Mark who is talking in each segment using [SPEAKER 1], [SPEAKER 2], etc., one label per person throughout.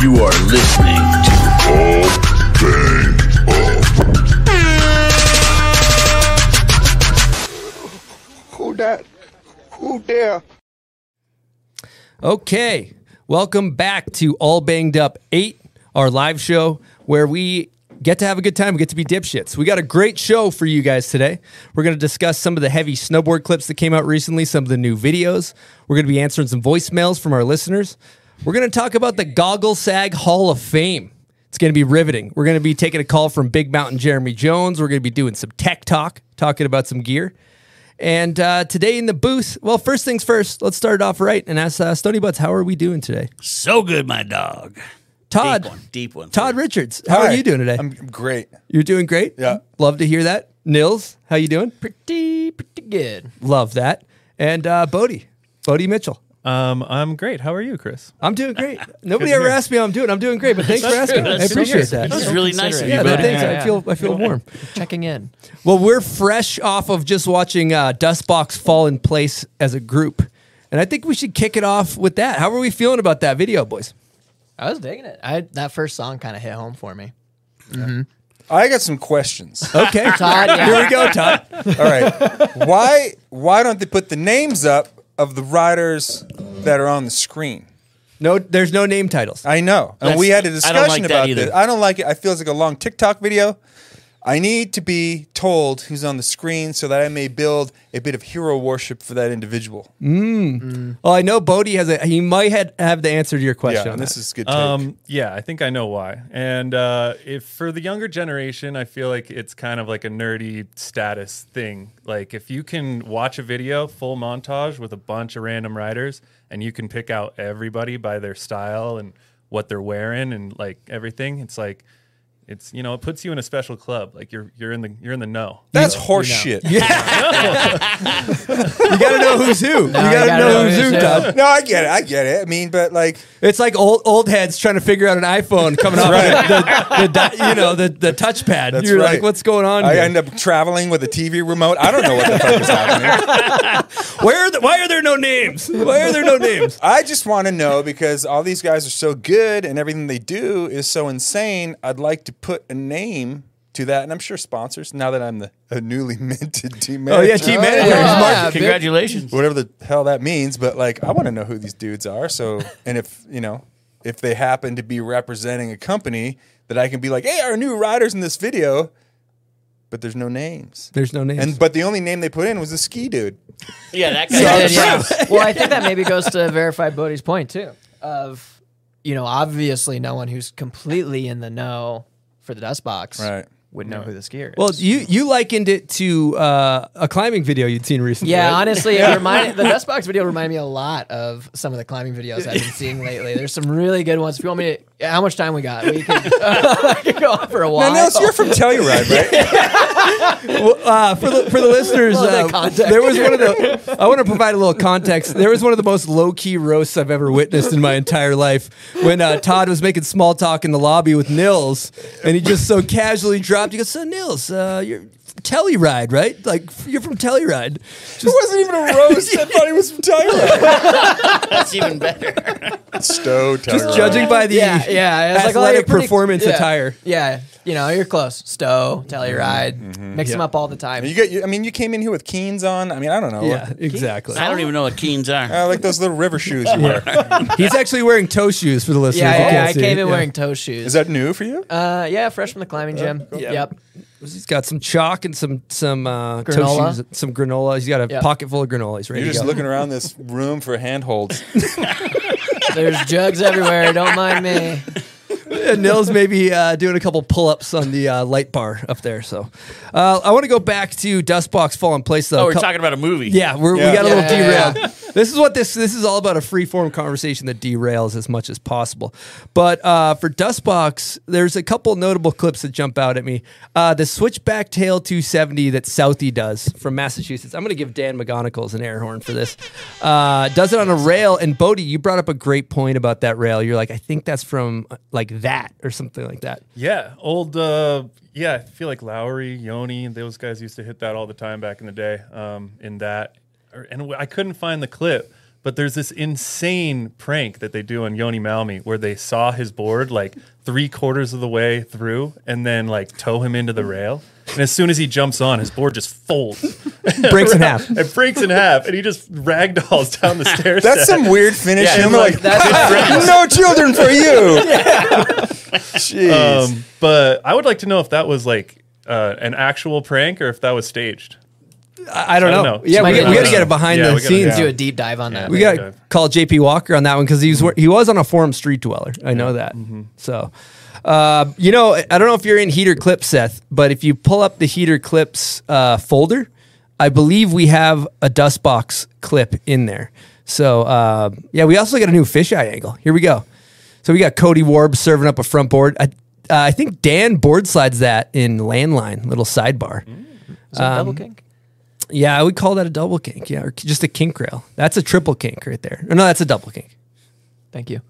[SPEAKER 1] You are listening to All Bang
[SPEAKER 2] Who that? Who there?
[SPEAKER 3] Okay. Welcome back to All Banged Up 8, our live show where we get to have a good time. We get to be dipshits. We got a great show for you guys today. We're going to discuss some of the heavy snowboard clips that came out recently, some of the new videos. We're going to be answering some voicemails from our listeners. We're going to talk about the Goggle Sag Hall of Fame. It's going to be riveting. We're going to be taking a call from Big Mountain Jeremy Jones. We're going to be doing some tech talk, talking about some gear. And uh, today in the booth, well, first things first, let's start it off right and ask uh, Stony Butts, how are we doing today?
[SPEAKER 1] So good, my dog.
[SPEAKER 3] Todd,
[SPEAKER 1] Deep one. Deep one.
[SPEAKER 3] Todd Richards, how are
[SPEAKER 2] Hi.
[SPEAKER 3] you doing today?
[SPEAKER 2] I'm great.
[SPEAKER 3] You're doing great.
[SPEAKER 2] Yeah.
[SPEAKER 3] love to hear that. Nils, how you doing?
[SPEAKER 4] pretty pretty good.
[SPEAKER 3] Love that. And uh, Bodie, Bodie Mitchell,
[SPEAKER 5] Um, I'm great. How are you, Chris?
[SPEAKER 3] I'm doing great. Nobody ever asked me how I'm doing. I'm doing great, but thanks for asking.
[SPEAKER 5] good.
[SPEAKER 3] I
[SPEAKER 5] That's good to
[SPEAKER 3] appreciate
[SPEAKER 5] hear.
[SPEAKER 3] that.
[SPEAKER 1] That was really nice of you,
[SPEAKER 3] Yeah,
[SPEAKER 1] buddy.
[SPEAKER 3] thanks.
[SPEAKER 4] Yeah,
[SPEAKER 3] I
[SPEAKER 4] yeah.
[SPEAKER 3] feel I feel warm.
[SPEAKER 4] Checking in.
[SPEAKER 3] Well, we're fresh off of just watching uh, Dustbox fall in place as a group, and I think we should kick it off with that. How are we feeling about that video, boys?
[SPEAKER 4] I was digging it. I that first song kind of hit home for me.
[SPEAKER 2] I got some questions.
[SPEAKER 3] Okay,
[SPEAKER 4] Todd, yeah.
[SPEAKER 3] Here we go, Todd.
[SPEAKER 2] All right. Why why don't they put the names up of the riders that are on the screen?
[SPEAKER 3] No, there's no name titles.
[SPEAKER 2] I know. And
[SPEAKER 1] That's-
[SPEAKER 2] we had
[SPEAKER 1] I
[SPEAKER 2] a
[SPEAKER 1] don't
[SPEAKER 2] discussion
[SPEAKER 1] like that
[SPEAKER 2] about
[SPEAKER 1] either.
[SPEAKER 2] this. I don't like it. I feels like a long TikTok video. I need to be told who's on the screen so that I may build a bit of hero worship for that individual.
[SPEAKER 3] Well, I know Bodie has a. He might had, have the answer to your question.
[SPEAKER 2] Yeah,
[SPEAKER 3] on
[SPEAKER 2] and
[SPEAKER 3] that.
[SPEAKER 2] this is good. Take.
[SPEAKER 5] Um, yeah, I think I know why. And uh, if for the younger generation, I feel like it's kind of like a nerdy status thing. Like if you can watch a video full montage with a bunch of random riders, and you can pick out everybody by their style and what they're wearing and like everything, it's like it's you know it puts you in a special club. Like you're you're in the you're in the know.
[SPEAKER 2] That's horse shit.
[SPEAKER 3] You gotta know who's who. you, gotta know, who's who, Todd.
[SPEAKER 2] No, I get it. I get it. I mean, but like,
[SPEAKER 3] It's like old old heads trying to figure out an iPhone coming off the, the, the, di- you know the the touchpad.
[SPEAKER 2] That's
[SPEAKER 3] You're like,
[SPEAKER 2] right.
[SPEAKER 3] what's going on?
[SPEAKER 2] I
[SPEAKER 3] here?
[SPEAKER 2] end up traveling with a TV remote. I don't know what the fuck is happening.
[SPEAKER 3] Where are the, why are there no names? Why are there no names?
[SPEAKER 2] I just want to know because all these guys are so good and everything they do is so insane. I'd like to put a name to that, and I'm sure sponsors. Now that I'm the a newly minted team
[SPEAKER 3] Oh
[SPEAKER 2] manager,
[SPEAKER 3] yeah, team manager.
[SPEAKER 4] yeah.
[SPEAKER 3] Mark-
[SPEAKER 4] big-
[SPEAKER 1] Congratulations.
[SPEAKER 2] whatever the hell that means. But like, I want to know who these dudes are. So, and if you know, if they happen to be representing a company, that I can be like, hey, our new riders in this video, but there's no names.
[SPEAKER 3] There's no names.
[SPEAKER 2] And but the only name they put in was the ski dude.
[SPEAKER 1] Yeah, that guy.
[SPEAKER 4] Yeah, yeah. Well, I think that maybe goes to verify Bodie's point too. Of you know, obviously, no one who's completely in the know for the dust box
[SPEAKER 2] Right.
[SPEAKER 4] would know who the skier is.
[SPEAKER 3] well, you you likened it to uh, a climbing video you'd seen recently.
[SPEAKER 4] yeah,
[SPEAKER 3] right?
[SPEAKER 4] honestly, it reminded, the dust box video reminded me a lot of some of the climbing videos I've been seeing lately. There's some really good ones. If you want me to, how much time we got? We could, I could go on for a while.
[SPEAKER 2] Now, Nels, Oh, you're from Telluride, right?
[SPEAKER 3] uh, for the for the listeners,
[SPEAKER 4] Well, that
[SPEAKER 3] uh,
[SPEAKER 4] context.
[SPEAKER 3] there was one of the. I want to provide a little context. There was one of the most low key roasts I've ever witnessed in my entire life. When uh, Todd was making small talk in the lobby with Nils, and he just so casually dropped, "He goes, so Nils, uh, you're from Telluride, right? Like f- you're from Telluride."
[SPEAKER 2] It wasn't even a roast. I thought he was from Tyrone.
[SPEAKER 1] That's even better.
[SPEAKER 2] Stowe, Tyrone.
[SPEAKER 3] Just judging by the
[SPEAKER 4] yeah, yeah. It's like, oh,
[SPEAKER 3] athletic
[SPEAKER 4] you're pretty-
[SPEAKER 3] performance
[SPEAKER 4] yeah,
[SPEAKER 3] attire.
[SPEAKER 4] Yeah, you know, you're close. Stowe, Telluride, mix them up all the time.
[SPEAKER 2] Mm-hmm. You get. You, I mean, you came in here with Keens on. I mean, I don't know.
[SPEAKER 3] Yeah, exactly.
[SPEAKER 1] I don't even know what Keens are.
[SPEAKER 2] Uh, like those little river shoes you wear.
[SPEAKER 3] He's actually wearing toe shoes for the listeners.
[SPEAKER 4] yeah,
[SPEAKER 3] who
[SPEAKER 4] yeah,
[SPEAKER 3] can't
[SPEAKER 4] I
[SPEAKER 3] see
[SPEAKER 4] came
[SPEAKER 3] it.
[SPEAKER 4] in
[SPEAKER 3] Yeah.
[SPEAKER 4] wearing toe shoes.
[SPEAKER 2] Is that Oh, new for you?
[SPEAKER 4] uh, yeah, fresh from the climbing gym. Yep.
[SPEAKER 3] He's got some chalk and some some uh, toe
[SPEAKER 4] Granola.
[SPEAKER 3] shoes, some granola. He's got a
[SPEAKER 4] Yep.
[SPEAKER 3] pocket full of granola. He's ready
[SPEAKER 2] You're
[SPEAKER 3] to
[SPEAKER 2] just
[SPEAKER 3] go.
[SPEAKER 2] looking around this room for handholds.
[SPEAKER 4] There's jugs everywhere. Don't mind me.
[SPEAKER 3] and Nils maybe uh, doing a couple pull ups on the uh, light bar up there. So uh, I want to go back to Dustbox Fall in Place though.
[SPEAKER 1] Oh, we're
[SPEAKER 3] Cou-
[SPEAKER 1] talking about a movie.
[SPEAKER 3] Yeah, we're, we
[SPEAKER 2] Yeah.
[SPEAKER 3] got a little
[SPEAKER 4] Yeah, yeah,
[SPEAKER 3] derailed. This is what this this is all about a free form conversation that derails as much as possible. But uh, for Dustbox, there's a couple notable clips that jump out at me. Uh, the switchback tail 270 that Southie does from Massachusetts. I'm going to give Dan McGonigal's an air horn for this. Uh, does it on a rail. And Bodie, you brought up a great point about that rail. You're like, I think that's from uh, like that or something like that.
[SPEAKER 5] Yeah, old. Uh, yeah, I feel like Lowry, Yoni, those Er, guys used to hit that all the time back in the day. Um, in that, or, and I couldn't find the clip, But there's this insane prank that they do on Yoni Malmi where they saw his board like three quarters of the way through and then like tow him into the rail. And as soon as he jumps on, his board just folds.
[SPEAKER 3] Breaks in half.
[SPEAKER 5] It breaks in half, and he just ragdolls down the stairs.
[SPEAKER 2] That's some weird finish.
[SPEAKER 5] Yeah,
[SPEAKER 2] and I'm
[SPEAKER 5] he's
[SPEAKER 2] like,
[SPEAKER 5] like,
[SPEAKER 2] no children for you. Jeez.
[SPEAKER 5] Um, but I would like to know if that was like uh, an actual prank or if that was staged.
[SPEAKER 3] I, I don't,
[SPEAKER 5] I don't
[SPEAKER 3] know.
[SPEAKER 5] know.
[SPEAKER 3] Yeah, we,
[SPEAKER 4] Might
[SPEAKER 3] got-
[SPEAKER 4] get
[SPEAKER 3] we got to
[SPEAKER 4] one.
[SPEAKER 3] get it behind
[SPEAKER 5] Yeah,
[SPEAKER 3] the
[SPEAKER 5] we gotta-
[SPEAKER 3] scenes.
[SPEAKER 2] yeah.
[SPEAKER 4] Do a deep dive on that.
[SPEAKER 3] We got
[SPEAKER 5] Okay.
[SPEAKER 3] to call JP Walker on that one because he's he was on a forum street dweller. I know that. So, uh, you know, I don't know if you're in heater clips, Seth, but if you pull up the heater clips uh, folder, I believe we have a dust box clip in there. So, uh, yeah, we also got a new fisheye angle. Here we go. So we got Cody Warb serving up a front board. I, uh, I think Dan board slides that in landline little sidebar.
[SPEAKER 4] Is it a
[SPEAKER 3] um,
[SPEAKER 4] double kink?
[SPEAKER 3] Yeah, I would call that a double kink. Yeah, or just a kink rail. That's a triple kink right there. Or no, that's a double kink.
[SPEAKER 4] Thank you.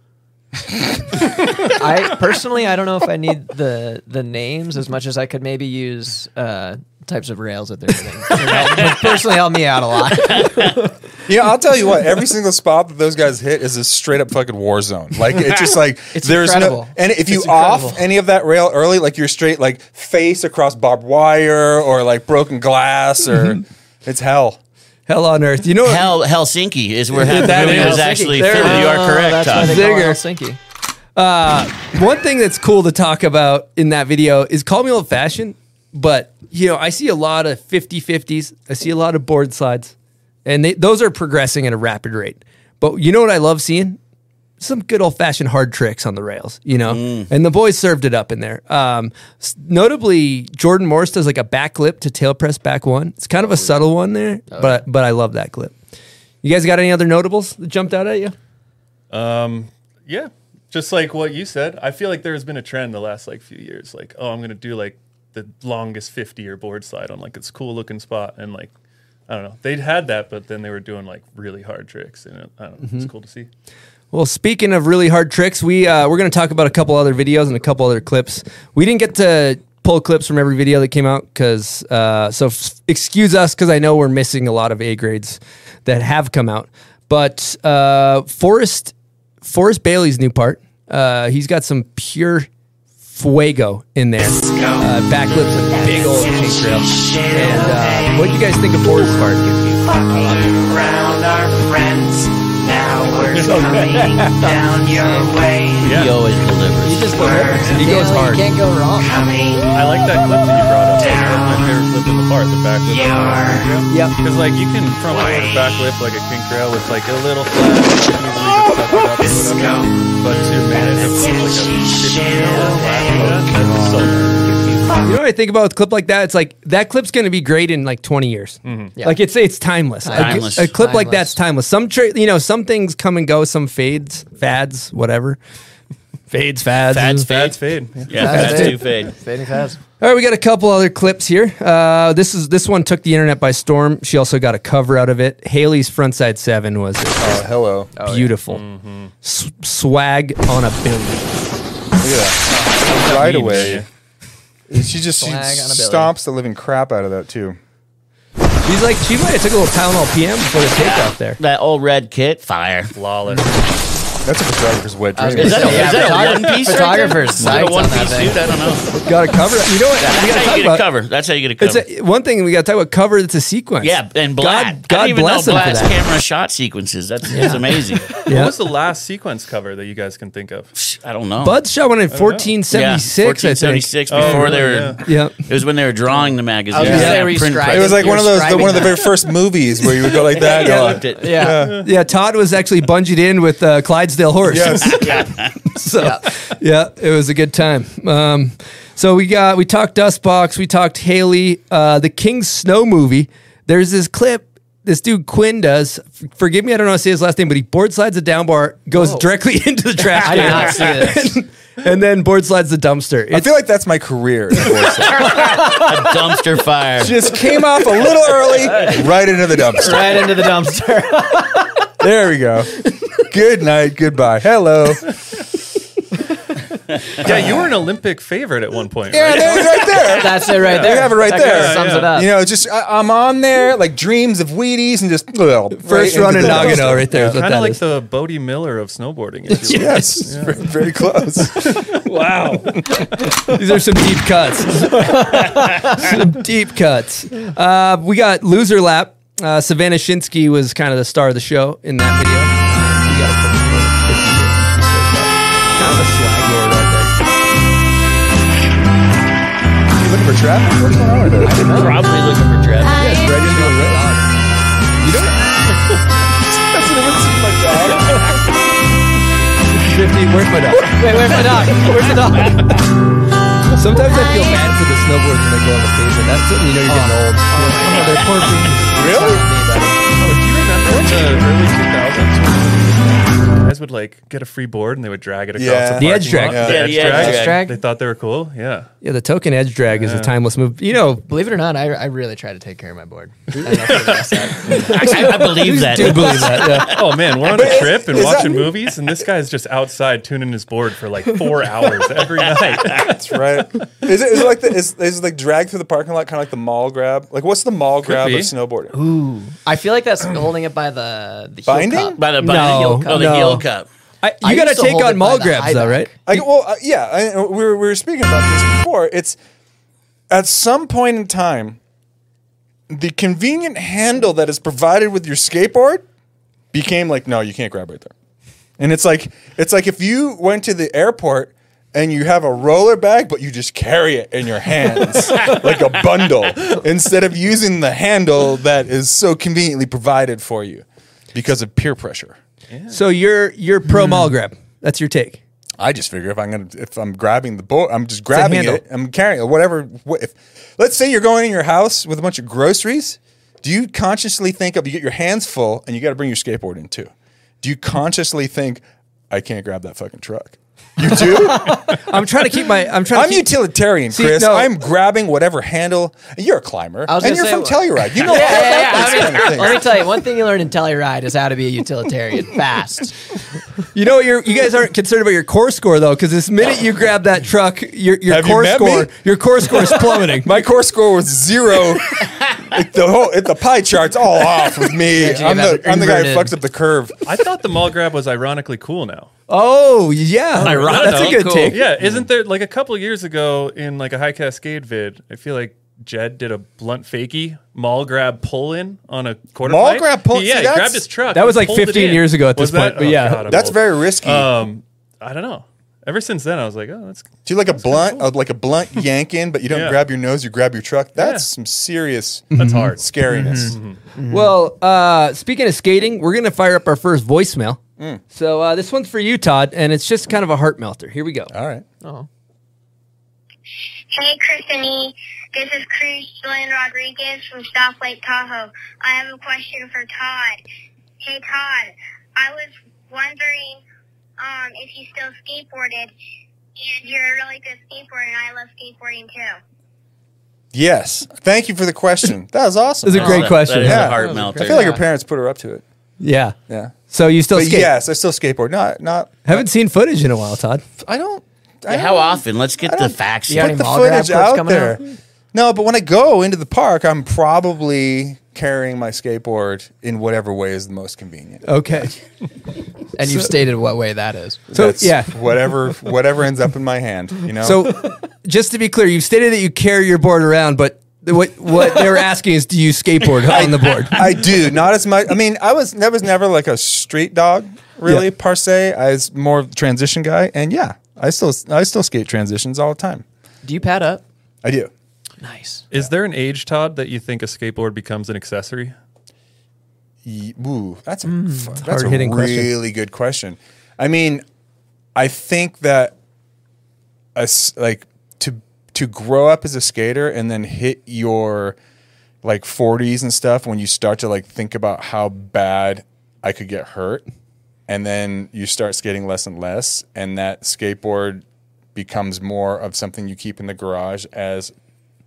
[SPEAKER 4] I personally, I don't know if I need the the names as much as I could maybe use uh, types of rails that they're using. It personally, helped me out a lot.
[SPEAKER 2] Yeah, I'll tell you what. Every single spot that those guys hit is a straight up fucking war zone. Like it's just like
[SPEAKER 4] It's
[SPEAKER 2] there's
[SPEAKER 4] incredible.
[SPEAKER 2] no. And if you
[SPEAKER 4] It's
[SPEAKER 2] off
[SPEAKER 4] incredible.
[SPEAKER 2] any of that rail early, like you're straight like face across barbed wire or like broken glass or
[SPEAKER 4] Mm-hmm.
[SPEAKER 2] it's hell.
[SPEAKER 3] Hell on earth. You know what?
[SPEAKER 6] Hel- Helsinki is where that,
[SPEAKER 3] That
[SPEAKER 6] really
[SPEAKER 3] is
[SPEAKER 6] was
[SPEAKER 3] Helsinki.
[SPEAKER 6] actually
[SPEAKER 3] There it
[SPEAKER 6] filmed.
[SPEAKER 3] is. Oh,
[SPEAKER 6] You are correct,
[SPEAKER 4] Uh, That's why
[SPEAKER 6] Todd.
[SPEAKER 4] they call it
[SPEAKER 3] Zinger.
[SPEAKER 4] Helsinki.
[SPEAKER 3] One thing that's cool to talk about in that video is call me old fashioned, but you know, I see a lot of 50 50s. I see a lot of board slides, and they, those are progressing at a rapid rate. But you know what I love seeing? Some good old fashioned hard tricks on the rails, you know? And the boys served it up in there. Um, s- notably, Jordan Morris does like a back clip to tail press back one. It's kind of a subtle one there, but, but I love that clip. You guys got any other notables that jumped out at you?
[SPEAKER 5] Yeah, just like what you said. I feel like there has been a trend the last like few years. Like, oh, I'm gonna do like the longest 50 or board slide on like it's cool looking spot and like. I don't know. They'd had that, but then they were doing like really hard tricks, and it, I don't know. It's cool to see.
[SPEAKER 3] Well, speaking of really hard tricks, we uh, we're going to talk about a couple other videos and a couple other clips. We didn't get to pull clips from every video that came out because uh, so f- excuse us because I know we're missing a lot of A grades that have come out. But uh, Forrest Forrest Bailey's new part, uh, he's got some pure fuego in there. Uh, backflips with big old kink drill. And uh, what do you guys think of Forrest's part?
[SPEAKER 7] fucking around our friends. Now we're coming down your way.
[SPEAKER 3] E
[SPEAKER 6] He always delivers.
[SPEAKER 4] He just goes,
[SPEAKER 3] He goes hard.
[SPEAKER 4] You can't go wrong.
[SPEAKER 7] Coming
[SPEAKER 5] I like that clip that you brought up. Like, that was my favorite clip in the part, the backflip.
[SPEAKER 4] Yep.
[SPEAKER 5] Because like you can front load a backflip like a kink rail with like a little flat, you can easily just suck it up or whatever. But to make it look like a 50 or flat, that's so
[SPEAKER 3] You know what I think about a clip like that? It's like that clip's going to be great in like 20 years.
[SPEAKER 4] Yeah.
[SPEAKER 3] Like it's it's timeless. A-
[SPEAKER 6] Timeless.
[SPEAKER 3] A, clip like that's
[SPEAKER 4] Timeless.
[SPEAKER 3] timeless. Some tra- you know some things come and go, some fades, fads, whatever. Fades, fads.
[SPEAKER 6] Fads fade.
[SPEAKER 5] That's fade. Yeah.
[SPEAKER 6] Yeah, fads
[SPEAKER 4] fade.
[SPEAKER 6] do fade.
[SPEAKER 4] Fading fast.
[SPEAKER 3] All right, we got a couple other clips here. Uh, this is this one took the internet by storm. She also got a cover out of it. Haley's frontside seven was
[SPEAKER 2] Oh hello. Look at
[SPEAKER 3] beautiful. S- swag on a billion.
[SPEAKER 2] that. Right away. She just she
[SPEAKER 4] Flag on a billy.
[SPEAKER 2] stomps the living crap out of that too.
[SPEAKER 3] She's like she might have took a little Tylenol PM before the takeoff there.
[SPEAKER 6] That old red kit, fire.
[SPEAKER 5] Flawless.
[SPEAKER 2] That's a photographer's wet
[SPEAKER 4] was
[SPEAKER 2] dream.
[SPEAKER 4] gonna
[SPEAKER 6] Is that a,
[SPEAKER 4] Yeah,
[SPEAKER 6] is that a
[SPEAKER 4] photographer-
[SPEAKER 6] one piece? right
[SPEAKER 4] photographer's
[SPEAKER 6] there? Is that
[SPEAKER 4] psyched
[SPEAKER 6] a one
[SPEAKER 4] on that
[SPEAKER 6] piece
[SPEAKER 4] thing.
[SPEAKER 6] suit? I don't know.
[SPEAKER 3] Got a cover. You know what? we
[SPEAKER 6] That's
[SPEAKER 3] gotta
[SPEAKER 6] how you
[SPEAKER 3] talk
[SPEAKER 6] get a
[SPEAKER 3] about
[SPEAKER 6] cover. That's how you get a
[SPEAKER 3] It's
[SPEAKER 6] cover.
[SPEAKER 3] a, one thing we got to talk about cover that's a sequence.
[SPEAKER 6] yeah, and Blatt.
[SPEAKER 3] God, God
[SPEAKER 6] I didn't
[SPEAKER 3] bless
[SPEAKER 6] even
[SPEAKER 3] him
[SPEAKER 6] know
[SPEAKER 3] for
[SPEAKER 6] Blatt's
[SPEAKER 3] that.
[SPEAKER 6] camera shot sequences. That's it's amazing.
[SPEAKER 3] Yeah.
[SPEAKER 5] What was the last sequence cover that you guys can think of?
[SPEAKER 6] I don't know.
[SPEAKER 3] Bud shot one in 1476,
[SPEAKER 6] yeah,
[SPEAKER 3] I
[SPEAKER 6] 1476
[SPEAKER 3] think.
[SPEAKER 6] before
[SPEAKER 5] Oh,
[SPEAKER 6] they were.
[SPEAKER 5] yeah.
[SPEAKER 3] Yeah.
[SPEAKER 6] It was when they were drawing the magazine.
[SPEAKER 4] was
[SPEAKER 3] gonna say,
[SPEAKER 6] print
[SPEAKER 4] restrike
[SPEAKER 6] press.
[SPEAKER 2] It was like one of those the,
[SPEAKER 4] You're
[SPEAKER 2] one of the
[SPEAKER 4] scribing
[SPEAKER 2] very first movies where you would go like that. and you're like,
[SPEAKER 6] Flipped it.
[SPEAKER 4] Yeah.
[SPEAKER 3] Yeah, Todd was actually bungeed in with uh, Clydesdale horse.
[SPEAKER 2] Yes.
[SPEAKER 3] so, yeah. it was a good time. Um, so we got we talked Dustbox, we talked Haley, uh, the King's Snow movie. There's this clip this dude Quinn does. F- forgive me, I don't know how to say his last name, but he board slides the down bar, goes directly into the trash
[SPEAKER 4] I did not
[SPEAKER 3] can,
[SPEAKER 4] see this.
[SPEAKER 3] and then board slides the dumpster.
[SPEAKER 2] I
[SPEAKER 3] It's-
[SPEAKER 2] feel like that's my career. is voice acting.
[SPEAKER 6] Dumpster fire.
[SPEAKER 2] Just came off a little early, right into the dumpster.
[SPEAKER 4] Right into the dumpster.
[SPEAKER 2] There we go. Good night. Goodbye. Hello.
[SPEAKER 5] Yeah, you were an Olympic favorite at one point.
[SPEAKER 2] Yeah,
[SPEAKER 5] right?
[SPEAKER 2] there it is right there.
[SPEAKER 4] That's it right there.
[SPEAKER 2] have it right
[SPEAKER 4] that kinda
[SPEAKER 2] there.
[SPEAKER 4] sums
[SPEAKER 5] Yeah,
[SPEAKER 4] it up.
[SPEAKER 2] You know, just I, I'm on there like dreams of Wheaties and just well,
[SPEAKER 3] First run in Nagano right there. is what
[SPEAKER 5] Kind
[SPEAKER 3] that
[SPEAKER 5] of like
[SPEAKER 3] is.
[SPEAKER 5] the Bodie Miller of snowboarding. If you Oh, will.
[SPEAKER 2] Yes, very, very close.
[SPEAKER 3] Wow. These are some deep cuts. some deep cuts. Uh, we got Loser Lap. Uh, Savannah Shinsky was kind of the star of the show in that video. We got a picture of it. Kind of a swag lord out there.
[SPEAKER 2] you looking for traffic? What's going on over there?
[SPEAKER 6] Probably looking for traffic.
[SPEAKER 2] You don't.
[SPEAKER 3] 50, where's my dog?
[SPEAKER 4] Wait, where's the dog? Where's the dog?
[SPEAKER 3] Sometimes I feel bad for the snowboards when they go on the pavement. That's when you know you're getting old.
[SPEAKER 4] Oh, they're poor things.
[SPEAKER 2] Really?
[SPEAKER 5] Oh, do you remember in the early 2000s when guys would like get a free board and they would drag it across
[SPEAKER 2] Yeah.
[SPEAKER 5] the,
[SPEAKER 2] The
[SPEAKER 3] edge
[SPEAKER 5] parking
[SPEAKER 3] drag.
[SPEAKER 5] lot?
[SPEAKER 2] Yeah.
[SPEAKER 6] Yeah, the edge
[SPEAKER 4] drag. drag.
[SPEAKER 5] They thought they were cool. Yeah.
[SPEAKER 3] Yeah, the token edge drag is a timeless move. You know,
[SPEAKER 4] Believe it or not, I, I really try to take care of my board. I don't know if you noticed that.
[SPEAKER 6] I, I believe that.
[SPEAKER 3] do believe that. Yeah.
[SPEAKER 5] Oh man, we're on a trip and
[SPEAKER 2] is that-
[SPEAKER 5] watching movies, and this guy's just outside tuning his board for like four hours every night.
[SPEAKER 2] That's right. Is it, is it like the, is, is it like drag through the parking lot, kind of like the mall grab? Like what's the mall grab
[SPEAKER 5] be.
[SPEAKER 2] of snowboarding?
[SPEAKER 4] I feel like that's holding it by the, the heel
[SPEAKER 2] Binding?
[SPEAKER 4] cup.
[SPEAKER 6] By the, by
[SPEAKER 3] No,
[SPEAKER 6] the heel cup. Oh, the
[SPEAKER 3] no.
[SPEAKER 6] heel cup.
[SPEAKER 3] I,
[SPEAKER 4] I
[SPEAKER 3] you got
[SPEAKER 4] used to
[SPEAKER 3] to take
[SPEAKER 4] hold
[SPEAKER 3] on
[SPEAKER 4] it
[SPEAKER 3] mall
[SPEAKER 4] by the
[SPEAKER 3] grabs,
[SPEAKER 4] eye
[SPEAKER 3] though,
[SPEAKER 4] back.
[SPEAKER 3] right?
[SPEAKER 2] I, well, uh, yeah, I, we, were, we were speaking about this before. It's at some point in time, the convenient handle that is provided with your skateboard became like, no, you can't grab right there. And it's like it's like if you went to the airport and you have a roller bag, but you just carry it in your hands like a bundle instead of using the handle that is so conveniently provided for you because of peer pressure.
[SPEAKER 3] So you're you're pro
[SPEAKER 4] Hmm.
[SPEAKER 3] mall grab. That's your take.
[SPEAKER 2] I just figure if I'm gonna if I'm grabbing the boat, I'm just grabbing
[SPEAKER 3] handle.
[SPEAKER 2] it. I'm carrying it, whatever. What if let's say you're going in your house with a bunch of groceries? Do you consciously think of you get your hands full and you got to bring your skateboard in too? Do you consciously think I can't grab that fucking truck? You do.
[SPEAKER 3] I'm trying to keep my. I'm trying.
[SPEAKER 2] I'm
[SPEAKER 3] to keep,
[SPEAKER 2] utilitarian,
[SPEAKER 3] See,
[SPEAKER 2] Chris.
[SPEAKER 3] no.
[SPEAKER 2] I'm grabbing whatever handle. You're a climber,
[SPEAKER 4] was
[SPEAKER 2] and
[SPEAKER 4] gonna
[SPEAKER 2] you're
[SPEAKER 4] say,
[SPEAKER 2] from
[SPEAKER 4] well-
[SPEAKER 2] Telluride. You know all
[SPEAKER 4] Yeah, yeah, yeah.
[SPEAKER 2] about this
[SPEAKER 4] I mean,
[SPEAKER 2] kind of thing.
[SPEAKER 4] let me tell you, one thing you learn in Telluride is how to be a utilitarian fast.
[SPEAKER 3] You know, you're, you guys aren't concerned about your core score though, because this minute you grab that truck, your your
[SPEAKER 2] Have you
[SPEAKER 3] core
[SPEAKER 2] met me?
[SPEAKER 3] score, your core score is plummeting.
[SPEAKER 2] My core score was zero. Like, the whole it, the pie chart's all off with me.
[SPEAKER 4] you
[SPEAKER 2] I'm
[SPEAKER 4] have
[SPEAKER 2] the,
[SPEAKER 4] it
[SPEAKER 2] I'm the guy who
[SPEAKER 4] inverted.
[SPEAKER 2] fucks up the curve.
[SPEAKER 5] I thought the mall grab was ironically cool now.
[SPEAKER 3] oh yeah,
[SPEAKER 6] Ironical.
[SPEAKER 3] that's a good
[SPEAKER 6] Cool.
[SPEAKER 3] take.
[SPEAKER 5] Yeah, isn't there like a couple of years ago in like a high cascade vid? I feel like Jed did a blunt fakie mall grab pull in on a quarter.
[SPEAKER 2] Mall
[SPEAKER 5] pipe.
[SPEAKER 2] grab pull- see,
[SPEAKER 5] Yeah, he
[SPEAKER 2] that's-
[SPEAKER 5] grabbed his truck.
[SPEAKER 3] that was
[SPEAKER 5] and
[SPEAKER 3] like
[SPEAKER 5] pulled it
[SPEAKER 3] 15
[SPEAKER 5] in.
[SPEAKER 3] years ago at
[SPEAKER 5] Was
[SPEAKER 3] this point,
[SPEAKER 5] that- Oh,
[SPEAKER 3] but yeah.
[SPEAKER 5] I'm
[SPEAKER 2] That's
[SPEAKER 5] old.
[SPEAKER 2] very risky.
[SPEAKER 3] Uh,
[SPEAKER 5] Um, I don't know. Ever since then, I was like, oh, that's
[SPEAKER 2] Do you like a blunt, uh, like a blunt yank in, but you don't
[SPEAKER 5] Yeah.
[SPEAKER 2] grab your nose, you grab your truck? That's
[SPEAKER 5] Yeah.
[SPEAKER 2] some serious
[SPEAKER 5] that's hard.
[SPEAKER 2] scariness.
[SPEAKER 3] Mm-hmm. Well, uh, speaking of skating, we're gonna fire up our first voicemail.
[SPEAKER 2] Mm.
[SPEAKER 3] So uh, this one's for you, Todd, and it's just kind of a heart melter. Here we go.
[SPEAKER 2] All right.
[SPEAKER 8] Hey, Chris and E. This is Cruz Julian Rodriguez from South Lake Tahoe. I have a question for Todd. Hey, Todd. I was wondering um, if you still skateboarded, and you're a really good skateboarder, and I love skateboarding too.
[SPEAKER 2] Yes. Thank you for the question. That was awesome.
[SPEAKER 3] This is a great
[SPEAKER 6] That-
[SPEAKER 3] question.
[SPEAKER 6] That is
[SPEAKER 2] Yeah.
[SPEAKER 6] a heart
[SPEAKER 2] I
[SPEAKER 6] melter.
[SPEAKER 2] feel like her parents put her up to it.
[SPEAKER 3] Yeah.
[SPEAKER 2] Yeah.
[SPEAKER 3] So you still
[SPEAKER 2] But
[SPEAKER 3] skate?
[SPEAKER 2] yes, I still skateboard. Not, not,
[SPEAKER 3] Haven't seen footage in a while, Todd.
[SPEAKER 2] I don't. I
[SPEAKER 6] Yeah,
[SPEAKER 2] don't
[SPEAKER 6] how often? Let's get the facts.
[SPEAKER 4] Yeah.
[SPEAKER 6] Yeah.
[SPEAKER 2] put the
[SPEAKER 4] mall grab
[SPEAKER 2] footage
[SPEAKER 4] clips
[SPEAKER 2] out
[SPEAKER 4] coming
[SPEAKER 2] there.
[SPEAKER 4] out?
[SPEAKER 2] No, but when I go into the park, I'm probably carrying my skateboard in whatever way is the most convenient.
[SPEAKER 3] Okay.
[SPEAKER 4] And you've stated what way that is.
[SPEAKER 3] So
[SPEAKER 2] That's
[SPEAKER 3] yeah.
[SPEAKER 2] whatever whatever ends up in my hand, you know.
[SPEAKER 3] So, just to be clear, you've stated that you carry your board around, but th- what what they're asking is, do you skateboard on the board?
[SPEAKER 2] I do not as much. I mean, I was I was never like a street dog really
[SPEAKER 3] Yeah.
[SPEAKER 2] per se. I was more of a transition guy, and yeah, I still I still skate transitions all the time.
[SPEAKER 4] Do you pad up?
[SPEAKER 2] I do.
[SPEAKER 4] Nice.
[SPEAKER 5] Is there an age, Todd, that you think a skateboard becomes an accessory?
[SPEAKER 2] Ye- Ooh, that's a fu- that's a
[SPEAKER 3] Mm, hard-hitting question.
[SPEAKER 2] really good question. I mean, I think that us like to to grow up as a skater and then hit your like 40s and stuff when you start to like think about how bad I could get hurt and then you start skating less and less and that skateboard becomes more of something you keep in the garage as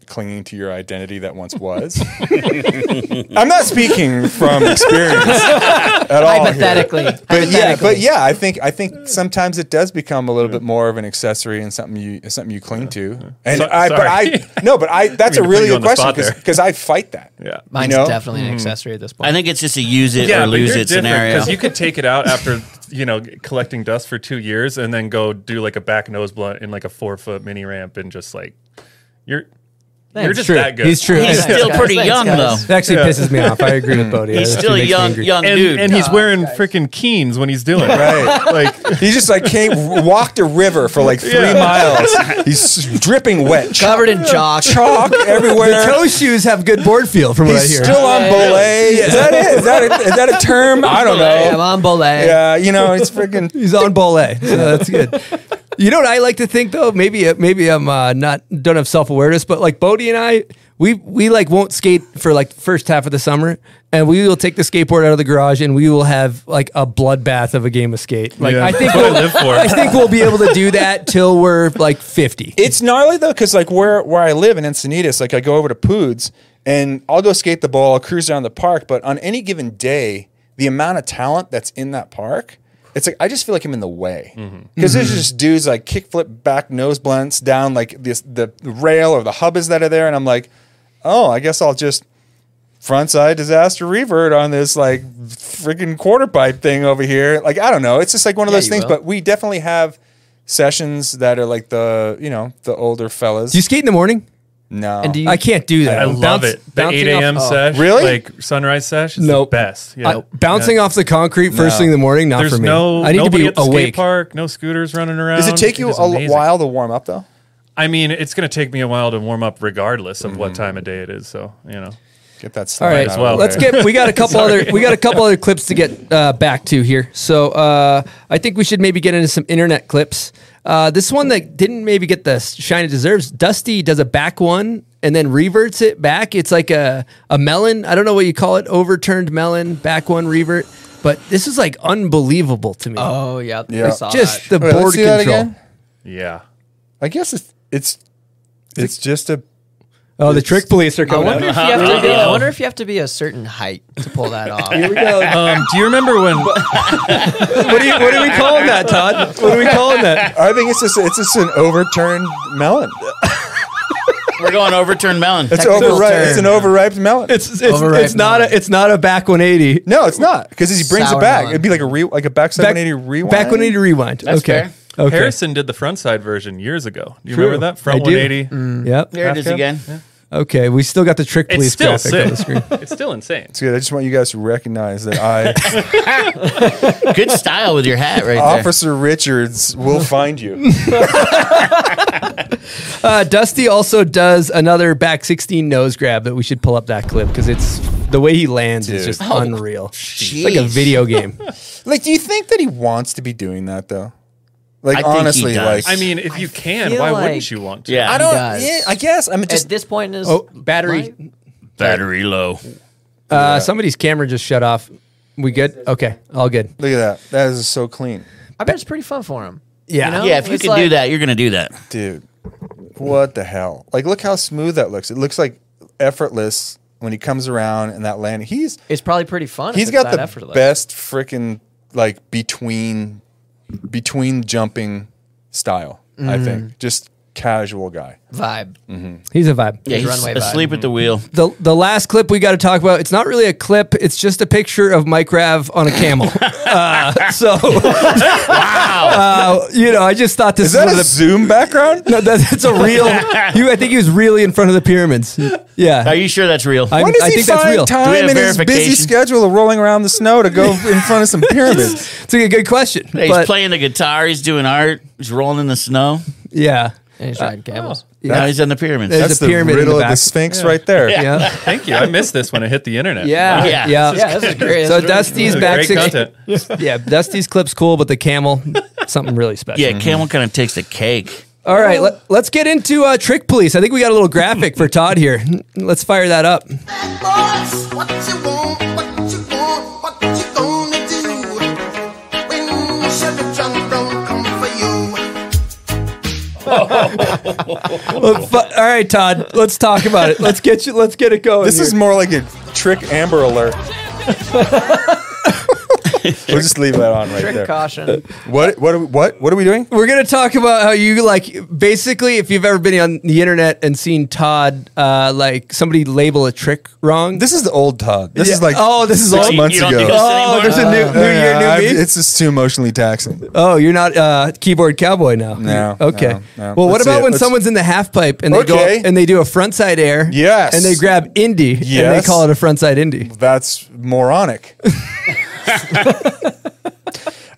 [SPEAKER 2] clinging to your identity that once was. I'm not speaking from experience at all. Oh, here.
[SPEAKER 4] Hypothetically.
[SPEAKER 2] But yeah,
[SPEAKER 4] Hypothetically.
[SPEAKER 2] but yeah, I think I
[SPEAKER 5] Hmm.
[SPEAKER 2] think sometimes it does become a little bit more of an accessory and something you something you cling to. And
[SPEAKER 5] So-
[SPEAKER 2] I, but
[SPEAKER 5] sorry.
[SPEAKER 2] I no, but I that's a
[SPEAKER 5] mean to put
[SPEAKER 2] really
[SPEAKER 5] you
[SPEAKER 2] good
[SPEAKER 5] on the
[SPEAKER 2] question
[SPEAKER 5] spot there.
[SPEAKER 2] because I fight that.
[SPEAKER 5] Yeah.
[SPEAKER 4] Mine's
[SPEAKER 2] you know?
[SPEAKER 4] definitely
[SPEAKER 6] Mm.
[SPEAKER 4] an accessory at this point.
[SPEAKER 6] I think it's just a use it or
[SPEAKER 5] but
[SPEAKER 6] lose
[SPEAKER 5] you're
[SPEAKER 6] it
[SPEAKER 5] different,
[SPEAKER 6] scenario.
[SPEAKER 5] you could take it out after you know collecting dust for two years and then go do like a back nose blunt in like a four foot mini ramp and just like you're you're just
[SPEAKER 3] true.
[SPEAKER 5] that good.
[SPEAKER 3] He's true.
[SPEAKER 6] He's
[SPEAKER 3] It
[SPEAKER 6] still pretty
[SPEAKER 4] Thanks,
[SPEAKER 6] young
[SPEAKER 4] guys.
[SPEAKER 6] though.
[SPEAKER 3] actually pisses me off. I agree with Bodie.
[SPEAKER 6] He's
[SPEAKER 3] That
[SPEAKER 6] still a
[SPEAKER 3] makes me
[SPEAKER 6] young
[SPEAKER 3] angry.
[SPEAKER 6] young
[SPEAKER 5] and,
[SPEAKER 6] dude.
[SPEAKER 5] and he's wearing freaking Keens when he's doing it.
[SPEAKER 2] Right.
[SPEAKER 5] Like
[SPEAKER 2] He just like came walked a river for like three
[SPEAKER 5] Yeah.
[SPEAKER 2] miles. He's dripping wet, chalk,
[SPEAKER 4] Covered in chalk.
[SPEAKER 2] chalk everywhere.
[SPEAKER 3] The toe shoes have good board feel, from what I
[SPEAKER 2] He's
[SPEAKER 3] hear.
[SPEAKER 2] still on belay. Is that it? Is that a, is that a term? I don't
[SPEAKER 4] Yeah, I'm
[SPEAKER 2] know.
[SPEAKER 4] on belay.
[SPEAKER 2] Yeah, you know, it's freaking
[SPEAKER 3] He's on ballet, so that's good. You know what I like to think though? Maybe maybe I'm uh, not don't have self awareness, but like Bodie and I, we we like won't skate for like the first half of the summer, and we will take the skateboard out of the garage and we will have like a bloodbath of a game of skate. Like
[SPEAKER 5] Yeah.
[SPEAKER 3] I think
[SPEAKER 5] That's what I
[SPEAKER 3] we'll,
[SPEAKER 5] live for.
[SPEAKER 3] I think we'll be able to do that till we're like fifty.
[SPEAKER 2] It's gnarly though, because like where where I live in Encinitas, like I go over to Poods and I'll go skate the ball, I'll cruise around the park. But on any given day, the amount of talent that's in that park, it's like I just feel like I'm in the way because there's just dudes like kickflip back nose blunts down like this the rail or the hubbas that are there, and I'm like, oh, I guess I'll just frontside disaster revert on this like freaking quarter pipe thing over here. Like I don't know, it's just like one of
[SPEAKER 4] Yeah,
[SPEAKER 2] those
[SPEAKER 4] you
[SPEAKER 2] things.
[SPEAKER 4] will.
[SPEAKER 2] But we definitely have sessions that are like the you know the older fellas.
[SPEAKER 3] Do you skate in the morning?
[SPEAKER 2] no,
[SPEAKER 4] And do you,
[SPEAKER 3] I can't do that.
[SPEAKER 5] I love
[SPEAKER 3] Bounce-
[SPEAKER 5] it. The eight
[SPEAKER 3] bouncing off-
[SPEAKER 5] a.m.
[SPEAKER 3] oh.
[SPEAKER 5] sesh,
[SPEAKER 2] Really?
[SPEAKER 5] like sunrise sesh, is
[SPEAKER 3] Nope.
[SPEAKER 5] the best. Yeah.
[SPEAKER 3] I- bouncing off the concrete first
[SPEAKER 2] No.
[SPEAKER 3] thing in the morning, not
[SPEAKER 5] There's
[SPEAKER 3] for me.
[SPEAKER 5] no
[SPEAKER 3] I need to
[SPEAKER 5] nobody
[SPEAKER 3] be
[SPEAKER 5] at the skate
[SPEAKER 3] awake.
[SPEAKER 5] park, no scooters running around.
[SPEAKER 2] does it take you
[SPEAKER 5] is
[SPEAKER 2] a
[SPEAKER 5] amazing.
[SPEAKER 2] while to warm up though?
[SPEAKER 5] I mean, it's going to take me a while to warm up, regardless of
[SPEAKER 3] Mm-hmm.
[SPEAKER 5] what time of day it is. So you know,
[SPEAKER 2] Get that
[SPEAKER 3] All
[SPEAKER 2] slide
[SPEAKER 3] right,
[SPEAKER 2] out
[SPEAKER 5] well.
[SPEAKER 2] of the
[SPEAKER 3] let's
[SPEAKER 2] way.
[SPEAKER 3] get. We got a couple other. We got a couple other clips to get uh, back to here. So uh, I think we should maybe get into some internet clips. Uh, this one that didn't maybe get the shine it deserves. Dusty does a back one and then reverts it back. It's like a a melon. I don't know what you call it. Overturned melon. Back one revert. But this is like unbelievable to me.
[SPEAKER 4] oh, yeah.
[SPEAKER 2] Yeah.
[SPEAKER 4] I saw
[SPEAKER 3] Just
[SPEAKER 4] that.
[SPEAKER 3] the
[SPEAKER 2] Wait, let's
[SPEAKER 3] board
[SPEAKER 2] see that
[SPEAKER 3] control.
[SPEAKER 2] again?
[SPEAKER 5] yeah.
[SPEAKER 2] I guess it's it's it's just a
[SPEAKER 3] Oh, the trick police are
[SPEAKER 4] I
[SPEAKER 3] coming.
[SPEAKER 4] wonder,
[SPEAKER 3] out.
[SPEAKER 4] if you have to be, I wonder if you have to be a certain height to pull that off.
[SPEAKER 5] Um, do you remember when?
[SPEAKER 3] Uh, What do you? What are we calling that, Todd? What are we calling that?
[SPEAKER 2] I think it's just it's just an overturned melon.
[SPEAKER 6] We're going overturned melon.
[SPEAKER 2] It's
[SPEAKER 4] Technical
[SPEAKER 2] overripe.
[SPEAKER 4] term.
[SPEAKER 2] It's an overripe melon.
[SPEAKER 3] It's it's,
[SPEAKER 4] Overripe
[SPEAKER 3] it's not a
[SPEAKER 4] melon.
[SPEAKER 3] it's not a back 180.
[SPEAKER 2] no, it's not because he brings
[SPEAKER 4] Sour
[SPEAKER 2] it back.
[SPEAKER 4] melon.
[SPEAKER 2] It'd be like a re, like a back 780 rewind.
[SPEAKER 3] Back 180 rewind. okay. Okay.
[SPEAKER 5] Harrison did the frontside version years ago. Do you
[SPEAKER 3] True.
[SPEAKER 5] remember that front
[SPEAKER 3] I do.
[SPEAKER 5] 180?
[SPEAKER 2] Mm.
[SPEAKER 3] Yep.
[SPEAKER 6] There it is
[SPEAKER 5] Half-cab?
[SPEAKER 6] again.
[SPEAKER 3] Okay. We still got the trick
[SPEAKER 5] It's
[SPEAKER 3] police
[SPEAKER 5] still
[SPEAKER 3] graphic on the
[SPEAKER 5] sick.
[SPEAKER 3] screen.
[SPEAKER 5] It's still insane.
[SPEAKER 2] It's good. I just want you guys to recognize that I,
[SPEAKER 6] Good style with your hat right there.
[SPEAKER 2] Officer Richards, will find you.
[SPEAKER 3] Uh, Dusty also does another back 16 nose grab that we should pull up that clip because it's the way he lands is
[SPEAKER 2] Dude.
[SPEAKER 3] just unreal. It's like a
[SPEAKER 6] Jeez.
[SPEAKER 3] video game.
[SPEAKER 2] Like, do you think that he wants to be doing that though? Like,
[SPEAKER 6] I think he
[SPEAKER 2] honestly,
[SPEAKER 6] does.
[SPEAKER 2] like,
[SPEAKER 5] I mean, if you can,
[SPEAKER 4] feel
[SPEAKER 5] why
[SPEAKER 4] like-
[SPEAKER 5] wouldn't you want to?
[SPEAKER 6] Yeah.
[SPEAKER 2] I don't.
[SPEAKER 4] does.
[SPEAKER 2] Yeah, I guess. I mean,
[SPEAKER 4] At
[SPEAKER 2] just
[SPEAKER 4] this point in his
[SPEAKER 3] Oh, battery.
[SPEAKER 4] life-
[SPEAKER 6] Battery low.
[SPEAKER 3] Uh, somebody's camera just shut off. We good? Okay. All good.
[SPEAKER 2] look at that. That is so clean,
[SPEAKER 4] I bet it's pretty fun for him.
[SPEAKER 3] Yeah.
[SPEAKER 4] You know?
[SPEAKER 6] Yeah, if you
[SPEAKER 4] It's
[SPEAKER 6] can
[SPEAKER 4] like-
[SPEAKER 6] do that, you're gonna do that.
[SPEAKER 2] dude. What the hell? Like, look how smooth that looks. It looks like effortless when he comes around and that land. He's
[SPEAKER 4] It's probably pretty fun.
[SPEAKER 2] he's
[SPEAKER 4] if it's
[SPEAKER 2] got
[SPEAKER 4] that
[SPEAKER 2] the
[SPEAKER 4] effortless.
[SPEAKER 2] best freaking like between between jumping style. I
[SPEAKER 4] Mm-hmm.
[SPEAKER 2] think just casual guy.
[SPEAKER 4] vibe.
[SPEAKER 3] He's a vibe.
[SPEAKER 6] Yeah, he's Mm-hmm.
[SPEAKER 4] runway vibe.
[SPEAKER 6] asleep at the wheel.
[SPEAKER 3] The, the last clip we got to talk about, it's not really a clip. It's just a picture of Mike Rav on a camel. uh, so, uh, you know, I just thought this
[SPEAKER 2] Is that
[SPEAKER 3] one
[SPEAKER 2] a
[SPEAKER 3] of the
[SPEAKER 2] Zoom background?
[SPEAKER 3] No, that, that's a real. You, I think he was really in front of the pyramids. Yeah,
[SPEAKER 6] Are you sure that's real?
[SPEAKER 3] I,
[SPEAKER 2] When does
[SPEAKER 3] I
[SPEAKER 2] he
[SPEAKER 3] think
[SPEAKER 2] find
[SPEAKER 3] that's real.
[SPEAKER 6] Do we
[SPEAKER 2] time
[SPEAKER 6] have
[SPEAKER 2] in his busy
[SPEAKER 6] verification?
[SPEAKER 2] schedule of rolling around the snow to go in front of some pyramids?
[SPEAKER 3] It's a good question.
[SPEAKER 6] he's
[SPEAKER 3] but
[SPEAKER 6] playing the guitar. He's doing art. He's rolling in the snow.
[SPEAKER 3] yeah,
[SPEAKER 4] And he's riding camels.
[SPEAKER 6] Now he's on the pyramids.
[SPEAKER 3] There's
[SPEAKER 2] That's
[SPEAKER 3] a
[SPEAKER 2] the
[SPEAKER 3] pyramid in the
[SPEAKER 2] riddle of
[SPEAKER 3] back.
[SPEAKER 2] the Sphinx right there.
[SPEAKER 3] yeah,
[SPEAKER 5] Thank you. I missed this when I hit the internet.
[SPEAKER 3] yeah, yeah.
[SPEAKER 6] Yeah.
[SPEAKER 4] Yeah, this is great.
[SPEAKER 3] So
[SPEAKER 4] This is really-
[SPEAKER 3] Dusty's back
[SPEAKER 5] Great
[SPEAKER 3] six.
[SPEAKER 5] content.
[SPEAKER 3] Yeah, Dusty's clip's cool, but the camel, something really special.
[SPEAKER 6] Yeah, Camel kind of takes the cake.
[SPEAKER 3] All right, let, us get into uh, trick police. I think we got a little graphic for Todd here. Let's fire that up.
[SPEAKER 9] What you want, what you want, what you gonna do? When Chevy John Brown come for you.
[SPEAKER 3] Well, fu- all right, Todd. Let's talk about it. Let's get you. Let's get it going.
[SPEAKER 2] This is
[SPEAKER 3] here.
[SPEAKER 2] more like a trick Amber Alert. we'll just leave that on right
[SPEAKER 4] Trick
[SPEAKER 2] there.
[SPEAKER 4] caution.
[SPEAKER 2] What what are we, what what are we doing?
[SPEAKER 3] We're gonna talk about how you like basically if you've ever been on the internet and seen Todd uh, like somebody label a trick wrong.
[SPEAKER 2] This is the old Todd. This
[SPEAKER 3] Yeah.
[SPEAKER 2] is like
[SPEAKER 3] Oh, this is
[SPEAKER 2] six
[SPEAKER 3] old-
[SPEAKER 2] months
[SPEAKER 6] You don't
[SPEAKER 2] ago.
[SPEAKER 6] do this
[SPEAKER 3] oh,
[SPEAKER 6] anymore?
[SPEAKER 3] there's a new
[SPEAKER 2] Uh,
[SPEAKER 3] new year, new
[SPEAKER 2] I've-
[SPEAKER 3] me.
[SPEAKER 2] It's just too emotionally taxing.
[SPEAKER 3] Oh, you're not uh, keyboard cowboy now.
[SPEAKER 2] No,
[SPEAKER 3] Okay.
[SPEAKER 2] no, no.
[SPEAKER 3] Well, what
[SPEAKER 2] Let's see
[SPEAKER 3] about
[SPEAKER 2] it.
[SPEAKER 3] when
[SPEAKER 2] Let's-
[SPEAKER 3] someone's in the half pipe and they go
[SPEAKER 2] Okay.
[SPEAKER 3] and they do a frontside air?
[SPEAKER 2] Yes.
[SPEAKER 3] And they grab indie and they
[SPEAKER 2] Yes.
[SPEAKER 3] call it a frontside indie.
[SPEAKER 2] That's moronic.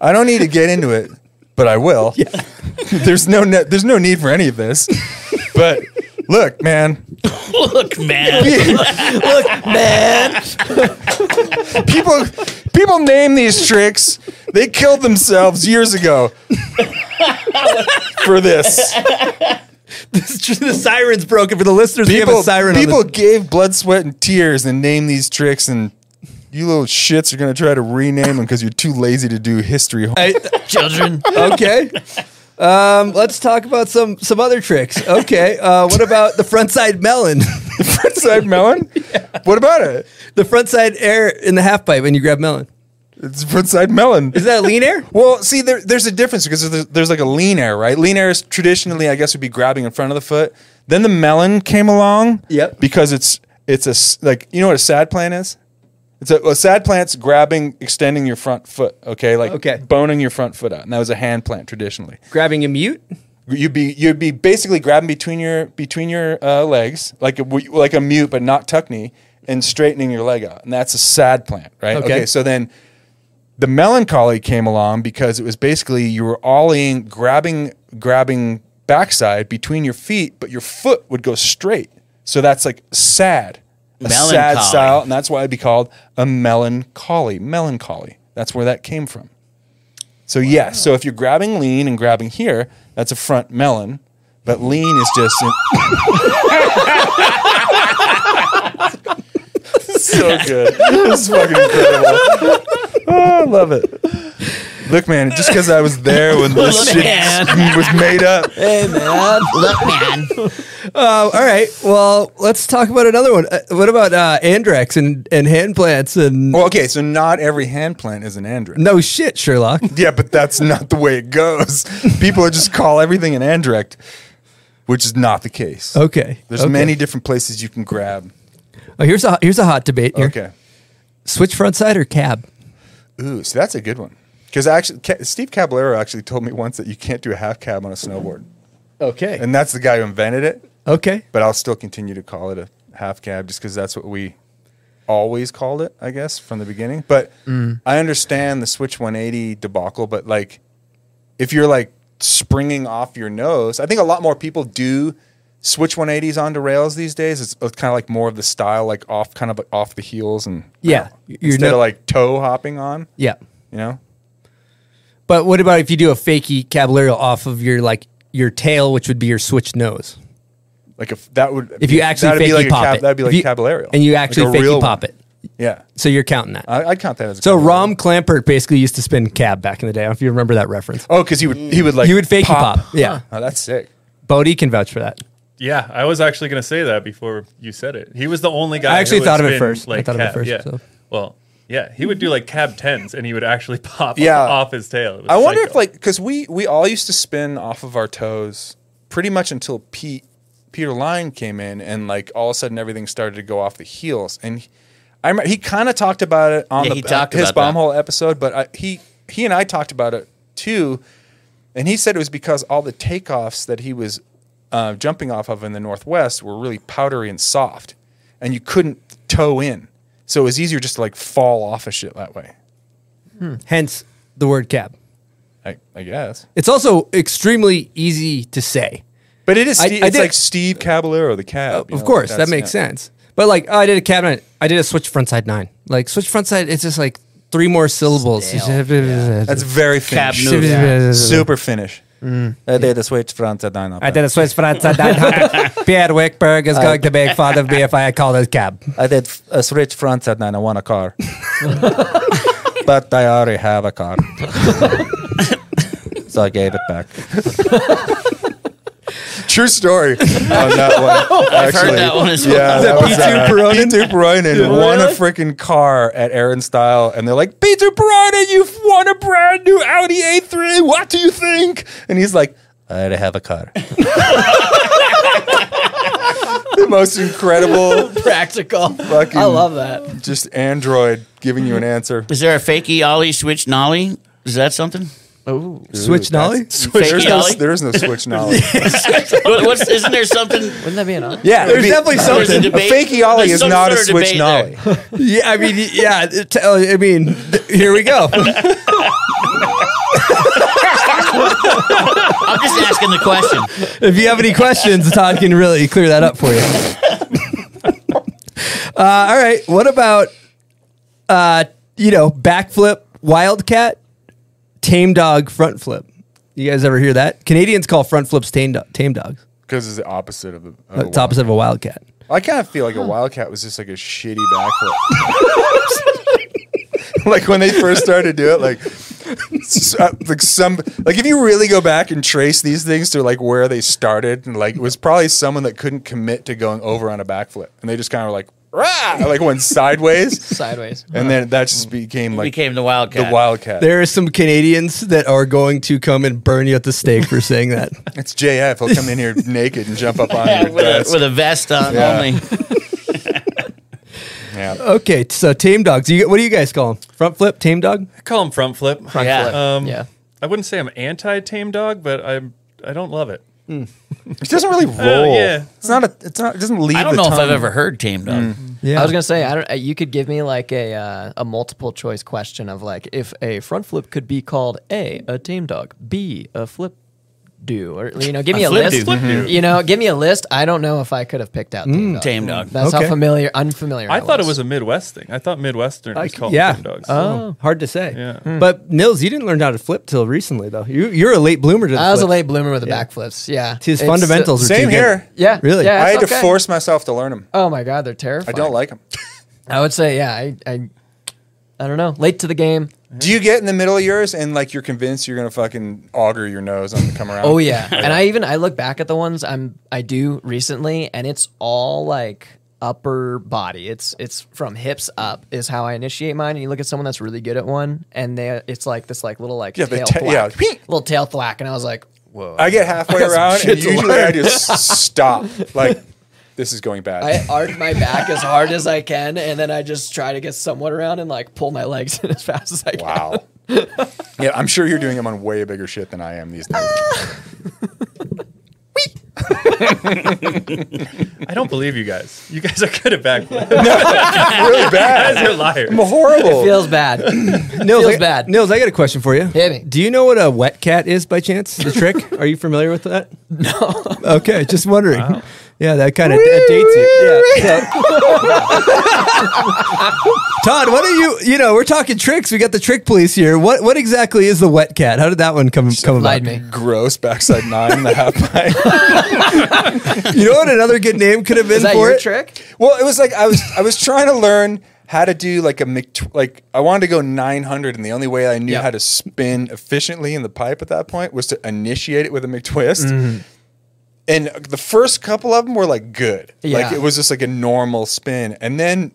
[SPEAKER 2] I don't need to get into it, but I will. there's no ne- there's no need for any of this. But look, man,
[SPEAKER 6] Look, man.
[SPEAKER 2] people people name these tricks. They killed themselves years ago for this.
[SPEAKER 3] the siren's broken for the listeners. we have a
[SPEAKER 2] People,
[SPEAKER 3] siren. on
[SPEAKER 2] people
[SPEAKER 3] the-
[SPEAKER 2] gave blood, sweat, and tears and named these tricks, and you little shits are gonna try to rename them because you're too lazy to do history.
[SPEAKER 6] Children.
[SPEAKER 3] okay. Um, let's talk about some some other tricks. Okay. Uh, what about the frontside melon?
[SPEAKER 2] Frontside melon. What about it?
[SPEAKER 3] the frontside air in the half pipe and you grab melon.
[SPEAKER 2] It's frontside melon.
[SPEAKER 3] Is that a lean air?
[SPEAKER 2] Well, see, there, there's a difference because there's, there's like a lean air, right? Lean air is traditionally, I guess, would be grabbing in front of the foot. Then the melon came along.
[SPEAKER 3] Yep.
[SPEAKER 2] Because it's it's a s- like you know what a sad plant is. It's a, a sad plant's grabbing, extending your front foot. Okay, like
[SPEAKER 3] Okay.
[SPEAKER 2] boning your front foot out, and that was a hand plant traditionally.
[SPEAKER 3] Grabbing a mute.
[SPEAKER 2] You'd be you'd be basically grabbing between your between your uh, legs like a, w- like a mute, but not tuck knee, and straightening your leg out, and that's a sad plant, right?
[SPEAKER 3] Okay.
[SPEAKER 2] so then the melancholy came along because it was basically you were ollieing, grabbing, grabbing backside between your feet, but your foot would go straight. So that's like sad, a sad
[SPEAKER 6] Melancholy.
[SPEAKER 2] style, and that's why it'd be called a melancholy. Melancholy. That's where that came from. So yes, so if you're grabbing lean and grabbing here, that's a front melon, but lean is just. so good. This is fucking incredible. Oh, I love it. Look, man, just because I was there when this shit was made up.
[SPEAKER 6] Look, man.
[SPEAKER 3] Uh, all right. Well, let's talk about another one. Uh, what about uh, Andrex and, and hand plants and
[SPEAKER 2] Well, okay, so not every hand plant is an andrex.
[SPEAKER 3] no shit, Sherlock.
[SPEAKER 2] Yeah, but that's not the way it goes. People just call everything an andrex, which is not the case.
[SPEAKER 3] Okay.
[SPEAKER 2] There's
[SPEAKER 3] okay.
[SPEAKER 2] many different places you can grab.
[SPEAKER 3] Oh, here's a here's a hot debate here.
[SPEAKER 2] Okay.
[SPEAKER 3] Switch frontside or cab?
[SPEAKER 2] Ooh, so that's a good one. Because actually, Ca- Steve Caballero actually told me once that you can't do a half cab on a snowboard.
[SPEAKER 3] Okay.
[SPEAKER 2] And that's the guy who invented it.
[SPEAKER 3] okay.
[SPEAKER 2] but I'll still continue to call it a half cab just because that's what we always called it, I guess, from the beginning. But
[SPEAKER 3] Mm.
[SPEAKER 2] I understand the Switch 180 debacle, but like if you're like springing off your nose, I think a lot more people do switch 180s onto rails these days. It's, it's kind of like more of the style, like off kind of like off the heels and
[SPEAKER 3] Yeah. You're
[SPEAKER 2] instead
[SPEAKER 3] no-
[SPEAKER 2] of like toe hopping on,
[SPEAKER 3] yeah.
[SPEAKER 2] you know?
[SPEAKER 3] But what about if you do a fakey caballero off of your like your tail, which would be your switch nose?
[SPEAKER 2] Like if that would
[SPEAKER 3] If you actually
[SPEAKER 2] that'd be
[SPEAKER 3] fakey
[SPEAKER 2] like a
[SPEAKER 3] pop
[SPEAKER 2] cab,
[SPEAKER 3] it,
[SPEAKER 2] that'd be
[SPEAKER 3] If
[SPEAKER 2] like
[SPEAKER 3] you-
[SPEAKER 2] Caballero,
[SPEAKER 3] and you
[SPEAKER 2] Like
[SPEAKER 3] actually
[SPEAKER 2] a
[SPEAKER 3] fakey
[SPEAKER 2] real
[SPEAKER 3] pop
[SPEAKER 2] one.
[SPEAKER 3] it.
[SPEAKER 2] Yeah,
[SPEAKER 3] So you're counting that.
[SPEAKER 2] I, I'd count that as a
[SPEAKER 3] so
[SPEAKER 2] Caballero.
[SPEAKER 3] Rom Clampert basically used to spin cab back in the day. I don't know if you remember that reference.
[SPEAKER 2] Oh, because he would he would like
[SPEAKER 3] You would fakey pop. Yeah.
[SPEAKER 2] Oh, that's sick.
[SPEAKER 3] Bodie can vouch for that.
[SPEAKER 5] Yeah, I was actually going to say that before you said it. He was the only guy.
[SPEAKER 3] I actually
[SPEAKER 5] who
[SPEAKER 3] thought of
[SPEAKER 5] would
[SPEAKER 3] it
[SPEAKER 5] spin,
[SPEAKER 3] first. I
[SPEAKER 5] Like
[SPEAKER 3] thought of it
[SPEAKER 5] cab.
[SPEAKER 3] first,
[SPEAKER 5] Yeah.
[SPEAKER 3] so.
[SPEAKER 5] Well, yeah, he would do like cab tens, and he would actually pop
[SPEAKER 2] Yeah.
[SPEAKER 5] off his tail. It was
[SPEAKER 2] I wonder if
[SPEAKER 5] psycho.
[SPEAKER 2] like because we we all used to spin off of our toes pretty much until Pete Peter Line came in and like all of a sudden everything started to go off the heels and he, I remember he kind of talked about it on
[SPEAKER 6] Yeah,
[SPEAKER 2] the
[SPEAKER 6] he talked
[SPEAKER 2] his
[SPEAKER 6] about that.
[SPEAKER 2] bomb hole episode, but I, he he and I talked about it too, and he said it was because all the takeoffs that he was uh, jumping off of in the Northwest were really powdery and soft, and you couldn't toe in, so it was easier just to like fall off of shit that way.
[SPEAKER 3] Hence the word cab.
[SPEAKER 2] I, I guess.
[SPEAKER 3] It's also extremely easy to say.
[SPEAKER 2] But it is.
[SPEAKER 3] I-
[SPEAKER 2] Steve,
[SPEAKER 3] I
[SPEAKER 2] it's
[SPEAKER 3] did-
[SPEAKER 2] like Steve Caballero, the cab. you
[SPEAKER 3] of
[SPEAKER 2] know,
[SPEAKER 3] course,
[SPEAKER 2] like
[SPEAKER 3] that
[SPEAKER 2] that's-
[SPEAKER 3] makes
[SPEAKER 2] yeah.
[SPEAKER 3] sense. But like, oh, I did a cabinet. I did a switch frontside nine. Like switch frontside, it's just like three more syllables.
[SPEAKER 2] That's very
[SPEAKER 6] Cab Mm.
[SPEAKER 2] Finnish.
[SPEAKER 6] noodle.
[SPEAKER 2] Super Finnish. I did a switch front at nine.
[SPEAKER 3] I did a switch frontside nine. Pierre Wickberg is going to make fun of me if I call this cab.
[SPEAKER 2] I did a switch front at nine. I want a car, but I already have a car, so I gave it back. True story on that one.
[SPEAKER 6] I've heard that one as well.
[SPEAKER 2] Yeah, that was,
[SPEAKER 3] P2
[SPEAKER 2] uh,
[SPEAKER 3] Peronin?
[SPEAKER 2] P2 Peronin won a freaking car at Aaron Style, and they're like, P2 Peronin, you've won a brand new Audi A3. What do you think? And he's like, I don't have a car. the most incredible
[SPEAKER 4] Practical.
[SPEAKER 2] Fucking-
[SPEAKER 4] I love that.
[SPEAKER 2] just android giving you an answer.
[SPEAKER 6] Is there a fakey ollie switch nollie? Is that something?
[SPEAKER 3] Switch Nolly?
[SPEAKER 2] There's
[SPEAKER 6] Fakey
[SPEAKER 2] no,
[SPEAKER 6] ollie?
[SPEAKER 2] there's no switch knowledge.
[SPEAKER 6] What- what's, isn't there something?
[SPEAKER 4] Wouldn't that be an honor?
[SPEAKER 2] Yeah, it'd
[SPEAKER 3] There's
[SPEAKER 2] be-
[SPEAKER 3] definitely
[SPEAKER 6] There's
[SPEAKER 3] something.
[SPEAKER 2] A
[SPEAKER 6] debate.
[SPEAKER 2] fakey ollie
[SPEAKER 6] There's
[SPEAKER 2] is
[SPEAKER 6] some
[SPEAKER 2] not a
[SPEAKER 6] sort of
[SPEAKER 2] switch
[SPEAKER 6] debate
[SPEAKER 2] nollie.
[SPEAKER 6] there.
[SPEAKER 3] Yeah, I mean, yeah. it- tell- I mean, th- here we go.
[SPEAKER 6] I'm just asking the question.
[SPEAKER 3] if you have any questions, Todd can really clear that up for you. uh, all right. What about, uh, you know, backflip, wildcat, tame dog, front flip? You guys ever hear that? Canadians call front flips tame, do- tame dogs.
[SPEAKER 2] Because it's the opposite of the. Of
[SPEAKER 4] Uh,
[SPEAKER 2] a
[SPEAKER 6] Oh,
[SPEAKER 3] It's opposite of a wildcat.
[SPEAKER 2] I kind of feel like a wildcat was just like a shitty backflip. like when they first started to do it, like, s- uh, like some like if you really go back and trace these things to like where they started, and like it was probably someone that couldn't commit to going over on a backflip, and they just kind of like rah, like went sideways,
[SPEAKER 4] Sideways.
[SPEAKER 2] and then that just became like
[SPEAKER 6] Became the wildcat.
[SPEAKER 2] the wildcat.
[SPEAKER 3] There are some Canadians that are going to come and burn you at the stake for saying that.
[SPEAKER 2] It's JF. He'll come in here naked and jump up on
[SPEAKER 6] Yeah,
[SPEAKER 2] your
[SPEAKER 6] with, a,
[SPEAKER 2] desk.
[SPEAKER 6] with a vest on
[SPEAKER 2] Yeah.
[SPEAKER 6] only.
[SPEAKER 2] yeah.
[SPEAKER 6] Oh,
[SPEAKER 3] Okay, so tame dogs. You, what do you guys call them? Front flip, tame dog?
[SPEAKER 5] I call him front flip. Front
[SPEAKER 6] Yeah. flip.
[SPEAKER 5] Um,
[SPEAKER 4] Yeah.
[SPEAKER 5] I wouldn't say I'm anti tame dog, but I'm I don't love it.
[SPEAKER 2] It doesn't really roll.
[SPEAKER 5] yeah.
[SPEAKER 2] It's not a. It's not. It doesn't leave.
[SPEAKER 6] I don't
[SPEAKER 2] the
[SPEAKER 6] know if I've
[SPEAKER 2] tongue.
[SPEAKER 6] ever heard tame dog.
[SPEAKER 3] Yeah.
[SPEAKER 4] I was gonna say I don't. uh, You could give me like a uh, a multiple choice question of like if a front flip could be called a a tame dog, b a flip do, or you know, give me a,
[SPEAKER 6] flip
[SPEAKER 4] list.
[SPEAKER 6] do. Flip do.
[SPEAKER 4] You know, give me a list. I don't know if I could have picked out tame dog.
[SPEAKER 6] Tame dog.
[SPEAKER 4] That's
[SPEAKER 3] Okay.
[SPEAKER 4] how familiar unfamiliar.
[SPEAKER 5] I thought it was a Midwest thing. I thought Midwestern was called
[SPEAKER 3] yeah.
[SPEAKER 5] tame dogs.
[SPEAKER 3] Oh, hard to say.
[SPEAKER 5] Yeah.
[SPEAKER 4] Hmm.
[SPEAKER 3] But Nils, you didn't learn how to flip till recently, though. You you're a late bloomer to the
[SPEAKER 4] I was a
[SPEAKER 3] flip.
[SPEAKER 4] late bloomer with the backflips. Yeah,
[SPEAKER 3] His
[SPEAKER 4] It's, uh,
[SPEAKER 3] fundamentals are
[SPEAKER 2] Same
[SPEAKER 3] too good.
[SPEAKER 2] here.
[SPEAKER 4] Yeah,
[SPEAKER 3] Really?
[SPEAKER 4] yeah,
[SPEAKER 2] I
[SPEAKER 4] it's
[SPEAKER 2] had to
[SPEAKER 4] okay.
[SPEAKER 2] force myself to learn them.
[SPEAKER 4] Oh my god, they're
[SPEAKER 2] I
[SPEAKER 4] terrifying.
[SPEAKER 2] don't like them.
[SPEAKER 4] I would say yeah. I I, I don't know. Late to the game.
[SPEAKER 2] Do you get in the middle of yours and like you're convinced you're gonna fucking auger your nose on the come around?
[SPEAKER 4] Oh yeah, and I even I look back at the ones I'm I do recently, and it's all like upper body. It's it's from hips up is how I initiate mine. And you look at someone that's really good at one, and they it's like this like little like
[SPEAKER 2] Yeah, the
[SPEAKER 4] tail
[SPEAKER 2] ta- yeah.
[SPEAKER 4] thwack, little tail thwack, and I was like, whoa.
[SPEAKER 2] Oh, I get halfway
[SPEAKER 4] some
[SPEAKER 2] around
[SPEAKER 4] shit
[SPEAKER 2] and
[SPEAKER 4] to
[SPEAKER 2] usually I just stop. Like this is going bad.
[SPEAKER 4] I arc my back as hard as I can, and then I just try to get somewhat around and like pull my legs in as fast as I can.
[SPEAKER 2] wow. yeah, I'm sure you're doing them on way bigger shit than I am these days.
[SPEAKER 5] I don't believe you guys. You guys are good at backflip.
[SPEAKER 2] really bad.
[SPEAKER 5] You're liars.
[SPEAKER 2] I'm horrible.
[SPEAKER 4] Feels bad.
[SPEAKER 3] Nils,
[SPEAKER 4] Feels
[SPEAKER 3] I,
[SPEAKER 4] bad.
[SPEAKER 3] Nils, I got a question for you.
[SPEAKER 4] Hit me.
[SPEAKER 3] Do you know what a wet cat is by chance? The trick? are you familiar with that? No. Okay, just wondering. Yeah, that kind of that dates you. Yeah. so- Todd, what are you? You know, we're talking tricks. We got the trick police here. What what exactly is the wet cat? How did that one come come about?
[SPEAKER 4] Lied me.
[SPEAKER 2] Gross backside nine and a half pint.
[SPEAKER 3] You know what another good name could have been
[SPEAKER 4] Is that
[SPEAKER 3] for
[SPEAKER 4] your
[SPEAKER 3] it?
[SPEAKER 4] trick?
[SPEAKER 2] Well, it was like I was I was trying to learn how to do like a Mc- like I wanted to go 900 and the only way I knew
[SPEAKER 4] Yeah.
[SPEAKER 2] how to spin efficiently in the pipe at that point was to initiate it with a McTwist.
[SPEAKER 4] Mm-hmm.
[SPEAKER 2] And the first couple of them were like good. Like
[SPEAKER 4] Yeah.
[SPEAKER 2] it was just like a normal spin. And then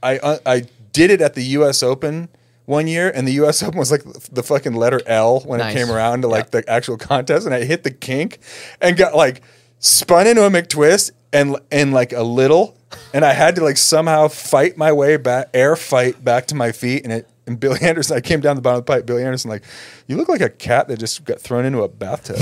[SPEAKER 2] I uh, I did it at the US Open one year and the US Open was like the fucking letter L when
[SPEAKER 4] Nice.
[SPEAKER 2] it came around to like the actual contest and I hit the kink and got like spun into a McTwist and and like a little and I had to like somehow fight my way back air fight back to my feet and it and Billy Anderson, I came down the bottom of the pipe. Billy Anderson, like, you look like a cat that just got thrown into a bathtub.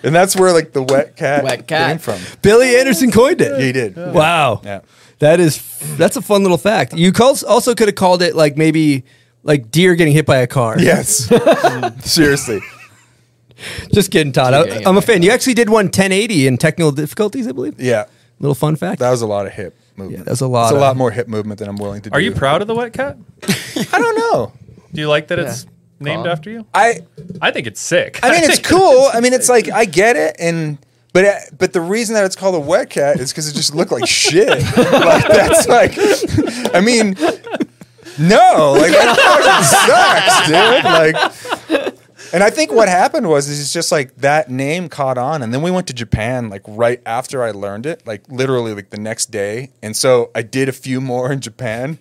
[SPEAKER 2] and that's where, like, the wet cat,
[SPEAKER 4] Wet cat.
[SPEAKER 2] came from.
[SPEAKER 3] Billy Anderson coined it.
[SPEAKER 2] He did.
[SPEAKER 3] Wow.
[SPEAKER 2] Yeah.
[SPEAKER 3] That is that's a fun little fact. You calls, also could have called it like maybe like deer getting hit by a car.
[SPEAKER 2] Yes. Seriously.
[SPEAKER 3] Just kidding, Todd. I,
[SPEAKER 4] getting
[SPEAKER 3] I'm a fan. You actually did one 1080 in technical difficulties, I believe.
[SPEAKER 2] Yeah.
[SPEAKER 3] Little fun fact.
[SPEAKER 2] That was a lot of hip movement.
[SPEAKER 3] Yeah, that's a lot
[SPEAKER 2] It's a
[SPEAKER 3] of-
[SPEAKER 2] lot more hip movement than I'm willing to do.
[SPEAKER 5] Are you proud of the wet cat?
[SPEAKER 2] I don't know.
[SPEAKER 5] Do you like that it's named
[SPEAKER 4] Call.
[SPEAKER 5] after you?
[SPEAKER 2] I
[SPEAKER 5] I think it's sick.
[SPEAKER 2] I mean, it's cool. I mean, it's like I get it, and but uh, but the reason that it's called a wet cat is because it just looked like shit. like that's like, I mean, no, like that fucking sucks, dude. Like, And I think what happened was is it's just like that name caught on, and then we went to Japan like right after I learned it, like literally like the next day. And so I did a few more in Japan,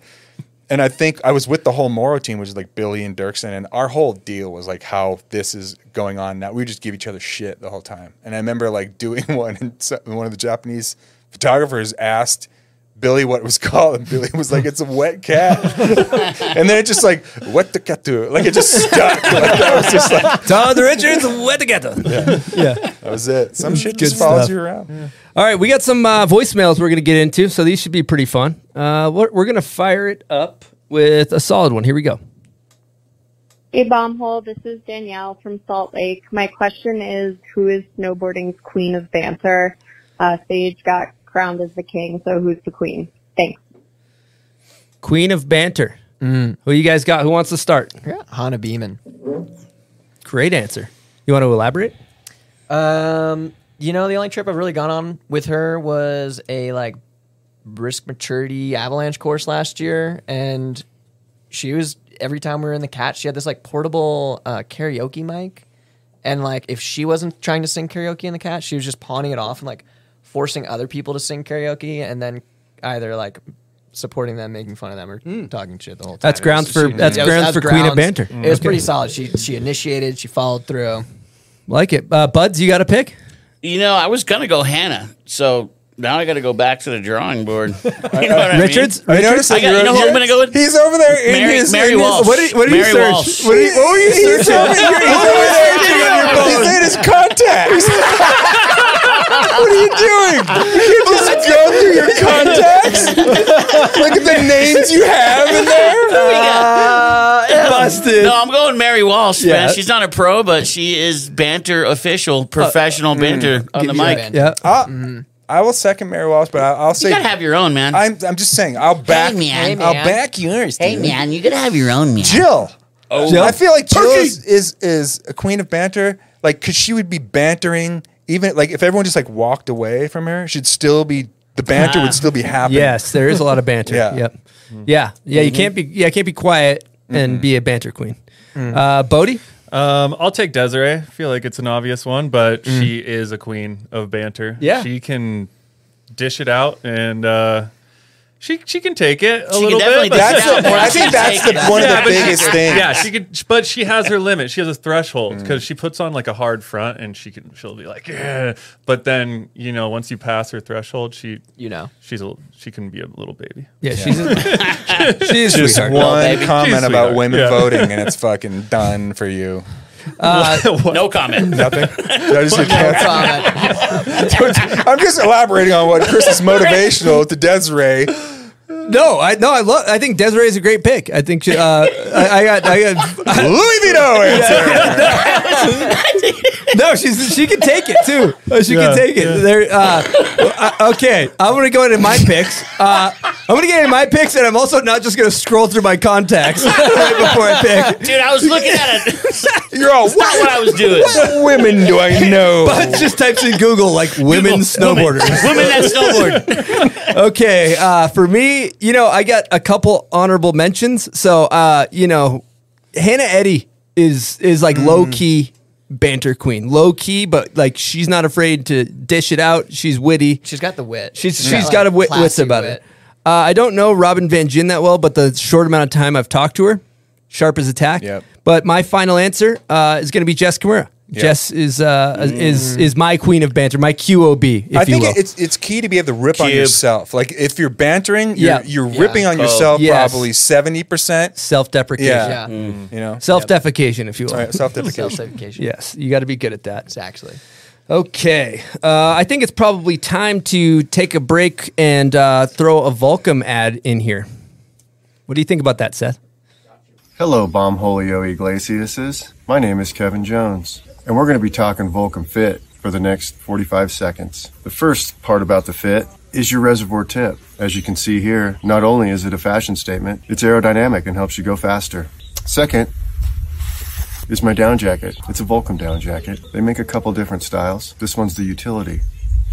[SPEAKER 2] and I think I was with the whole Moro team, which is like Billy and Dirksen, and our whole deal was like how this is going on now. We would just give each other shit the whole time. And I remember like doing one, and so- one of the Japanese photographers asked. Billy what it was called, and Billy was like, "It's a wet cat," and then it just like "wet the cat," like it just stuck. Like that was just like
[SPEAKER 3] Todd Richards, wet together. Yeah. yeah.
[SPEAKER 2] That was it. Some shit just
[SPEAKER 3] Good
[SPEAKER 2] follows
[SPEAKER 3] stuff.
[SPEAKER 2] you around.
[SPEAKER 3] All right, we got some uh, voicemails we're going to get into, so these should be pretty fun. Uh, we're we're going to fire it up with a solid one. Here we go.
[SPEAKER 10] Hey, Bombhole, this is Danielle from Salt Lake. My question is, who is snowboarding's queen of banter? Uh, Sage got crowned as the king, so who's the queen? Thanks.
[SPEAKER 3] Queen of Banter. Who you guys got? Who wants to start?
[SPEAKER 4] Yeah, Hannah Beeman.
[SPEAKER 3] Great answer. You want to elaborate?
[SPEAKER 4] Um, you know, the only trip I've really gone on with her was a like risk maturity avalanche course last year, and she was every time we were in the cat, she had this like portable uh, karaoke mic, and like if she wasn't trying to sing karaoke in the cat, she was just pawning it off and like forcing other people to sing karaoke, and then either like supporting them, making fun of them, or talking shit the whole time.
[SPEAKER 3] That's
[SPEAKER 4] It
[SPEAKER 3] grounds for- that's
[SPEAKER 4] it
[SPEAKER 3] grounds for Queen of Banter.
[SPEAKER 4] It was
[SPEAKER 3] Okay.
[SPEAKER 4] pretty solid. She she initiated, she followed through.
[SPEAKER 3] Like it, uh, Buds. You got a pick?
[SPEAKER 6] You know, I was gonna go Hannah, so now I got to go back to the drawing board. You know what I mean?
[SPEAKER 3] Richards.
[SPEAKER 2] I
[SPEAKER 3] Richards?
[SPEAKER 2] noticed
[SPEAKER 6] I
[SPEAKER 2] that
[SPEAKER 6] got- you know who I'm gonna go with?
[SPEAKER 2] He's over there in
[SPEAKER 6] Mary-
[SPEAKER 2] his.
[SPEAKER 6] Mary
[SPEAKER 2] in his-
[SPEAKER 6] Walsh.
[SPEAKER 2] what did, what did
[SPEAKER 6] Mary
[SPEAKER 2] you search?
[SPEAKER 6] Walsh.
[SPEAKER 2] What, did, what were you searching? You're- he's over there checking your phone. He's in his contacts. what are you doing? You can't just go through your contacts. Look at the names you have in there.
[SPEAKER 3] Busted.
[SPEAKER 6] No, I'm going Mary Walsh,
[SPEAKER 3] Yeah.
[SPEAKER 6] man. She's not a pro, but she is banter official, professional banter on the
[SPEAKER 4] Uh, mm, Give you a
[SPEAKER 6] mic.
[SPEAKER 4] band.
[SPEAKER 3] Yeah.
[SPEAKER 2] I'll- Uh, I will second Mary Walsh, but I, I'll
[SPEAKER 6] You
[SPEAKER 2] say
[SPEAKER 6] gotta have your own, man.
[SPEAKER 2] I'm. I'm just saying. I'll back.
[SPEAKER 6] man.
[SPEAKER 2] I'll
[SPEAKER 4] Hey, man.
[SPEAKER 2] back yours.
[SPEAKER 6] hey,
[SPEAKER 2] dude.
[SPEAKER 6] man, you gotta have your own, man.
[SPEAKER 2] Jill. Oh,
[SPEAKER 3] Jill?
[SPEAKER 2] I feel like Jill is, is is a queen of banter. Like, cause she would be bantering even like if everyone just like walked away from her, she'd still be the banter
[SPEAKER 6] Ah.
[SPEAKER 2] would still be happening.
[SPEAKER 3] Yes, there is a lot of banter.
[SPEAKER 2] Yeah.
[SPEAKER 3] Yep. Yeah. Mm-hmm. Yeah. You can't be. Yeah, you can't be quiet and be a banter queen. Uh, Bodie.
[SPEAKER 5] Um, I'll take Desiree. I feel like it's an obvious one, but she is a queen of banter.
[SPEAKER 3] Yeah.
[SPEAKER 5] She can dish it out and uh, she she can take it a
[SPEAKER 6] She can
[SPEAKER 5] little
[SPEAKER 6] definitely
[SPEAKER 5] bit. but-
[SPEAKER 6] dish it
[SPEAKER 2] That's
[SPEAKER 6] Yeah,
[SPEAKER 2] the,
[SPEAKER 6] but
[SPEAKER 2] I
[SPEAKER 6] she
[SPEAKER 2] think that's
[SPEAKER 6] takes
[SPEAKER 2] the,
[SPEAKER 6] it.
[SPEAKER 2] one of
[SPEAKER 5] Yeah,
[SPEAKER 2] the
[SPEAKER 5] but she-
[SPEAKER 2] biggest things.
[SPEAKER 5] Yeah, she can, but she has her limit. She has a threshold because she puts on like a hard front, and she can. She'll be like, yeah. But then you know, once you pass her threshold, she
[SPEAKER 4] You know.
[SPEAKER 5] she's a she can be a little baby.
[SPEAKER 3] Yeah, she's a, she's a
[SPEAKER 2] Just
[SPEAKER 3] sweetheart.
[SPEAKER 2] one
[SPEAKER 6] baby.
[SPEAKER 5] She's
[SPEAKER 2] comment
[SPEAKER 5] a
[SPEAKER 2] about
[SPEAKER 5] sweetheart.
[SPEAKER 2] women
[SPEAKER 5] Yeah.
[SPEAKER 2] voting, and it's fucking done for you.
[SPEAKER 6] No comment.
[SPEAKER 2] Nothing. Did I just get
[SPEAKER 4] No
[SPEAKER 2] canceled?
[SPEAKER 4] comment.
[SPEAKER 2] I'm just elaborating on what Chris is motivational to Desiree.
[SPEAKER 3] No, I no, I love. I think Desiree is a great pick. I think she, uh, I, I got. I got.
[SPEAKER 2] Louis Vuitton answer.
[SPEAKER 3] No, she's she can take it too. Uh, She
[SPEAKER 5] Yeah,
[SPEAKER 3] can take it. There. Uh, uh, okay, I'm gonna go into my picks. Uh, I'm gonna get into my picks, and I'm also not just gonna scroll through my contacts right before I pick.
[SPEAKER 6] Dude, I was looking at it. That's
[SPEAKER 2] You're all
[SPEAKER 6] not
[SPEAKER 2] what?
[SPEAKER 6] what I was doing.
[SPEAKER 2] What women do I know?
[SPEAKER 3] But just types in Google like women snowboarders.
[SPEAKER 6] Women that snowboard.
[SPEAKER 3] Okay, uh, for me, you know, I got a couple honorable mentions. So, uh, you know, Hannah Eddy is is like
[SPEAKER 2] Mm.
[SPEAKER 3] low key banter queen, low key, but like she's not afraid to dish it out. She's witty.
[SPEAKER 4] She's got the wit.
[SPEAKER 3] She's
[SPEAKER 4] got,
[SPEAKER 3] she's
[SPEAKER 4] like,
[SPEAKER 3] got a wit, wits
[SPEAKER 4] classy
[SPEAKER 3] about
[SPEAKER 4] wit.
[SPEAKER 3] it. Uh, I don't know Robin Van Gin that well, but the short amount of time I've talked to her, sharp as a tack.
[SPEAKER 2] Yep.
[SPEAKER 3] But my final answer uh, is going to be Jess Kimura. Jess is uh, is is my queen of banter, my QOB, if
[SPEAKER 2] Mm. I
[SPEAKER 3] you
[SPEAKER 2] think
[SPEAKER 3] will.
[SPEAKER 2] it's it's key to be able to rip on
[SPEAKER 6] Cube.
[SPEAKER 2] yourself. Like if you're bantering, you're,
[SPEAKER 3] Yeah.
[SPEAKER 2] you're ripping on
[SPEAKER 6] Cool.
[SPEAKER 2] yourself
[SPEAKER 3] Yes.
[SPEAKER 2] probably seventy percent.
[SPEAKER 3] Self deprecation.
[SPEAKER 2] Yeah,
[SPEAKER 4] Yeah.
[SPEAKER 2] you know,
[SPEAKER 3] Self defecation, if you will.
[SPEAKER 2] self deprecation.
[SPEAKER 4] Self-certification.
[SPEAKER 3] Yes, you got to be good at that.
[SPEAKER 4] Exactly.
[SPEAKER 3] Okay, uh, I think it's probably time to take a break and uh, throw a Volcom ad in here. What do you think about that, Seth?
[SPEAKER 11] Hello, Bombholio Iglesiases. My name is Kevin Jones, and we're going to be talking Vulcan Fit for the next 45 seconds. The first part about the fit is your reservoir tip. As you can see here, not only is it a fashion statement, it's aerodynamic and helps you go faster. Second, is my down jacket. It's a Volcom down jacket. They make a couple different styles. This one's the utility,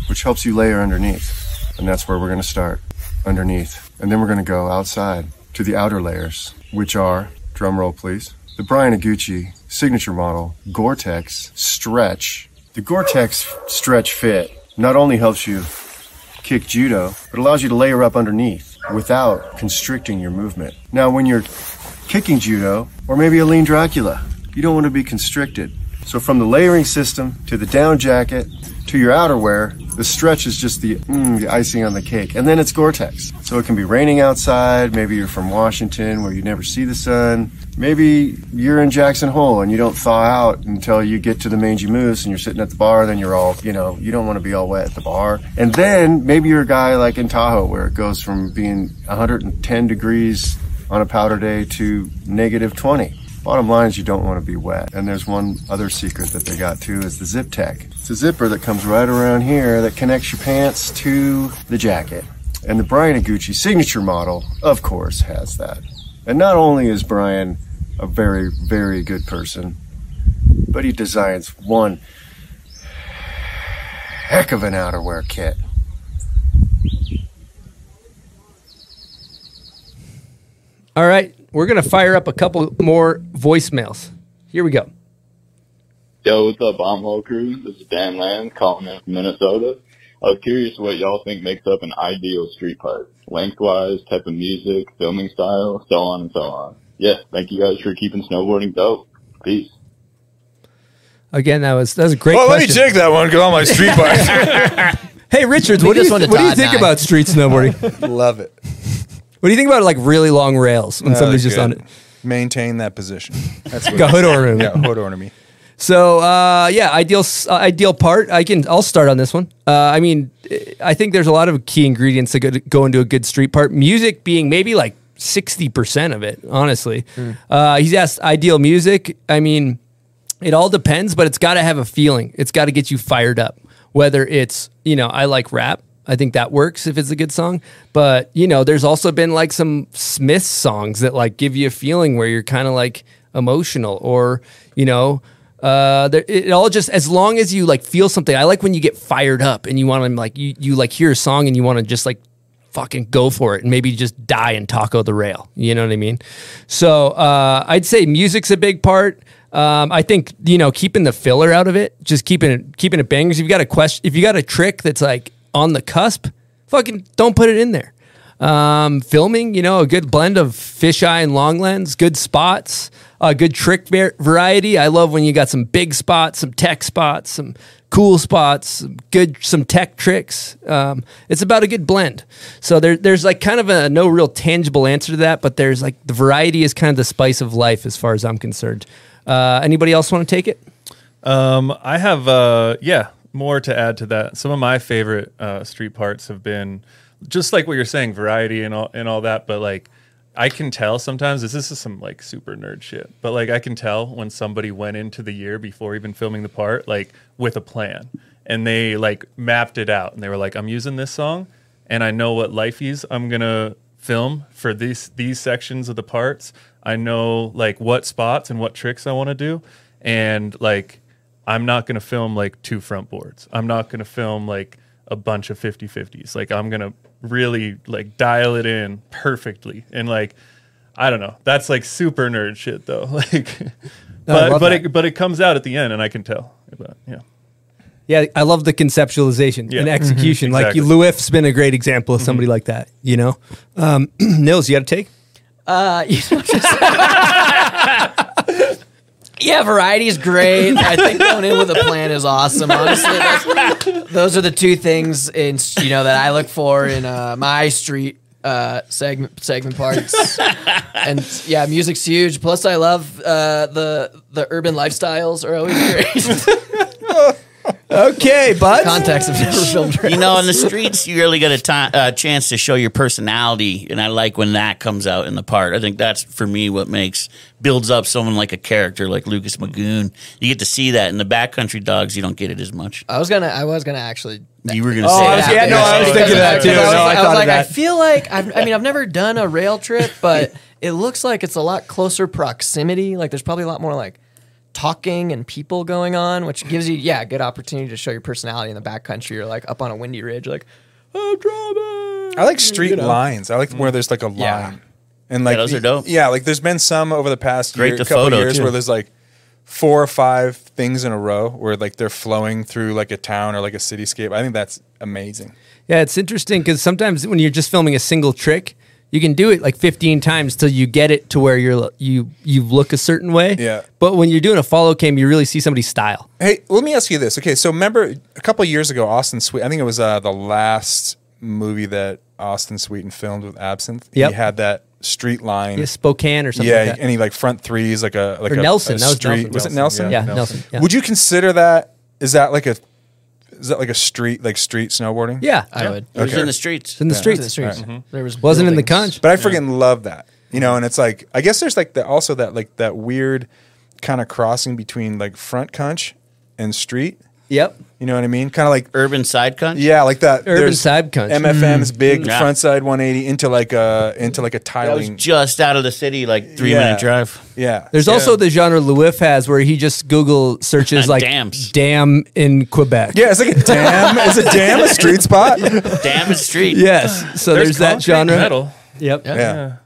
[SPEAKER 11] which helps you layer underneath. And that's where we're going to start underneath. And then we're going to go outside to the outer layers, which are drum roll please, the Brian Iguchi signature model Gore-Tex Stretch. The Gore-Tex Stretch Fit not only helps you kick judo, but allows you to layer up underneath without constricting your movement. Now, when you're kicking judo, or maybe a lean Dracula, you don't want to be constricted. So, from the layering system to the down jacket to your outerwear, the stretch is just the, mm, the icing on the cake. And then it's Gore Tex. So, it can be raining outside. Maybe you're from Washington where you never see the sun. Maybe you're in Jackson Hole and you don't thaw out until you get to the mangy moose and you're sitting at the bar. Then you're all, you know, you don't want to be all wet at the bar. And then maybe you're a guy like in Tahoe where it goes from being 110 degrees on a powder day to negative 20. Bottom line is you don't want to be wet. And there's one other secret that they got too is the zip tech. It's a zipper that comes right around here that connects your pants to the jacket. And the Brian Iguchi signature model, of course, has that. And not only is Brian a very, very good person, but he designs one heck of an outerwear kit.
[SPEAKER 3] All right, we're gonna fire up a couple more voicemails. Here we go.
[SPEAKER 12] Yo, what's up, Bombhole Crew? This is Dan Land calling in from Minnesota. I was curious what y'all think makes up an ideal street party. Lengthwise, type of music, filming style, so on and so on. Yeah, thank you guys for keeping snowboarding dope. Peace.
[SPEAKER 3] Again, that was that was a great.
[SPEAKER 2] Well, let me
[SPEAKER 3] question.
[SPEAKER 2] take that one because all my street bikes.
[SPEAKER 3] hey, Richards,
[SPEAKER 2] Leave
[SPEAKER 3] what do
[SPEAKER 2] this
[SPEAKER 3] you
[SPEAKER 2] one to
[SPEAKER 3] what do you
[SPEAKER 2] Todd
[SPEAKER 3] think
[SPEAKER 2] Nye.
[SPEAKER 3] about street snowboarding?
[SPEAKER 2] Love it.
[SPEAKER 3] What do you think about like really long rails when
[SPEAKER 2] No,
[SPEAKER 3] somebody's
[SPEAKER 2] that's
[SPEAKER 3] just on
[SPEAKER 2] good.
[SPEAKER 3] it?
[SPEAKER 2] Maintain that position. That's
[SPEAKER 3] Got hood ornament.
[SPEAKER 2] Yeah, hood ornament.
[SPEAKER 3] So uh, yeah, ideal s- uh, ideal part. I can I'll start on this one. Uh, I mean, eh, I think there's a lot of key ingredients that go, go into a good street part. Music being maybe like sixty percent of it. Honestly, uh, he's asked ideal music. I mean, it all depends, but it's got to have a feeling. It's got to get you fired up. Whether it's you know I like rap. I think that works if it's a good song. But you know, there's also been like some Smith songs that like give you a feeling where you're kind of like emotional or you know uh, there, it all just as long as you like feel something. I like when you get fired up and you want to like you you like hear a song and you want to just like fucking go for it and maybe just die and taco the rail. You know what I mean? So uh, I'd say music's a big part. Um, I think you know keeping the filler out of it, just keeping it keeping it bangers. If you got a question, if you got a trick that's like on the cusp, fucking don't put it in there. Um, filming, you know, a good blend of fisheye and long lens, good spots, uh, good trick var- variety. I love when you got some big spots, some tech spots, some cool spots, some good, some tech tricks. Um, it's about a good blend. So there, there's like kind of a no real tangible answer to that, but there's like the variety is kind of the spice of life as far as I'm concerned. Uh, anybody else want to take it?
[SPEAKER 5] Um, I have uh, yeah, more to add to that. Some of my favorite uh, street parts have been just like what you're saying, variety and all and all that. But like, I can tell sometimes this, this is some like super nerd shit. But like, I can tell when somebody went into the year before even filming the part, like with a plan, and they like mapped it out, and they were like, "I'm using this song, and I know what lifeys I'm gonna film for these these sections of the parts. I know like what spots and what tricks I want to do, and like I'm not going to film like two front boards. I'm not going to film like a bunch of 50-50s. Like I'm going to really like dial it in perfectly. And like I don't know. That's like super nerd shit though. Like
[SPEAKER 3] I
[SPEAKER 5] but
[SPEAKER 3] love
[SPEAKER 5] but
[SPEAKER 3] that.
[SPEAKER 5] it but it comes out at the end and I can tell. But yeah.
[SPEAKER 3] Yeah, I love the conceptualization
[SPEAKER 5] Yeah.
[SPEAKER 3] and execution.
[SPEAKER 5] Mhm.
[SPEAKER 3] Like you,
[SPEAKER 5] Exactly.
[SPEAKER 3] Luif's been a great example of somebody like that. You know, um, Nils, you got to take.
[SPEAKER 4] Uh, you know, just- yeah, variety is great. I think going in with a plan is awesome. Honestly, that's- those are the two things in you know that I look for in uh, my street uh, segment segment parts. and yeah, music's huge. Plus, I love uh, the the urban lifestyles are always great.
[SPEAKER 3] okay, bud.
[SPEAKER 4] Context of never filmed.
[SPEAKER 6] You know, on the streets, you really get a ti uh, chance to show your personality, and I like when that comes out in the part. I think that's for me what makes builds up someone like a character like Lucas Magoon. You get to see that in the backcountry dogs. You don't get it as much.
[SPEAKER 4] I was gonna I was gonna actually
[SPEAKER 6] You were gonna
[SPEAKER 4] Oh,
[SPEAKER 6] say
[SPEAKER 4] I was-
[SPEAKER 6] that.
[SPEAKER 4] yeah, no, I was thinking
[SPEAKER 3] that, too.
[SPEAKER 4] I was,
[SPEAKER 3] No, I
[SPEAKER 4] I was
[SPEAKER 3] thought of
[SPEAKER 4] like, I
[SPEAKER 3] that.
[SPEAKER 4] feel like I've, I mean, I've never done a rail trip, but it looks like it's a lot closer proximity. Like there's probably a lot more like talking and people going on, which gives you yeah a good opportunity to show your personality in the backcountry or like up on a windy ridge. Like
[SPEAKER 2] I like street
[SPEAKER 4] You know.
[SPEAKER 2] lines. I like where there's like a line,
[SPEAKER 4] Yeah.
[SPEAKER 2] And like
[SPEAKER 6] Yeah, those are dope.
[SPEAKER 2] Yeah, like there's been some over the past
[SPEAKER 6] Great
[SPEAKER 2] year,
[SPEAKER 6] to
[SPEAKER 2] couple
[SPEAKER 6] photo,
[SPEAKER 2] years
[SPEAKER 6] too.
[SPEAKER 2] where there's like four or five things in a row where like they're flowing through like a town or like a cityscape. I think that's amazing.
[SPEAKER 3] Yeah, it's interesting because sometimes when you're just filming a single trick, you can do it like 15 times till you get it to where you're you you look a certain way.
[SPEAKER 2] Yeah.
[SPEAKER 3] But when you're doing a follow cam, you really see somebody's style.
[SPEAKER 2] Hey, let me ask you this. Okay, so remember a couple years ago, Austin Sweet. I think it was uh, the last movie that Austin Sweeten filmed with Absinthe.
[SPEAKER 3] Yep.
[SPEAKER 2] He had that street line.
[SPEAKER 3] Yeah, Spokane or something
[SPEAKER 2] Yeah,
[SPEAKER 3] like that.
[SPEAKER 2] and he like front threes like a like
[SPEAKER 3] Or
[SPEAKER 2] a,
[SPEAKER 3] Nelson.
[SPEAKER 2] a
[SPEAKER 3] That was
[SPEAKER 2] street.
[SPEAKER 3] Nelson.
[SPEAKER 2] Was it Nelson?
[SPEAKER 3] Yeah, Yeah, Nelson. Nelson, yeah.
[SPEAKER 2] Would you consider that? Is that like a? Is that like a street like street snowboarding?
[SPEAKER 3] Yeah, I Yeah. would.
[SPEAKER 6] It was in the streets. It's in the
[SPEAKER 2] Yeah.
[SPEAKER 6] streets. It's in the streets.
[SPEAKER 2] All
[SPEAKER 6] There was
[SPEAKER 3] Mm-hmm. Wasn't in the buildings. conch.
[SPEAKER 2] But I
[SPEAKER 6] Yeah.
[SPEAKER 2] freaking love that. You know, and it's like I guess there's like the, also that like that weird kind of crossing between like front conch and street.
[SPEAKER 3] Yep.
[SPEAKER 2] You know what I mean? Kind of like
[SPEAKER 6] urban side conch.
[SPEAKER 2] Yeah, like that.
[SPEAKER 6] Urban
[SPEAKER 2] there's
[SPEAKER 6] side conch.
[SPEAKER 2] MFM's
[SPEAKER 6] Mm.
[SPEAKER 2] big
[SPEAKER 6] Yeah.
[SPEAKER 2] front side 180 into like a into like a
[SPEAKER 6] That was
[SPEAKER 2] tiling.
[SPEAKER 6] just out of the city, like three
[SPEAKER 2] Yeah.
[SPEAKER 6] minute drive.
[SPEAKER 2] Yeah.
[SPEAKER 3] There's also the genre Lewif has where he just Google searches like dam in Quebec.
[SPEAKER 2] Yeah, it's like a dam. Is a dam a street spot?
[SPEAKER 6] Damn is street.
[SPEAKER 3] Yes. So there's, that
[SPEAKER 5] concrete
[SPEAKER 3] genre.
[SPEAKER 5] Metal.
[SPEAKER 3] Yep.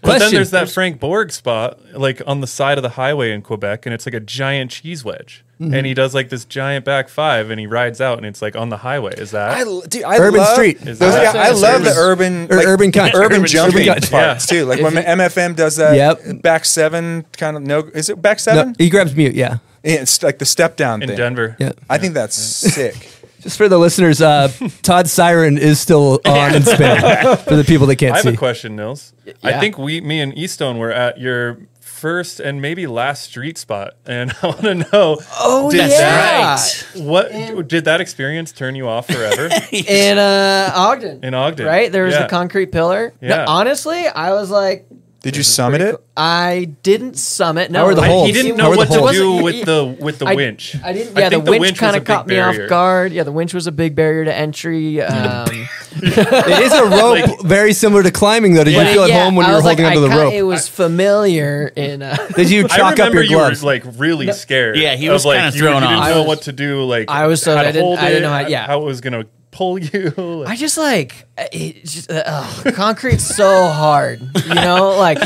[SPEAKER 5] But then
[SPEAKER 3] Question.
[SPEAKER 5] there's that Frank Borg spot, like on the side of the highway in Quebec, and it's like a giant cheese wedge.
[SPEAKER 3] Mm-hmm.
[SPEAKER 2] Mhm.
[SPEAKER 5] And he does like this giant back five, and he rides out, and it's like on the highway. Is that
[SPEAKER 2] I, l- dude, I love- Those, yeah, I love the urban
[SPEAKER 3] Or
[SPEAKER 2] like,
[SPEAKER 3] urban conch.
[SPEAKER 2] urban
[SPEAKER 3] Urban
[SPEAKER 2] jumping
[SPEAKER 3] conch.
[SPEAKER 2] parts
[SPEAKER 3] Yeah.
[SPEAKER 2] too. Like
[SPEAKER 3] If
[SPEAKER 2] when
[SPEAKER 3] you-
[SPEAKER 2] MFM does that.
[SPEAKER 3] Yep.
[SPEAKER 2] Back seven kind of no. Is it back
[SPEAKER 3] No,
[SPEAKER 2] seven?
[SPEAKER 3] he grabs mute. Yeah.
[SPEAKER 2] Yeah, it's like the step down
[SPEAKER 5] In
[SPEAKER 2] thing.
[SPEAKER 5] Denver.
[SPEAKER 3] Yeah.
[SPEAKER 2] I think that's sick.
[SPEAKER 3] Just for the listeners, uh, Todd Siren is still on in Spain for the people that can't
[SPEAKER 5] I have
[SPEAKER 3] see.
[SPEAKER 5] a question, Nils. I
[SPEAKER 3] yeah.
[SPEAKER 5] think we, me and Easton, were at your first and maybe last street spot, and I want to know.
[SPEAKER 4] Oh, That's
[SPEAKER 5] that-
[SPEAKER 4] right.
[SPEAKER 5] What did that experience turn you off forever?
[SPEAKER 4] in uh, Ogden,
[SPEAKER 5] in Ogden,
[SPEAKER 4] right? There was
[SPEAKER 5] Yeah.
[SPEAKER 4] the concrete pillar. No,
[SPEAKER 5] Yeah.
[SPEAKER 4] honestly, I was like,
[SPEAKER 2] Did you summit it?
[SPEAKER 4] I didn't summit. No,
[SPEAKER 5] How are the
[SPEAKER 4] I-
[SPEAKER 5] holes? He didn't know
[SPEAKER 4] How are
[SPEAKER 5] what
[SPEAKER 4] the
[SPEAKER 5] to
[SPEAKER 4] holes?
[SPEAKER 5] do
[SPEAKER 4] Wasn't-
[SPEAKER 5] with the- with the
[SPEAKER 4] I-
[SPEAKER 5] winch.
[SPEAKER 4] I didn't.
[SPEAKER 5] I
[SPEAKER 4] Yeah, the
[SPEAKER 5] think the
[SPEAKER 4] winch,
[SPEAKER 5] winch was
[SPEAKER 4] kind
[SPEAKER 5] a
[SPEAKER 4] of
[SPEAKER 5] big
[SPEAKER 4] caught me
[SPEAKER 5] barrier.
[SPEAKER 4] off guard. Yeah, the winch was a big barrier to entry. Um,
[SPEAKER 3] It is a rope, very similar to climbing, though. Did
[SPEAKER 4] but
[SPEAKER 3] you feel at
[SPEAKER 4] yeah,
[SPEAKER 3] home when
[SPEAKER 4] I
[SPEAKER 3] you were
[SPEAKER 4] was like,
[SPEAKER 3] holding
[SPEAKER 4] I
[SPEAKER 3] onto the
[SPEAKER 4] kinda-
[SPEAKER 3] rope?
[SPEAKER 4] It was familiar. In uh,
[SPEAKER 3] Did you
[SPEAKER 5] I
[SPEAKER 3] chalk up
[SPEAKER 5] remember
[SPEAKER 3] your
[SPEAKER 5] you were
[SPEAKER 3] gloves?
[SPEAKER 5] like really
[SPEAKER 4] No.
[SPEAKER 5] scared.
[SPEAKER 4] Yeah, he was
[SPEAKER 5] of, like,
[SPEAKER 4] kinda
[SPEAKER 5] you were-
[SPEAKER 4] thrown
[SPEAKER 5] you
[SPEAKER 4] off.
[SPEAKER 5] didn't know
[SPEAKER 4] I was-
[SPEAKER 5] what to do. Like
[SPEAKER 4] I was so-
[SPEAKER 5] how to
[SPEAKER 4] I didn't-
[SPEAKER 5] hold
[SPEAKER 4] I didn't know how-
[SPEAKER 5] it,
[SPEAKER 4] yeah.
[SPEAKER 5] how it was gonna pull you. like-
[SPEAKER 4] I just like it just, uh, ugh, concrete's so hard, you know. Like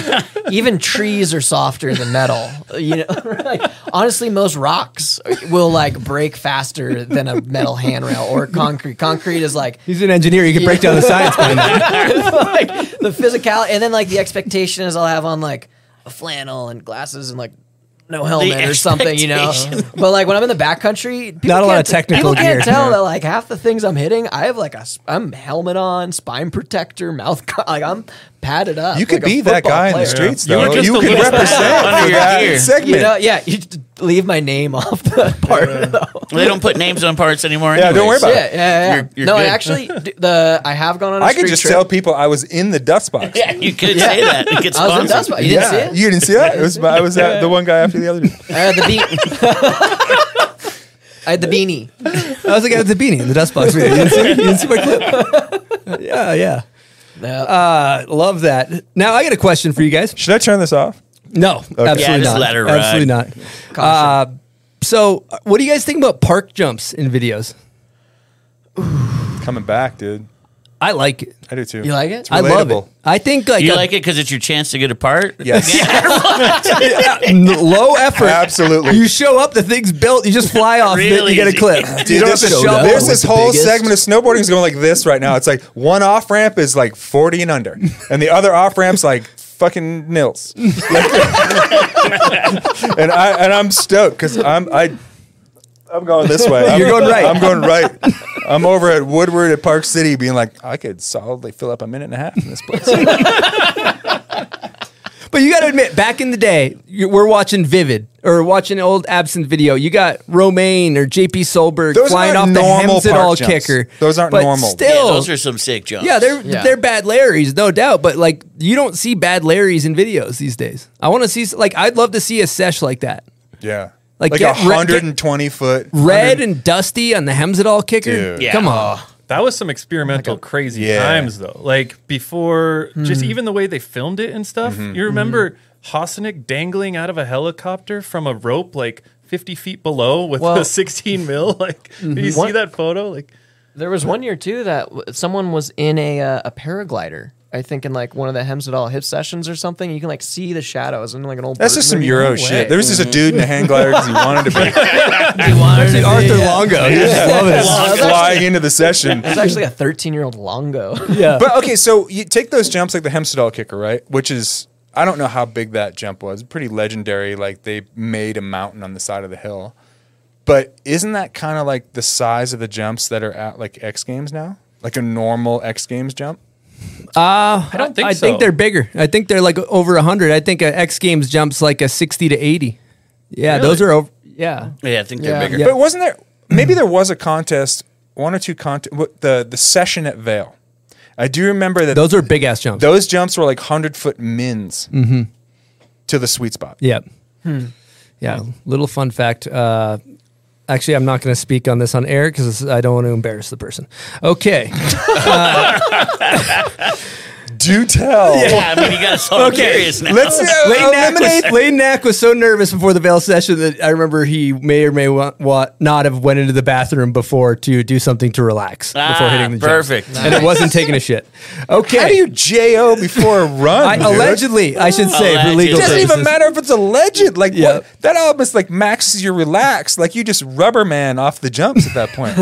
[SPEAKER 4] even trees are softer than metal. You know, like honestly, most rocks will like break faster than a metal handrail or concrete. Concrete is like
[SPEAKER 3] He's an engineer. You can break down the science behind that.
[SPEAKER 4] like the physicality, and then like the expectation is I'll have on like a flannel and glasses and like no helmet or something, you know.
[SPEAKER 3] expectation.
[SPEAKER 4] But like when I'm in the backcountry, people
[SPEAKER 3] Not a lot
[SPEAKER 4] can't
[SPEAKER 3] of technical
[SPEAKER 4] people
[SPEAKER 3] gear.
[SPEAKER 4] can't tell
[SPEAKER 3] Yeah.
[SPEAKER 4] that like half the things I'm hitting, I have like a sp- I'm helmet on, spine protector, mouth co- like I'm padded up.
[SPEAKER 2] You could
[SPEAKER 4] like a
[SPEAKER 2] be that
[SPEAKER 4] football
[SPEAKER 2] guy in the
[SPEAKER 4] player.
[SPEAKER 2] streets, though. You, could represent for that segment.
[SPEAKER 4] You know, yeah, you just leave my name off the part. though.
[SPEAKER 6] They don't put names on parts anymore.
[SPEAKER 2] Yeah, don't worry about
[SPEAKER 6] anyways.
[SPEAKER 4] Yeah,
[SPEAKER 2] it.
[SPEAKER 4] yeah, yeah.
[SPEAKER 6] You're- you're
[SPEAKER 4] no, I
[SPEAKER 6] good.
[SPEAKER 4] actually d- the I have gone on. I
[SPEAKER 2] I could just tell people I was in the dust box.
[SPEAKER 6] Yeah, you could say that. It gets
[SPEAKER 4] I was in
[SPEAKER 6] sponsored.
[SPEAKER 4] dust box. You didn't see it?
[SPEAKER 2] You didn't see that? It was my, I was uh, the one guy after the other. dude.
[SPEAKER 4] I had the beanie. I had the beanie.
[SPEAKER 3] I was like, I had the beanie in the dust box. You didn't see, you didn't see my clip? Yeah, yeah. Uh, love that. Now I got a question for you guys.
[SPEAKER 2] Should I turn this off?
[SPEAKER 3] No,
[SPEAKER 2] Okay.
[SPEAKER 3] absolutely
[SPEAKER 2] Yeah, just
[SPEAKER 3] not.
[SPEAKER 2] let her ride.
[SPEAKER 3] absolutely not. Uh, so, uh, what do you guys think about park jumps in videos?
[SPEAKER 2] Coming back, dude.
[SPEAKER 3] I like it.
[SPEAKER 2] I do too.
[SPEAKER 3] You like
[SPEAKER 6] it?
[SPEAKER 2] It's
[SPEAKER 3] I love it.
[SPEAKER 2] relatable.
[SPEAKER 3] I think like
[SPEAKER 6] you
[SPEAKER 3] a-
[SPEAKER 6] like it because it's your chance to get a part.
[SPEAKER 2] Yes.
[SPEAKER 3] Yeah, n- low effort.
[SPEAKER 2] Absolutely.
[SPEAKER 3] You show up, the thing's built. You just fly off. and then
[SPEAKER 6] Really
[SPEAKER 3] You get a
[SPEAKER 6] easy.
[SPEAKER 3] clip.
[SPEAKER 6] Dude,
[SPEAKER 3] you
[SPEAKER 2] Dude,
[SPEAKER 3] don't have
[SPEAKER 2] there's
[SPEAKER 3] to
[SPEAKER 2] this,
[SPEAKER 3] shovel.
[SPEAKER 2] there's this whole segment of snowboarding is going like this right now. It's like one off ramp is like 40 and under, and the other off ramp's like fucking nils. Like- and I and I'm stoked because I'm I I'm going this way. I'm-
[SPEAKER 3] You're going right.
[SPEAKER 2] I'm going right. I'm over at Woodward at Park City, being like, I could solidly fill up a minute and a half in this place.
[SPEAKER 3] But you got to admit, back in the day, you, we're watching Vivid or watching old Absinthe video. You got Romaine or JP Solberg
[SPEAKER 2] Those
[SPEAKER 3] flying off
[SPEAKER 2] aren't
[SPEAKER 3] the
[SPEAKER 2] normal
[SPEAKER 3] Hemsed
[SPEAKER 2] park
[SPEAKER 3] all
[SPEAKER 2] jumps.
[SPEAKER 3] kicker.
[SPEAKER 2] Those aren't
[SPEAKER 3] But
[SPEAKER 2] normal.
[SPEAKER 3] Still,
[SPEAKER 6] Yeah, those are some sick jumps.
[SPEAKER 3] Yeah, they're they're bad Larrys, no doubt. But like, you don't see bad Larrys in videos these days. I want to see s- like I'd love to see a sesh like that.
[SPEAKER 2] Yeah,
[SPEAKER 3] Like,
[SPEAKER 2] like, a
[SPEAKER 3] get re- get-
[SPEAKER 2] 120 foot
[SPEAKER 3] Red and dusty on the Hemsed all kicker.
[SPEAKER 2] Dude. Yeah.
[SPEAKER 3] Come on.
[SPEAKER 5] That was some experimental crazy
[SPEAKER 2] Yeah.
[SPEAKER 5] times though. Like before just
[SPEAKER 2] Hmm.
[SPEAKER 5] even the way they filmed it and stuff.
[SPEAKER 2] Mhm.
[SPEAKER 5] You remember Hosnick dangling out of a helicopter from a rope like 50 feet below with
[SPEAKER 4] Well-
[SPEAKER 5] a 16 mil? Like did you
[SPEAKER 4] Mhm. What-
[SPEAKER 5] see that photo? Like
[SPEAKER 4] There was one year too that w- someone was in a uh, a paraglider I think in like one of the Hems at All hip sessions or something. You can like see the shadows in like an old.
[SPEAKER 2] That's
[SPEAKER 4] bird
[SPEAKER 2] just some
[SPEAKER 4] movie.
[SPEAKER 2] Euro
[SPEAKER 4] No way.
[SPEAKER 2] shit. There was just a dude in a hang glider because he wanted to be.
[SPEAKER 4] Actually,
[SPEAKER 3] Arthur
[SPEAKER 4] yeah.
[SPEAKER 3] Longo. He
[SPEAKER 2] Yeah.
[SPEAKER 3] just loved it.
[SPEAKER 2] Just flying into the session.
[SPEAKER 4] There's actually a 13 year old Longo.
[SPEAKER 2] But okay, so you take those jumps like the Hemsedal kicker, right? Which is I don't know how big that jump was. Pretty legendary. Like they made a mountain on the side of the hill. But isn't that kind of like the size of the jumps that are at like X Games now? Like a normal X Games jump?
[SPEAKER 3] Uh, I
[SPEAKER 2] don't think
[SPEAKER 3] I
[SPEAKER 2] so.
[SPEAKER 3] think they're bigger. I think they're like over 100. I think uh, X Games jumps like a 60 to 80. Yeah, those are over. Yeah.
[SPEAKER 6] Yeah, I think they're bigger.
[SPEAKER 2] But wasn't there maybe there was a contest, one or two contest the the session at Vale. I do remember that
[SPEAKER 3] Those are big ass jumps.
[SPEAKER 2] those jumps were like hundred foot mins
[SPEAKER 3] Mm-hmm.
[SPEAKER 2] to the sweet spot.
[SPEAKER 3] Yep.
[SPEAKER 2] Hmm.
[SPEAKER 3] Yeah. Little fun fact. Uh, actually, I'm not going to speak on this on air because I don't want to embarrass the person. Okay.
[SPEAKER 2] Do tell.
[SPEAKER 6] Yeah, I mean, you got us all curious now.
[SPEAKER 3] Let's Lane, Knack was,
[SPEAKER 6] Lemonade.
[SPEAKER 3] Lane Knack was so nervous before the veil session that I remember he may or may wa- wa- not have went into the bathroom before to do something to relax before
[SPEAKER 6] Ah,
[SPEAKER 3] hitting the gym.
[SPEAKER 6] perfect.
[SPEAKER 3] And it
[SPEAKER 6] Nice.
[SPEAKER 3] wasn't taking a shit. Okay.
[SPEAKER 2] How do you jo before a run?
[SPEAKER 3] I-
[SPEAKER 2] dude?
[SPEAKER 3] allegedly, I should say, for legal
[SPEAKER 2] It doesn't even
[SPEAKER 3] purposes.
[SPEAKER 2] matter if it's alleged. Like what? That almost like maxes your relax. Like you just rubber man off the jumps at that point.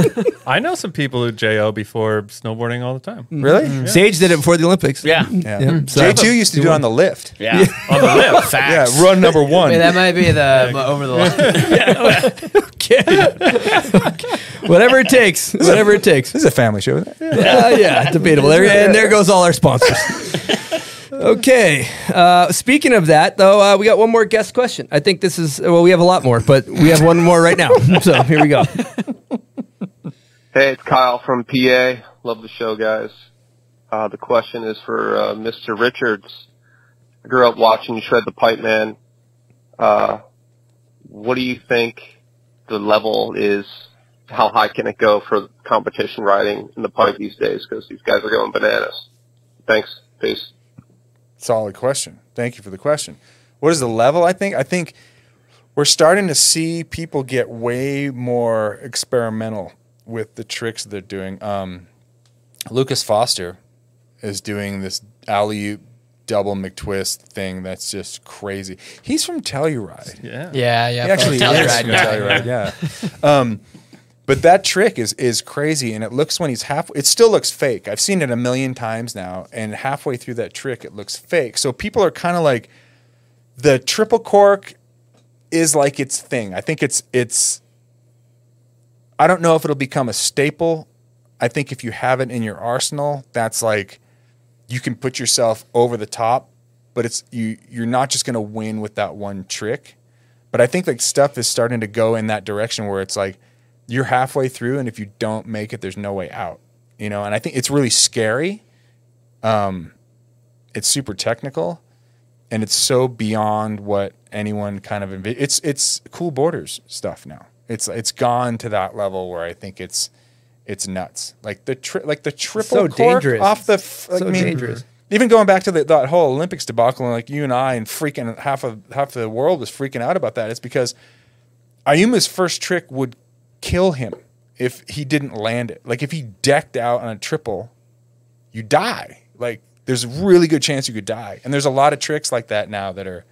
[SPEAKER 5] I know some people who JO before snowboarding all the time.
[SPEAKER 3] Mm. Mm-hmm.
[SPEAKER 2] Really?
[SPEAKER 5] Yeah.
[SPEAKER 3] Sage did it before the Olympics.
[SPEAKER 6] Yeah.
[SPEAKER 2] Yeah. Mm-hmm. J2 used to do it on the lift.
[SPEAKER 6] Yeah. On the lift. Facts.
[SPEAKER 2] Yeah, run number one.
[SPEAKER 4] Wait, that might be the over the line.
[SPEAKER 3] Whatever it takes. Whatever it takes.
[SPEAKER 2] This is a family show. Isn't it?
[SPEAKER 3] Uh, yeah, debatable. There- and there goes all our sponsors. okay. Uh, speaking of that, though, uh, we got one more guest question. I think this is, well, we have a lot more, but we have one more right now. So here we go.
[SPEAKER 13] Hey, it's Kyle from PA. Love the show, guys. Uh, the question is for uh, Mr. Richards. I grew up watching you shred the pipe, man. Uh, what do you think the level is? How high can it go for competition riding in the pipe these days? Because these guys are going bananas. Thanks. Peace.
[SPEAKER 2] Solid question. Thank you for the question. What is the level? I think. I think we're starting to see people get way more experimental with the tricks they're doing. Um, Lucas Foster is doing this alley oop double McTwist thing that's just crazy. He's from Telluride.
[SPEAKER 5] Yeah.
[SPEAKER 4] Yeah, yeah,
[SPEAKER 2] He actually
[SPEAKER 4] from
[SPEAKER 2] is
[SPEAKER 4] Telluride,
[SPEAKER 2] from
[SPEAKER 4] yeah.
[SPEAKER 2] Telluride. Yeah. Um, but that trick is is crazy, and it looks when he's half. It still looks fake. I've seen it a million times now, and halfway through that trick, it looks fake. So people are kind of like, the triple cork is like its thing. I think it's it's. I don't know if it'll become a staple. I think if you have it in your arsenal, that's like you can put yourself over the top, but it's you you're not just going to win with that one trick. But I think like stuff is starting to go in that direction where it's like you're halfway through and if you don't make it there's no way out. You know, and I think it's really scary. Um it's super technical and it's so beyond what anyone kind of envi- it's it's cool borders stuff now. It's it's gone to that level where I think it's it's nuts. Like the tri- like the triple
[SPEAKER 3] so
[SPEAKER 2] cork
[SPEAKER 3] dangerous.
[SPEAKER 2] off the f- like,
[SPEAKER 3] So
[SPEAKER 2] I mean,
[SPEAKER 3] dangerous.
[SPEAKER 2] Even going back to the, that whole Olympics debacle, and like you and I, and freaking half of half the world was freaking out about that. It's because Ayuma's first trick would kill him if he didn't land it. Like if he decked out on a triple, you die. Like there's a really good chance you could die. And there's a lot of tricks like that now that are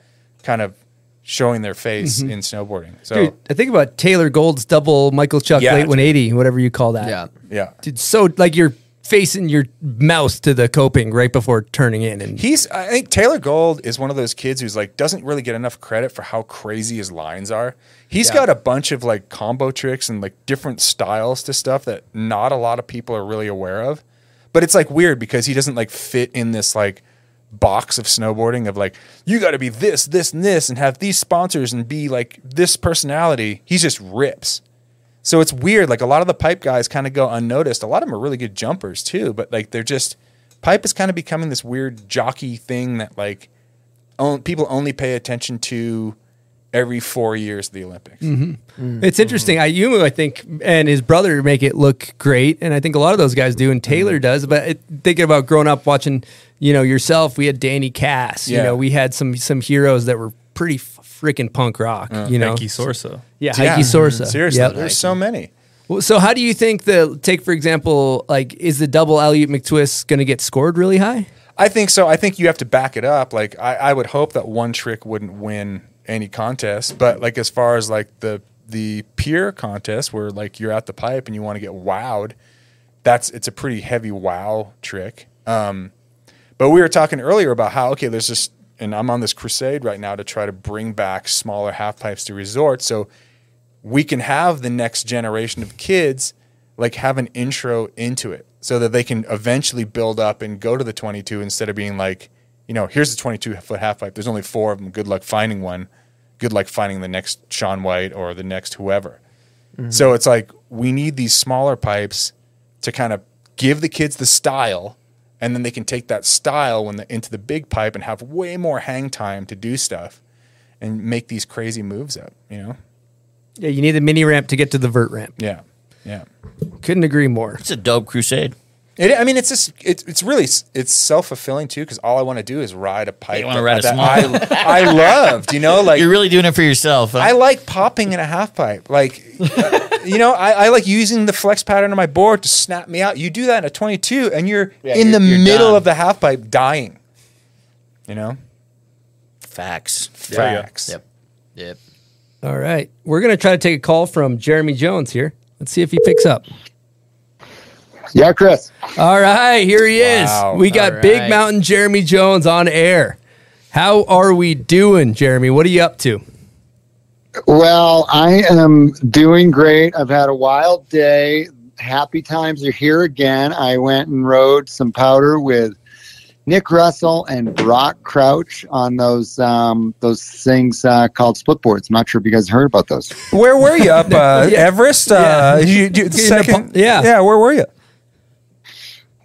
[SPEAKER 2] kind of showing their face
[SPEAKER 3] Mhm.
[SPEAKER 2] in snowboarding. So
[SPEAKER 3] Dude, I think about Taylor Gold's double Michael Chuck
[SPEAKER 2] Yeah.
[SPEAKER 3] late 180, whatever you call that. Yeah.
[SPEAKER 2] yeah.
[SPEAKER 3] Dude, so like you're facing your mouse to the coping right before turning in. And
[SPEAKER 2] He's I think Taylor Gold is one of those kids who's like doesn't really get enough credit for how crazy his lines are. He's
[SPEAKER 3] Yeah.
[SPEAKER 2] got a bunch of like combo tricks and like different styles to stuff that not a lot of people are really aware of. But it's like weird because he doesn't like fit in this like box of snowboarding of like you got to be this this and this and have these sponsors and be like this personality. He just rips. So it's weird. Like a lot of the pipe guys kind of go unnoticed. A lot of them are really good jumpers too, but like they're just pipe is kind of becoming this weird jockey thing that like on, people only pay attention to every four years of the Olympics.
[SPEAKER 3] Mhm. It's interesting. Ayumu, I think, and his brother make it look great, and I think a lot of those guys do, and Taylor does. But it, thinking about growing up watching, you know, yourself, we had Danny Cass. You
[SPEAKER 5] Yeah.
[SPEAKER 3] know, we had some some heroes that were pretty f- freaking punk rock. you know,
[SPEAKER 5] Heike Sorsa.
[SPEAKER 3] Yeah, Heike Sorsa.
[SPEAKER 2] Mm-hmm. Seriously,
[SPEAKER 3] Mm-hmm. Yep.
[SPEAKER 2] there's so many.
[SPEAKER 3] Well, so how do you think the take for example, like is the double alley McTwist going to get scored really high?
[SPEAKER 2] I think so. I think you have to back it up. Like I, I would hope that one trick wouldn't win any contest, but like as far as like the the peer contest where like you're at the pipe and you want to get wowed, that's it's a pretty heavy wow trick. Um, but we were talking earlier about how okay, there's just and I'm on this crusade right now to try to bring back smaller half pipes to resorts so we can have the next generation of kids like have an intro into it so that they can eventually build up and go to the 22 instead of being like, you know, here's the 22 foot half pipe. There's only four of them. Good luck finding one. Good luck finding the next Sean White or the next whoever.
[SPEAKER 14] Mhm.
[SPEAKER 2] So it's like we need these smaller pipes to kind of give the kids the style, and then they can take that style when they into the big pipe and have way more hang time to do stuff and make these crazy moves up. You know?
[SPEAKER 3] Yeah, you need the mini ramp to get to the vert ramp.
[SPEAKER 2] Yeah, yeah.
[SPEAKER 3] Couldn't agree more.
[SPEAKER 6] It's a dope crusade.
[SPEAKER 2] It, I mean, it's just it's it's really s- it's self fulfilling too because all I want to do is ride a pipe.
[SPEAKER 6] You want to
[SPEAKER 2] that-
[SPEAKER 6] ride a
[SPEAKER 2] that
[SPEAKER 6] small?
[SPEAKER 2] I, I loved, you know, like
[SPEAKER 6] you're really doing it for yourself. huh?
[SPEAKER 2] I like popping in a half pipe. Like, uh, you know, I, I like using the flex pattern on my board to snap me out. You do that in a 22 and you're
[SPEAKER 6] Yeah,
[SPEAKER 2] in
[SPEAKER 6] you're-
[SPEAKER 2] the
[SPEAKER 6] you're
[SPEAKER 2] middle
[SPEAKER 6] done.
[SPEAKER 2] of the half pipe dying. You know?
[SPEAKER 6] Facts.
[SPEAKER 3] There you go.
[SPEAKER 2] Facts.
[SPEAKER 4] Yep. Yep.
[SPEAKER 3] All right. We're going to try to take a call from Jeremy Jones here. Let's see if he picks up.
[SPEAKER 15] Yeah, Chris.
[SPEAKER 3] All right. Here he is.
[SPEAKER 15] Wow.
[SPEAKER 3] We got
[SPEAKER 15] All right.
[SPEAKER 3] Big Mountain Jeremy Jones on air. How are we doing, Jeremy? What are you up to?
[SPEAKER 15] Well, I am doing great. I've had a wild day. Happy times are here again. I went and rode some powder with Nick Russell and Brock Crouch on those um, those things uh, called split boards. I'm not sure if you guys heard about those.
[SPEAKER 2] Where were you? Up uh,
[SPEAKER 15] Yeah.
[SPEAKER 2] Everest? Uh,
[SPEAKER 15] Yeah.
[SPEAKER 2] you- you-
[SPEAKER 15] In
[SPEAKER 2] second,
[SPEAKER 15] Nepal- yeah.
[SPEAKER 2] Yeah, where were you?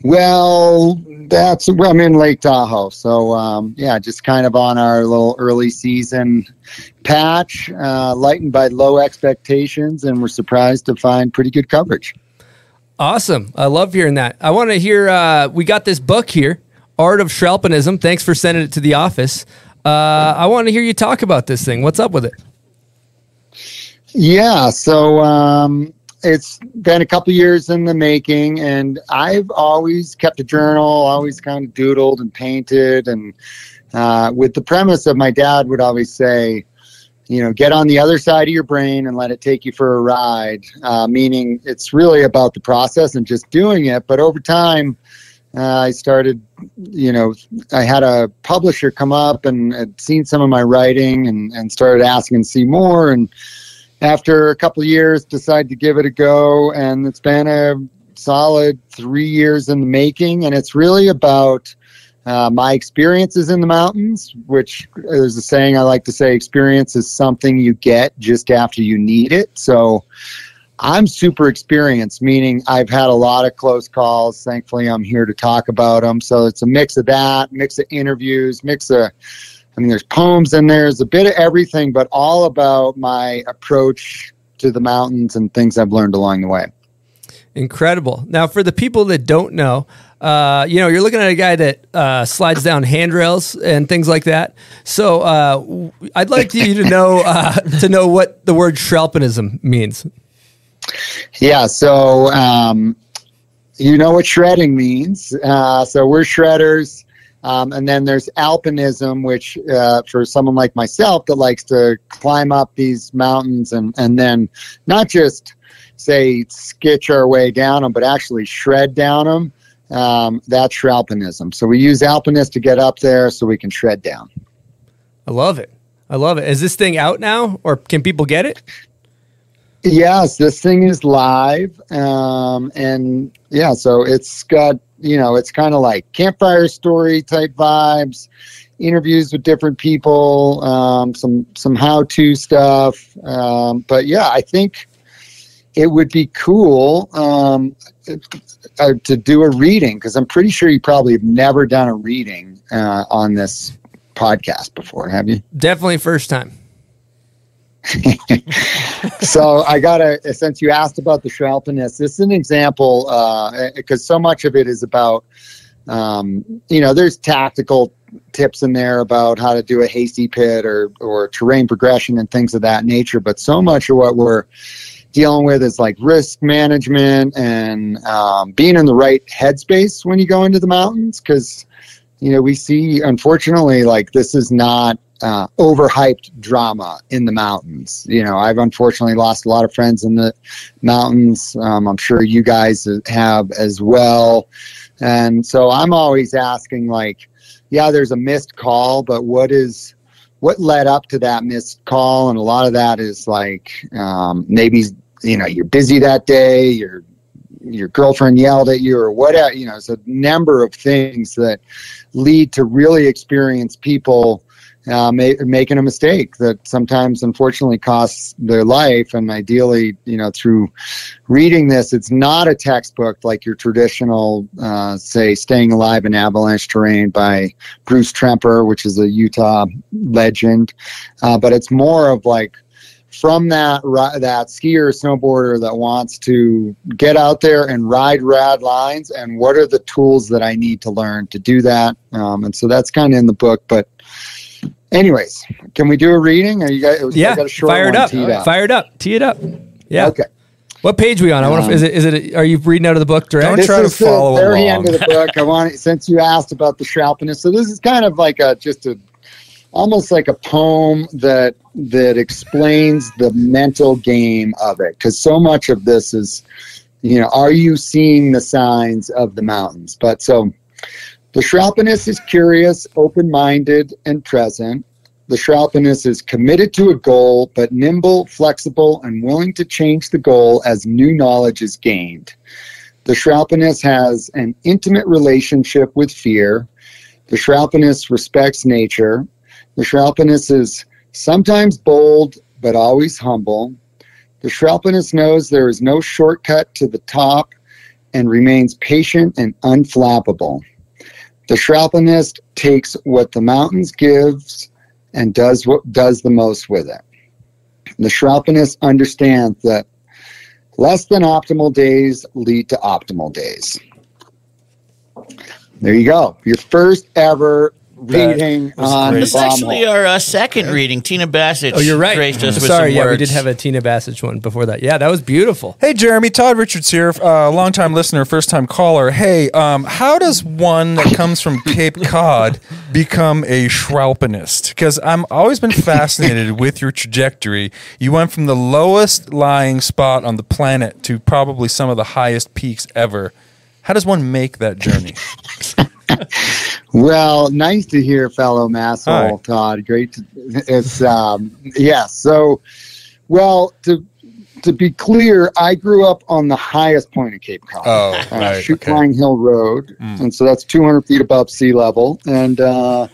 [SPEAKER 15] Well, that's well, I'm in Lake Tahoe, so um, yeah, just kind of on our little early season patch, uh, lightened by low expectations, and we're surprised to find pretty good coverage.
[SPEAKER 3] Awesome. I love hearing that. I want to hear. Uh, we got this book here, Art of Shrelpinism. Thanks for sending it to the office. Uh, I want to hear you talk about this thing. What's up with it?
[SPEAKER 15] Yeah, so um, it's been a couple years in the making, and I've always kept a journal, always kind of doodled and painted, and uh, with the premise of my dad would always say, you know, get on the other side of your brain and let it take you for a ride, uh, meaning it's really about the process and just doing it. But over time, uh, I started, you know, I had a publisher come up and had seen some of my writing and, and started asking to see more. And after a couple of years, decided to give it a go. And it's been a solid three years in the making. And it's really about uh, my experiences in the mountains, which is a saying I like to say experience is something you get just after you need it. So, I'm super experienced, meaning I've had a lot of close calls. Thankfully, I'm here to talk about them. So it's a mix of that, mix of interviews, mix of, I mean, there's poems in there, there's a bit of everything, but all about my approach to the mountains and things I've learned along the way.
[SPEAKER 3] Incredible. Now, for the people that don't know, uh, you know, you're looking at a guy that uh, slides down handrails and things like that. So, uh, w- I'd like you to know uh, to know what the word Shrelpinism means.
[SPEAKER 15] Yeah. So, um, you know what shredding means. Uh, so we're shredders. Um, and then there's alpinism, which uh, for someone like myself that likes to climb up these mountains and, and then not just say skitch our way down them, but actually shred down them. Um, that's alpinism. So we use alpinists to get up there so we can shred down.
[SPEAKER 3] I love it. I love it. Is this thing out now, or can people get it?
[SPEAKER 15] Yes, this thing is live. Um, and yeah, so it's got, you know, it's kind of like campfire story type vibes, interviews with different people, um, some, some how to stuff. Um, but yeah, I think it would be cool um, uh, to do a reading because I'm pretty sure you probably have never done a reading uh, on this podcast before, have you?
[SPEAKER 3] Definitely first time.
[SPEAKER 15] so I gotta since you asked about the Shralpinist, this is an example because so much of it is about um, you know there's tactical tips in there about how to do a hasty pit or or terrain progression and things of that nature, but so much of what we're dealing with is like risk management and um, being in the right headspace when you go into the mountains because you know, we see, unfortunately, like this is not uh, overhyped drama in the mountains. You know, I've unfortunately lost a lot of friends in the mountains. Um, I'm sure you guys have as well. And so I'm always asking, like, yeah, there's a missed call, but what is what led up to that missed call? And a lot of that is like um, maybe you know you're busy that day, your your girlfriend yelled at you, or whatever. You know, it's a number of things that lead to really experienced people uh, ma- making a mistake that sometimes unfortunately costs their life. And ideally, you know, through reading this, it's not a textbook like your traditional, uh, say, Staying Alive in Avalanche Terrain by Bruce Tremper, which is a Utah legend. Uh, but it's more of like, from that ri- that skier snowboarder that wants to get out there and ride rad lines and what are the tools that I need to learn to do that um, and so that's kind of in the book but anyways, can we do a reading? Or you guys, I
[SPEAKER 3] Yeah,
[SPEAKER 15] got a short
[SPEAKER 3] fire it
[SPEAKER 15] one
[SPEAKER 3] up.
[SPEAKER 15] teed
[SPEAKER 3] Fire it up. Tee it up. Yeah.
[SPEAKER 15] Okay.
[SPEAKER 3] What page we on? I want
[SPEAKER 15] Um,
[SPEAKER 3] to. Is it? Is it? Are you reading out of the book direct?
[SPEAKER 15] This is the very end of the book. I want since you asked about the Shralpinist, so this is kind of like a just a almost like a poem that that explains the mental game of it because so much of this is you know are you seeing the signs of the mountains but so the Shralpinist is curious, open minded, and present. The Shralpinist is committed to a goal, but nimble, flexible, and willing to change the goal as new knowledge is gained. The Shralpinist has an intimate relationship with fear. The Shralpinist respects nature. The Shralpinist is sometimes bold, but always humble. The Shralpinist knows there is no shortcut to the top and remains patient and unflappable. The Shralpinist takes what the mountains gives and does what does the most with it. The Shralpinist understands that less than optimal days lead to optimal days. There you go. Your first ever reading on
[SPEAKER 6] This is
[SPEAKER 15] the bomb
[SPEAKER 6] actually
[SPEAKER 15] hole.
[SPEAKER 6] our uh, second reading. Tina Bassett.
[SPEAKER 3] Oh, you're right.
[SPEAKER 6] Graced us with
[SPEAKER 3] Sorry,
[SPEAKER 6] some
[SPEAKER 3] yeah, we
[SPEAKER 6] words.
[SPEAKER 3] did have a Tina Bassett one before that. Yeah, that was beautiful.
[SPEAKER 2] Hey, Jeremy. Todd Richards here, uh, longtime listener, first time caller. Hey, um, how does one that comes from Cape Cod become a Schwalpinist? Because I'm always been fascinated with your trajectory. You went from the lowest lying spot on the planet to probably some of the highest peaks ever. How does one make that journey?
[SPEAKER 15] Well, nice to hear, fellow masshole
[SPEAKER 2] Hi.
[SPEAKER 15] Todd. Great. To, it's um, yeah. So, well, to to be clear, I grew up on the highest point of Cape Cod,
[SPEAKER 2] Oh,
[SPEAKER 15] uh,
[SPEAKER 2] right,
[SPEAKER 15] Chute
[SPEAKER 2] okay.
[SPEAKER 15] Pine Hill Road,
[SPEAKER 2] Mm.
[SPEAKER 15] and so that's 200 feet above sea level. And uh,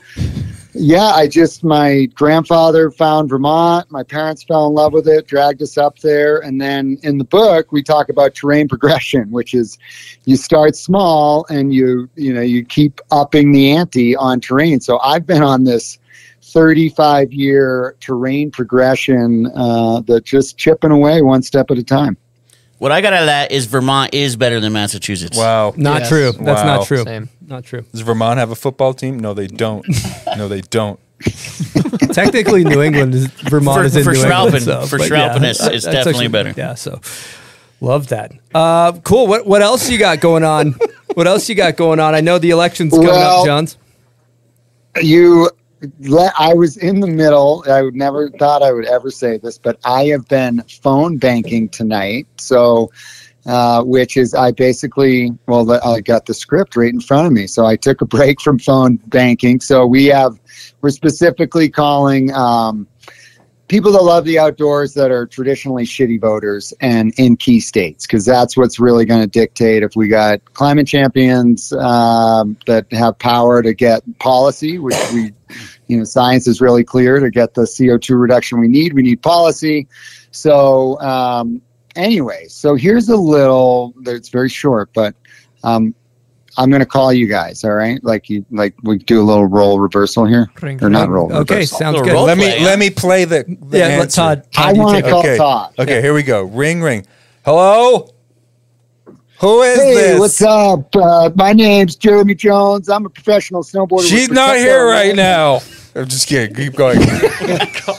[SPEAKER 15] yeah, I just my grandfather found Vermont. My parents fell in love with it, dragged us up there, and then in the book we talk about terrain progression, which is you start small and you you know you keep upping the ante on terrain. So I've been on this 35 year terrain progression uh, that just chipping away one step at a time.
[SPEAKER 6] What I got out of that is Vermont is better than Massachusetts.
[SPEAKER 2] Wow.
[SPEAKER 3] Not
[SPEAKER 2] Yes.
[SPEAKER 3] true. That's
[SPEAKER 2] Wow.
[SPEAKER 3] not true.
[SPEAKER 2] Same.
[SPEAKER 3] Not true.
[SPEAKER 2] Does Vermont have a football team? No, they don't. No, they don't.
[SPEAKER 3] Technically, New England is Vermont
[SPEAKER 6] For-
[SPEAKER 3] is in
[SPEAKER 6] for
[SPEAKER 3] New England.
[SPEAKER 6] Schraubin-
[SPEAKER 3] so,
[SPEAKER 6] for
[SPEAKER 3] but
[SPEAKER 6] Schraubin, it's-
[SPEAKER 3] that-
[SPEAKER 6] it's
[SPEAKER 3] that's
[SPEAKER 6] definitely better.
[SPEAKER 3] Yeah. So, love that. Uh, cool. What what else you got going on? what else you got going on? I know the election's coming
[SPEAKER 15] Well,
[SPEAKER 3] up, Johns.
[SPEAKER 15] You, let, I was in the middle. I would never thought I would ever say this, but I have been phone banking tonight. So, uh, which is I basically well, the- I got the script right in front of me. So I took a break from phone banking. So we have we're specifically calling. Um, people that love the outdoors that are traditionally shitty voters and in key states because that's what's really going to dictate if we got climate champions um, that have power to get policy which we you know science is really clear to get the co2 reduction we need we need policy so um, anyway so here's a little it's very short but um, i'm going to call you guys all right like you like we do a little role reversal here
[SPEAKER 3] Ring,
[SPEAKER 15] or not
[SPEAKER 3] ring.
[SPEAKER 15] roll
[SPEAKER 3] Okay,
[SPEAKER 15] reversal.
[SPEAKER 3] sounds Little good. role
[SPEAKER 2] let
[SPEAKER 3] play,
[SPEAKER 2] me
[SPEAKER 3] huh?
[SPEAKER 2] let me play the, the
[SPEAKER 3] Yeah, let
[SPEAKER 2] answer.
[SPEAKER 3] Todd-
[SPEAKER 15] Todd, I you wanna take it. call
[SPEAKER 2] okay.
[SPEAKER 15] Todd.
[SPEAKER 2] Okay, here we go. Ring ring. Hello. Who is
[SPEAKER 15] hey,
[SPEAKER 2] this?
[SPEAKER 15] what's up? Uh, my name's Jeremy Jones. I'm a professional snowboarder.
[SPEAKER 2] She's
[SPEAKER 15] with
[SPEAKER 2] not
[SPEAKER 15] Protecto
[SPEAKER 2] here right
[SPEAKER 15] Land.
[SPEAKER 2] now. I'm just kidding. Keep going.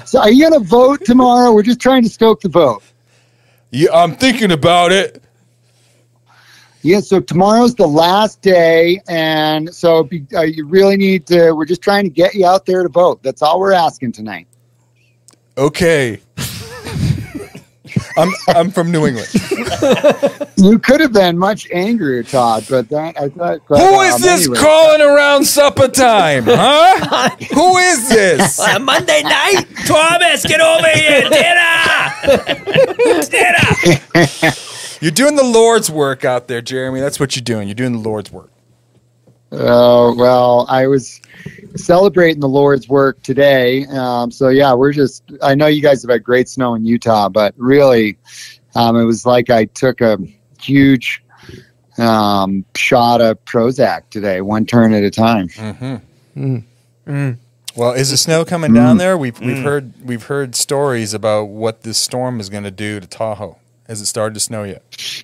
[SPEAKER 15] So are you gonna vote tomorrow? We're just trying to stoke the vote.
[SPEAKER 2] yeah, I'm thinking about it.
[SPEAKER 15] Yeah, so tomorrow's the last day, and so be, uh, you really need to. We're just trying to get you out there to vote. That's all we're asking tonight.
[SPEAKER 2] Okay. I'm I'm from New England.
[SPEAKER 15] You could have been much angrier, Todd, but that I thought. but,
[SPEAKER 2] Who is
[SPEAKER 15] um,
[SPEAKER 2] this
[SPEAKER 15] anyway.
[SPEAKER 2] calling around supper time, huh? Who is this?
[SPEAKER 15] On
[SPEAKER 2] Uh, Monday night, Thomas, get over here, dinner, dinner. You're doing the Lord's work out there, Jeremy. That's what you're doing. You're doing the Lord's work.
[SPEAKER 15] Oh well, I was celebrating the Lord's work today. Um, so yeah, we're just. I know you guys have had great snow in Utah, but really, um, it was like I took a huge um, shot of Prozac today, one turn at a time.
[SPEAKER 2] Mm-hmm. Well, is the snow coming down there? We've we've
[SPEAKER 15] Mm.
[SPEAKER 2] heard we've heard stories about what this storm is going to do to Tahoe. Has it started to snow yet?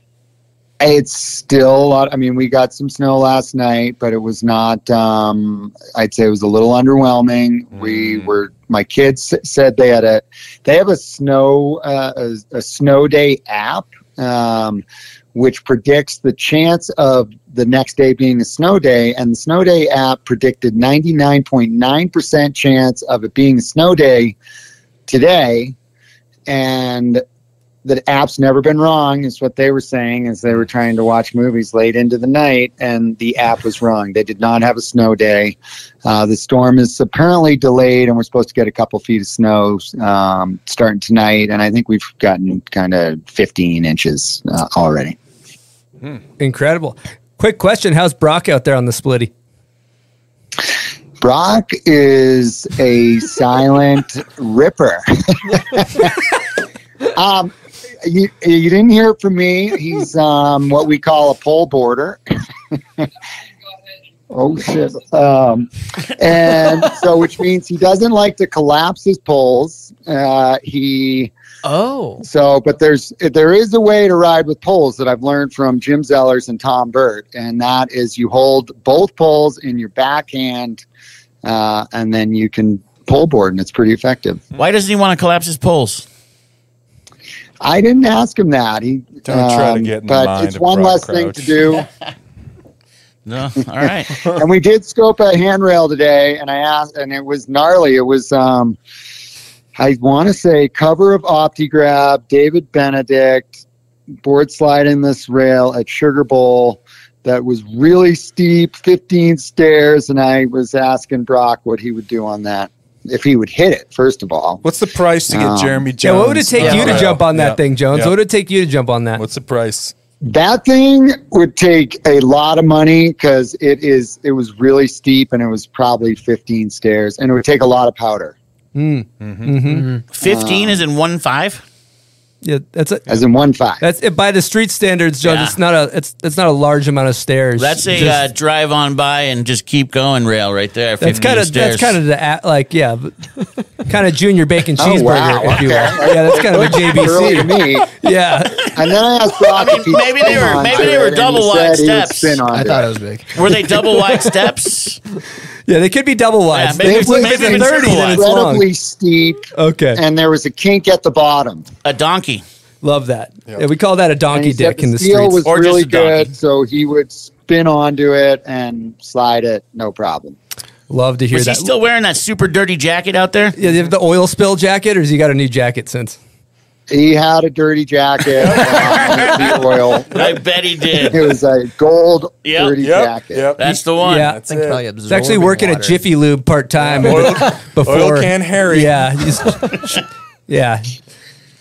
[SPEAKER 15] It's still a lot. I mean, we got some snow last night, but it was not. Um, I'd say it was a little underwhelming. We were. My kids s- said they had a. They have a snow uh, a, a snow day app, um, which predicts the chance of the next day being a snow day, and the snow day app predicted ninety nine point nine percent chance of it being a snow day today, and the app's never been wrong is what they were saying as they were trying to watch movies late into the night and the app was wrong they did not have a snow day uh, the storm is apparently delayed and we're supposed to get a couple feet of snow um, starting tonight and i think we've gotten kind of 15 inches uh, already
[SPEAKER 3] Incredible. Quick question: How's Brock out there on the splitty?
[SPEAKER 15] brock is a silent ripper um, you, you didn't hear it from me. He's um, what we call a pole boarder. oh shit! Um, and so, which means he doesn't like to collapse his poles. Uh, he
[SPEAKER 4] oh
[SPEAKER 15] so, but there's there is a way to ride with poles that I've learned from Jim Zellers and Tom Burt, and that is you hold both poles in your backhand, uh, and then you can pole board, and it's pretty effective.
[SPEAKER 6] Hmm. Why doesn't he want to collapse his poles?
[SPEAKER 15] I didn't ask him that. He um,
[SPEAKER 6] Don't try to get in the
[SPEAKER 15] but
[SPEAKER 6] mind
[SPEAKER 15] it's
[SPEAKER 6] of
[SPEAKER 15] one
[SPEAKER 6] Rob
[SPEAKER 15] less thing
[SPEAKER 6] Crouch.
[SPEAKER 15] to do.
[SPEAKER 6] No. All right.
[SPEAKER 15] and we did scope a handrail today, and I asked, and it was gnarly. It was, um, I want to say, cover of OptiGrab, David Benedict, board sliding this rail at Sugar Bowl that was really steep, 15 stairs, and I was asking Brock what he would do on that. If he would hit it, first of all,
[SPEAKER 2] what's the price to get Jeremy
[SPEAKER 3] Yeah, what would it
[SPEAKER 2] Jones
[SPEAKER 3] take
[SPEAKER 2] on
[SPEAKER 3] you to
[SPEAKER 2] the
[SPEAKER 3] jump
[SPEAKER 2] rail?
[SPEAKER 3] on that
[SPEAKER 2] Yeah.
[SPEAKER 3] thing, Jones?
[SPEAKER 2] Yeah.
[SPEAKER 3] What would it take you to jump on that? What's
[SPEAKER 2] the price?
[SPEAKER 15] That thing would take a lot of money because it is it was really steep and it was probably 15 stairs and it would take a lot of powder.
[SPEAKER 3] Hmm.
[SPEAKER 2] Mm-hmm.
[SPEAKER 6] Fifteen
[SPEAKER 15] Uh,
[SPEAKER 6] is in one five.
[SPEAKER 3] Mm-hmm. Yeah, that's it.
[SPEAKER 15] As in one five.
[SPEAKER 3] That's it by the street standards, Jones.
[SPEAKER 6] Yeah.
[SPEAKER 3] It's not a it's it's not a large amount of stairs.
[SPEAKER 6] That's a
[SPEAKER 3] Just-
[SPEAKER 6] uh, drive on by and just keep going rail right there.
[SPEAKER 3] that's
[SPEAKER 6] 15
[SPEAKER 3] kind of
[SPEAKER 6] stairs.
[SPEAKER 3] that's kind of the a- like yeah, kind of junior bacon
[SPEAKER 6] Oh,
[SPEAKER 3] cheeseburger,
[SPEAKER 6] wow,
[SPEAKER 3] if you will.
[SPEAKER 6] okay.
[SPEAKER 3] Yeah, that's kind of a
[SPEAKER 6] Looks early
[SPEAKER 3] JBC.
[SPEAKER 6] to me.
[SPEAKER 3] Yeah,
[SPEAKER 15] and then I asked Brock.
[SPEAKER 6] I mean, maybe they were maybe they were double wide steps.
[SPEAKER 15] I
[SPEAKER 3] thought it was big.
[SPEAKER 6] Were they double wide steps?
[SPEAKER 3] Yeah, they could be double wide.
[SPEAKER 6] Yeah, maybe it's- maybe
[SPEAKER 3] if it's
[SPEAKER 6] it's
[SPEAKER 3] thirty, then it's long.
[SPEAKER 15] incredibly steep.
[SPEAKER 3] Okay.
[SPEAKER 15] And there was a kink at the bottom.
[SPEAKER 6] A donkey.
[SPEAKER 3] Love that. Yeah, we call that a donkey
[SPEAKER 15] And he said
[SPEAKER 3] dick in the
[SPEAKER 15] steel
[SPEAKER 3] streets.
[SPEAKER 15] was really good, so he would spin onto it and slide it, no problem.
[SPEAKER 3] Love to hear
[SPEAKER 6] Was he
[SPEAKER 3] that.
[SPEAKER 6] still wearing that super dirty jacket out there?
[SPEAKER 3] Yeah, do you have the oil spill jacket, or has he got a new jacket since?
[SPEAKER 15] He had a dirty jacket, uh, with the oil.
[SPEAKER 6] I bet he did.
[SPEAKER 15] It was a gold
[SPEAKER 6] Yep.
[SPEAKER 15] dirty
[SPEAKER 6] Yep.
[SPEAKER 15] jacket.
[SPEAKER 6] That's the one.
[SPEAKER 3] Yeah,
[SPEAKER 6] That's it.
[SPEAKER 3] It's actually working at Jiffy Lube part time.
[SPEAKER 6] Yeah. Oil-
[SPEAKER 3] before
[SPEAKER 2] oil can Harry.
[SPEAKER 3] Yeah, just- yeah.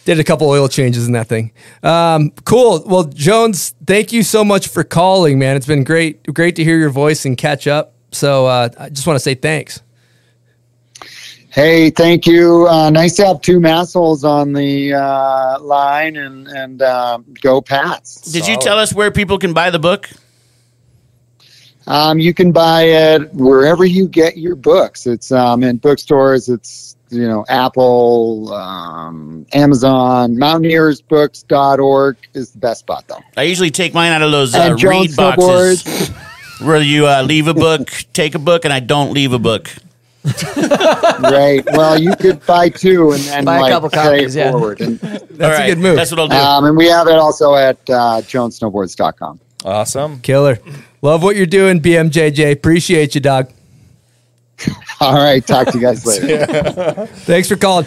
[SPEAKER 3] Did a couple oil changes in that thing. Um, cool. Well, Jones, thank you so much for calling, man. It's been great, great to hear your voice and catch up. So uh, I just want to say thanks.
[SPEAKER 15] Hey, thank you. Uh, nice to have two massholes on the uh, line and and um, go Pats.
[SPEAKER 6] Did you tell us where people can buy the book?
[SPEAKER 15] Um, you can buy it wherever you get your books. It's um, in bookstores. It's you know Apple, um, Amazon, MountaineersBooks.org is the best spot though.
[SPEAKER 6] I usually take mine out of those uh,
[SPEAKER 15] And Jones
[SPEAKER 6] read boxes where you uh, leave a book, take a book, and I don't leave a book.
[SPEAKER 15] right. Well, you could buy two and then
[SPEAKER 6] Buy a
[SPEAKER 15] like,
[SPEAKER 6] couple
[SPEAKER 15] pay
[SPEAKER 6] copies,
[SPEAKER 15] it
[SPEAKER 6] yeah.
[SPEAKER 15] forward. And,
[SPEAKER 6] That's a All right, good move. that's what I'll do.
[SPEAKER 15] uh, Um, and we have it also at uh, JonesSnowboards.com.
[SPEAKER 2] Awesome.
[SPEAKER 3] Killer. Love what you're doing, BMJJ. Appreciate you, dog.
[SPEAKER 15] All right. Talk to you guys later.
[SPEAKER 3] Thanks for calling.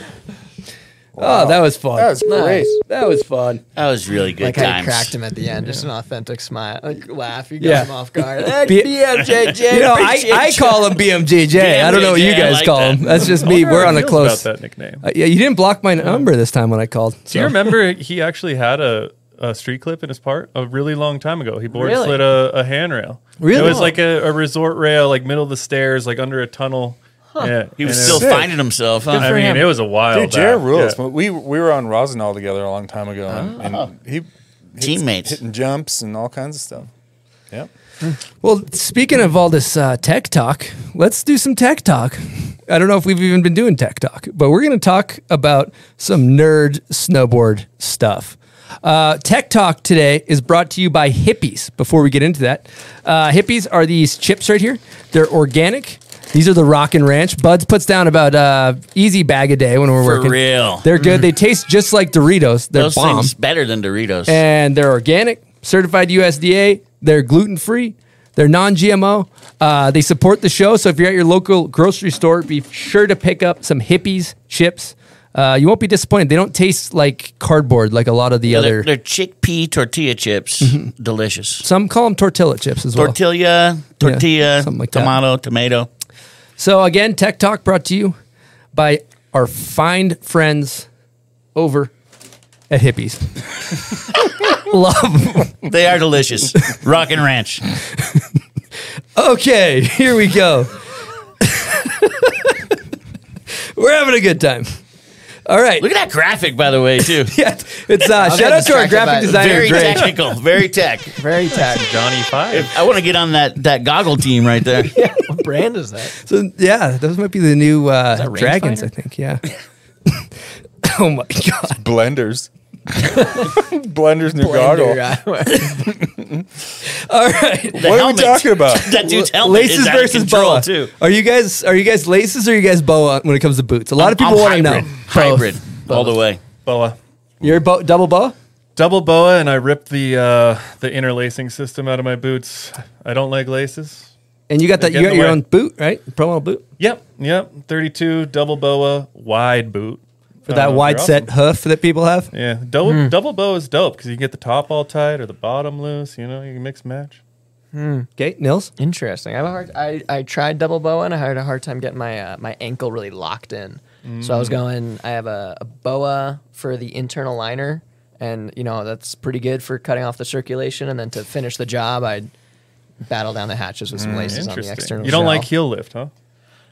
[SPEAKER 3] Oh, that was fun.
[SPEAKER 4] That was great.
[SPEAKER 3] That was fun.
[SPEAKER 6] That was really good
[SPEAKER 4] like how you
[SPEAKER 6] times.
[SPEAKER 4] cracked him at the end, just an authentic smile, like laugh. You got
[SPEAKER 3] Yeah.
[SPEAKER 4] him off guard. Hey,
[SPEAKER 3] B-
[SPEAKER 4] BMJJ.
[SPEAKER 3] You know, I, I call him BMJJ. I don't know what you
[SPEAKER 5] BMJJ, I
[SPEAKER 3] guys
[SPEAKER 5] like
[SPEAKER 3] call
[SPEAKER 5] that.
[SPEAKER 3] him. That's just
[SPEAKER 5] I
[SPEAKER 3] me.
[SPEAKER 5] wonder how
[SPEAKER 3] We're
[SPEAKER 5] he
[SPEAKER 3] on a
[SPEAKER 5] feels
[SPEAKER 3] close.
[SPEAKER 5] about that nickname.
[SPEAKER 3] Uh, yeah, you didn't block my number this time when I called.
[SPEAKER 5] Do you remember he actually had a, a street clip in his part a really long time ago? He board
[SPEAKER 3] Really?
[SPEAKER 5] slid a, a handrail.
[SPEAKER 3] Really?
[SPEAKER 5] It was like a, a resort rail, like middle of the stairs, like under a tunnel.
[SPEAKER 6] Huh.
[SPEAKER 5] Yeah,
[SPEAKER 6] He was
[SPEAKER 5] and it
[SPEAKER 6] still finding himself, huh? Good
[SPEAKER 5] I
[SPEAKER 6] for
[SPEAKER 5] mean,
[SPEAKER 6] him.
[SPEAKER 5] it was a while.
[SPEAKER 2] Dude, Jared rules. But We we were on Rosinall together a long time ago, and, and
[SPEAKER 6] Oh.
[SPEAKER 2] he hits-
[SPEAKER 6] Teammates.
[SPEAKER 2] hitting jumps and all kinds of stuff. Yep.
[SPEAKER 3] Well, speaking of all this uh, tech talk, let's do some tech talk. I don't know if we've even been doing tech talk, but we're going to talk about some nerd snowboard stuff. Uh, tech talk today is brought to you by Hippies. Before we get into that, uh, Hippies are these chips right here. They're organic. These are the Rock and Ranch. Buds puts down about uh, easy bag a day when we're
[SPEAKER 6] For
[SPEAKER 3] working.
[SPEAKER 6] real. Mm.
[SPEAKER 3] they're good. They taste just like Doritos. They're
[SPEAKER 6] Those
[SPEAKER 3] bomb
[SPEAKER 6] things better than Doritos.
[SPEAKER 3] and they're organic, certified USDA. They're gluten free. They're non GMO. Uh, they support the show. So if you're at your local grocery store, be sure to pick up some hippies chips. Uh, you won't be disappointed. They don't taste like cardboard like a lot of the
[SPEAKER 6] Yeah,
[SPEAKER 3] other.
[SPEAKER 6] they're, they're chickpea tortilla chips. Delicious.
[SPEAKER 3] Some call them tortilla chips as well.
[SPEAKER 6] Tortilla, tortilla, tomato, tomato.
[SPEAKER 3] So again, Tech Talk brought to you by our fine friends over at Hippies. Love.
[SPEAKER 6] They are delicious. Rock and Ranch.
[SPEAKER 3] Okay, here we go. We're having a good time. All right.
[SPEAKER 6] Look at that graphic, by the way, too.
[SPEAKER 3] yeah, it's uh, shout out to our graphic designer.
[SPEAKER 6] Very
[SPEAKER 3] Dre.
[SPEAKER 6] technical. Very tech.
[SPEAKER 4] very tech.
[SPEAKER 5] Johnny Five.
[SPEAKER 6] I want to get on that that goggle team right there.
[SPEAKER 4] What brand is that?
[SPEAKER 3] So yeah, those might be the new uh,
[SPEAKER 4] rangefinder?
[SPEAKER 3] dragons. I think. Yeah. oh my god.
[SPEAKER 2] Blenders. Blender's new
[SPEAKER 4] Blender
[SPEAKER 2] gargle.
[SPEAKER 3] All right.
[SPEAKER 2] What are we talking about?
[SPEAKER 6] That dude's helmet
[SPEAKER 3] laces
[SPEAKER 6] is out of
[SPEAKER 3] versus
[SPEAKER 6] control,
[SPEAKER 3] boa.
[SPEAKER 6] too.
[SPEAKER 3] Are you guys are you guys laces or are you guys boa when it comes to boots? A lot of people want to
[SPEAKER 5] hybrid.
[SPEAKER 3] know.
[SPEAKER 6] Hybrid. All the way.
[SPEAKER 5] Boa.
[SPEAKER 3] You're bo- double boa.
[SPEAKER 5] Double boa, and I ripped the uh, the interlacing system out of my boots. I don't like laces.
[SPEAKER 3] And you got
[SPEAKER 5] They
[SPEAKER 3] that.
[SPEAKER 5] get
[SPEAKER 3] You
[SPEAKER 5] in
[SPEAKER 3] got
[SPEAKER 5] the
[SPEAKER 3] your
[SPEAKER 5] way.
[SPEAKER 3] own boot, right? Promo boot
[SPEAKER 5] Yep, yep. Thirty-two double boa wide boot
[SPEAKER 3] for that
[SPEAKER 5] Uh,
[SPEAKER 3] wide
[SPEAKER 5] they're
[SPEAKER 3] set hoof that people have.
[SPEAKER 5] Yeah, double
[SPEAKER 6] Hmm.
[SPEAKER 5] double bow is dope because you can get the top all tight or the bottom loose. You know, you can mix match.
[SPEAKER 3] Okay, Nils.
[SPEAKER 4] Interesting. I have a hard. I, I tried double boa and I had a hard time getting my uh, my ankle really locked in. So I was
[SPEAKER 3] Mm.
[SPEAKER 4] going. I have a, a boa for the internal liner, and you know that's pretty good for cutting off the circulation. And then to finish the job, I'd battle down the hatches with some
[SPEAKER 5] Mm,
[SPEAKER 4] laces on the
[SPEAKER 5] interesting.
[SPEAKER 4] external.
[SPEAKER 5] You don't
[SPEAKER 4] shell.
[SPEAKER 5] like heel lift, huh?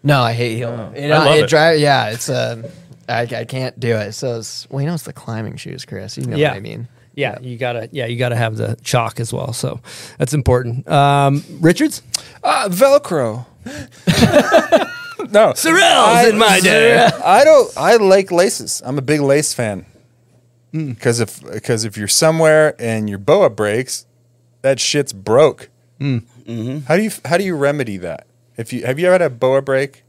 [SPEAKER 4] No, I hate heel. You know,
[SPEAKER 5] I love it.
[SPEAKER 4] dri- yeah, it's uh, I, I can't do it. So it's well, you know, it's the climbing shoes, Chris. You know
[SPEAKER 3] yeah.
[SPEAKER 4] what I mean.
[SPEAKER 3] Yeah, you gotta. Yeah, you gotta have the chalk as well. So that's important. Um, Richards,
[SPEAKER 2] uh, Velcro. no,
[SPEAKER 3] Sorrel's in my day.
[SPEAKER 2] I don't. I like laces. I'm a big lace fan. Because if because if you're somewhere and your boa breaks, that shit's broke.
[SPEAKER 3] Mm-hmm.
[SPEAKER 2] How do you how do you remedy that? If you have you ever had a boa break?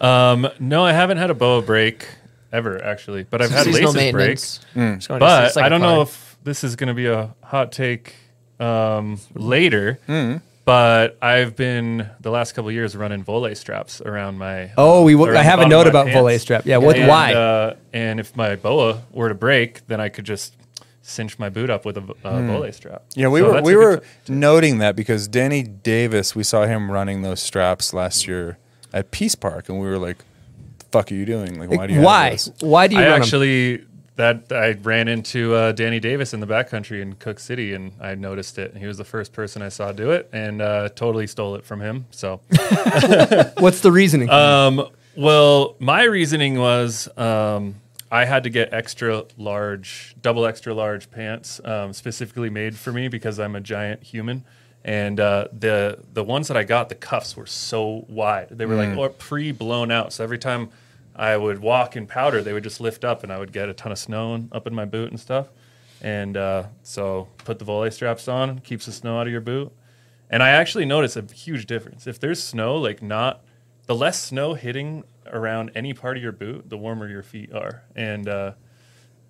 [SPEAKER 5] Um, no, I haven't had a boa break ever actually, but I've had
[SPEAKER 4] Seasonal
[SPEAKER 5] laces break.
[SPEAKER 4] maintenance. Mm. Just going to see- it's
[SPEAKER 5] But
[SPEAKER 4] like
[SPEAKER 5] I
[SPEAKER 4] a
[SPEAKER 5] don't
[SPEAKER 4] pie.
[SPEAKER 5] know if this is going to be a hot take um, later. But I've been the last couple of years running volet straps around my.
[SPEAKER 3] Oh, we w-
[SPEAKER 5] around
[SPEAKER 3] I
[SPEAKER 5] the
[SPEAKER 3] have a
[SPEAKER 5] bottom
[SPEAKER 3] note
[SPEAKER 5] of my
[SPEAKER 3] about volet strap. Yeah, what-
[SPEAKER 5] And,
[SPEAKER 3] why?
[SPEAKER 5] Uh, and if my boa were to break, then I could just cinch my boot up with a v- uh,
[SPEAKER 2] Hmm.
[SPEAKER 5] volet strap.
[SPEAKER 2] Yeah, we
[SPEAKER 5] So
[SPEAKER 2] were
[SPEAKER 5] that's
[SPEAKER 2] we
[SPEAKER 5] a good
[SPEAKER 2] were noting that because Danny Davis, we saw him running those straps last year at Peace Park, and we were like, "The fuck are you doing? Like, why do you? have those?"
[SPEAKER 5] I actually that I ran into uh, Danny Davis in the backcountry in Cook City, and I noticed it. And he was the first person I saw do it, and uh, totally stole it from him. So,
[SPEAKER 3] what's the reasoning?
[SPEAKER 5] um, well, my reasoning was um, I had to get extra large, double extra large pants um, specifically made for me because I'm a giant human. And uh, the the ones that I got, the cuffs were so wide. They were
[SPEAKER 2] Mm.
[SPEAKER 5] like or pre blown out. So every time I would walk in powder, they would just lift up, and I would get a ton of snow and- up in my boot and stuff. And uh, so put the volley straps on, keeps the snow out of your boot. And I actually noticed a huge difference. If there's snow, like not the less snow hitting around any part of your boot, the warmer your feet are. And uh,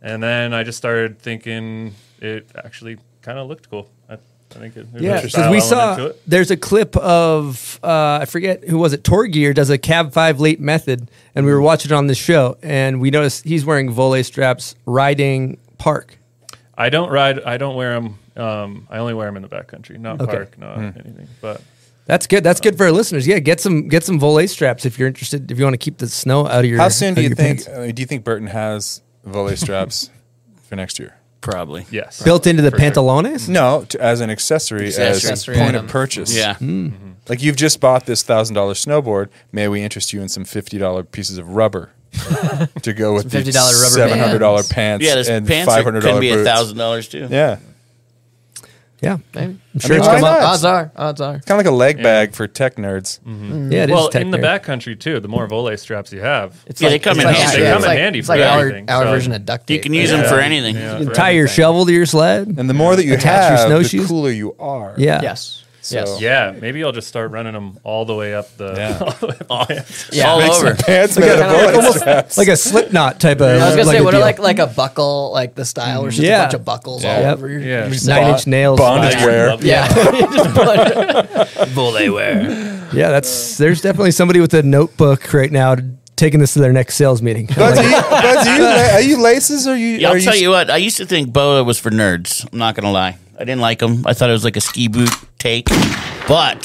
[SPEAKER 5] and then I just started thinking it actually kind of looked cool. I I think it,
[SPEAKER 3] Yeah,
[SPEAKER 5] there's a
[SPEAKER 3] because
[SPEAKER 5] style
[SPEAKER 3] we
[SPEAKER 5] element to
[SPEAKER 3] saw
[SPEAKER 5] it.
[SPEAKER 3] there's a clip of uh, I forget who was it. Torgear does a Cab Five late method, and we were watching it on this show, and we noticed he's wearing volley straps riding park.
[SPEAKER 5] I don't ride. I don't wear them. Um, I only wear them in the backcountry, not
[SPEAKER 3] Okay.
[SPEAKER 5] park, not
[SPEAKER 3] Hmm.
[SPEAKER 5] anything. But
[SPEAKER 3] That's good. That's good for our listeners. Yeah, get some get some volley straps if you're interested. If you want to keep the snow out of your
[SPEAKER 2] How soon do
[SPEAKER 3] out of
[SPEAKER 2] you
[SPEAKER 3] your
[SPEAKER 2] think?
[SPEAKER 3] pants.
[SPEAKER 2] I mean, do you think Burton has volley straps for next year?
[SPEAKER 6] Probably.
[SPEAKER 5] Yes.
[SPEAKER 3] Built into the pantalones?
[SPEAKER 2] No, to, as an accessory,
[SPEAKER 3] Accessory
[SPEAKER 2] as point
[SPEAKER 3] item.
[SPEAKER 2] of purchase.
[SPEAKER 3] Yeah. Mm.
[SPEAKER 2] Like you've just bought this thousand dollar snowboard. May we interest you in some fifty dollar pieces of rubber to go with
[SPEAKER 6] Some
[SPEAKER 2] the
[SPEAKER 6] $50 rubber
[SPEAKER 2] seven hundred dollar
[SPEAKER 6] bands.
[SPEAKER 2] pants?
[SPEAKER 6] Yeah, those
[SPEAKER 2] and
[SPEAKER 6] pants are-
[SPEAKER 2] five hundred dollar
[SPEAKER 6] could be $1,000 too.
[SPEAKER 2] Yeah.
[SPEAKER 3] Yeah,
[SPEAKER 4] maybe.
[SPEAKER 2] I'm
[SPEAKER 4] I
[SPEAKER 2] sure
[SPEAKER 4] mean,
[SPEAKER 2] it's
[SPEAKER 4] odds
[SPEAKER 2] come up.
[SPEAKER 4] are- Odds are. Odds are.
[SPEAKER 2] Kind of like a leg bag for tech nerds.
[SPEAKER 6] Mm.
[SPEAKER 5] well, in the backcountry too. The more volley straps you have,
[SPEAKER 4] It's Yeah, like- they come it's in like- handy.
[SPEAKER 5] They
[SPEAKER 4] yeah,
[SPEAKER 5] come
[SPEAKER 4] it's
[SPEAKER 5] in
[SPEAKER 4] like-
[SPEAKER 5] handy
[SPEAKER 4] it's
[SPEAKER 5] for
[SPEAKER 4] like our-
[SPEAKER 5] everything.
[SPEAKER 4] our version of duct You tape. can use 'em for anything.
[SPEAKER 5] Yeah,
[SPEAKER 3] You can
[SPEAKER 5] for
[SPEAKER 3] tie your shovel to your sled,
[SPEAKER 2] and the more that you
[SPEAKER 3] attach
[SPEAKER 2] have, the
[SPEAKER 3] your snowshoes,
[SPEAKER 2] cooler you are.
[SPEAKER 3] Yeah.
[SPEAKER 4] Yes. Oh,
[SPEAKER 5] So- Yeah, maybe I'll just start running them all the way up the. all the way up the pants.
[SPEAKER 4] Yeah. All Make some over. pants
[SPEAKER 3] Like
[SPEAKER 4] made
[SPEAKER 3] a,
[SPEAKER 4] of volley
[SPEAKER 3] like, almost
[SPEAKER 4] straps.
[SPEAKER 3] like a slip knot type of.
[SPEAKER 4] I was gonna
[SPEAKER 3] like
[SPEAKER 4] say,
[SPEAKER 3] a
[SPEAKER 4] what are
[SPEAKER 3] deal.
[SPEAKER 4] like like a buckle, like the style, where it's just
[SPEAKER 3] Yeah.
[SPEAKER 4] a bunch of buckles all
[SPEAKER 3] Yep.
[SPEAKER 4] over your,
[SPEAKER 3] Yeah.
[SPEAKER 4] your
[SPEAKER 3] Nine
[SPEAKER 4] slot.
[SPEAKER 3] inch nails. Bond is wear.
[SPEAKER 4] Yeah,
[SPEAKER 6] Volley wear.
[SPEAKER 3] Yeah, that's there's definitely somebody with a notebook right now taking this to their next sales meeting.
[SPEAKER 2] Buds, are you, Buds, are you, la- are you laces or are you?
[SPEAKER 6] Yeah,
[SPEAKER 2] are
[SPEAKER 6] I'll tell you what. I used to think Boa was for nerds. I'm not gonna lie. I didn't like them. I thought it was like a ski boot take. But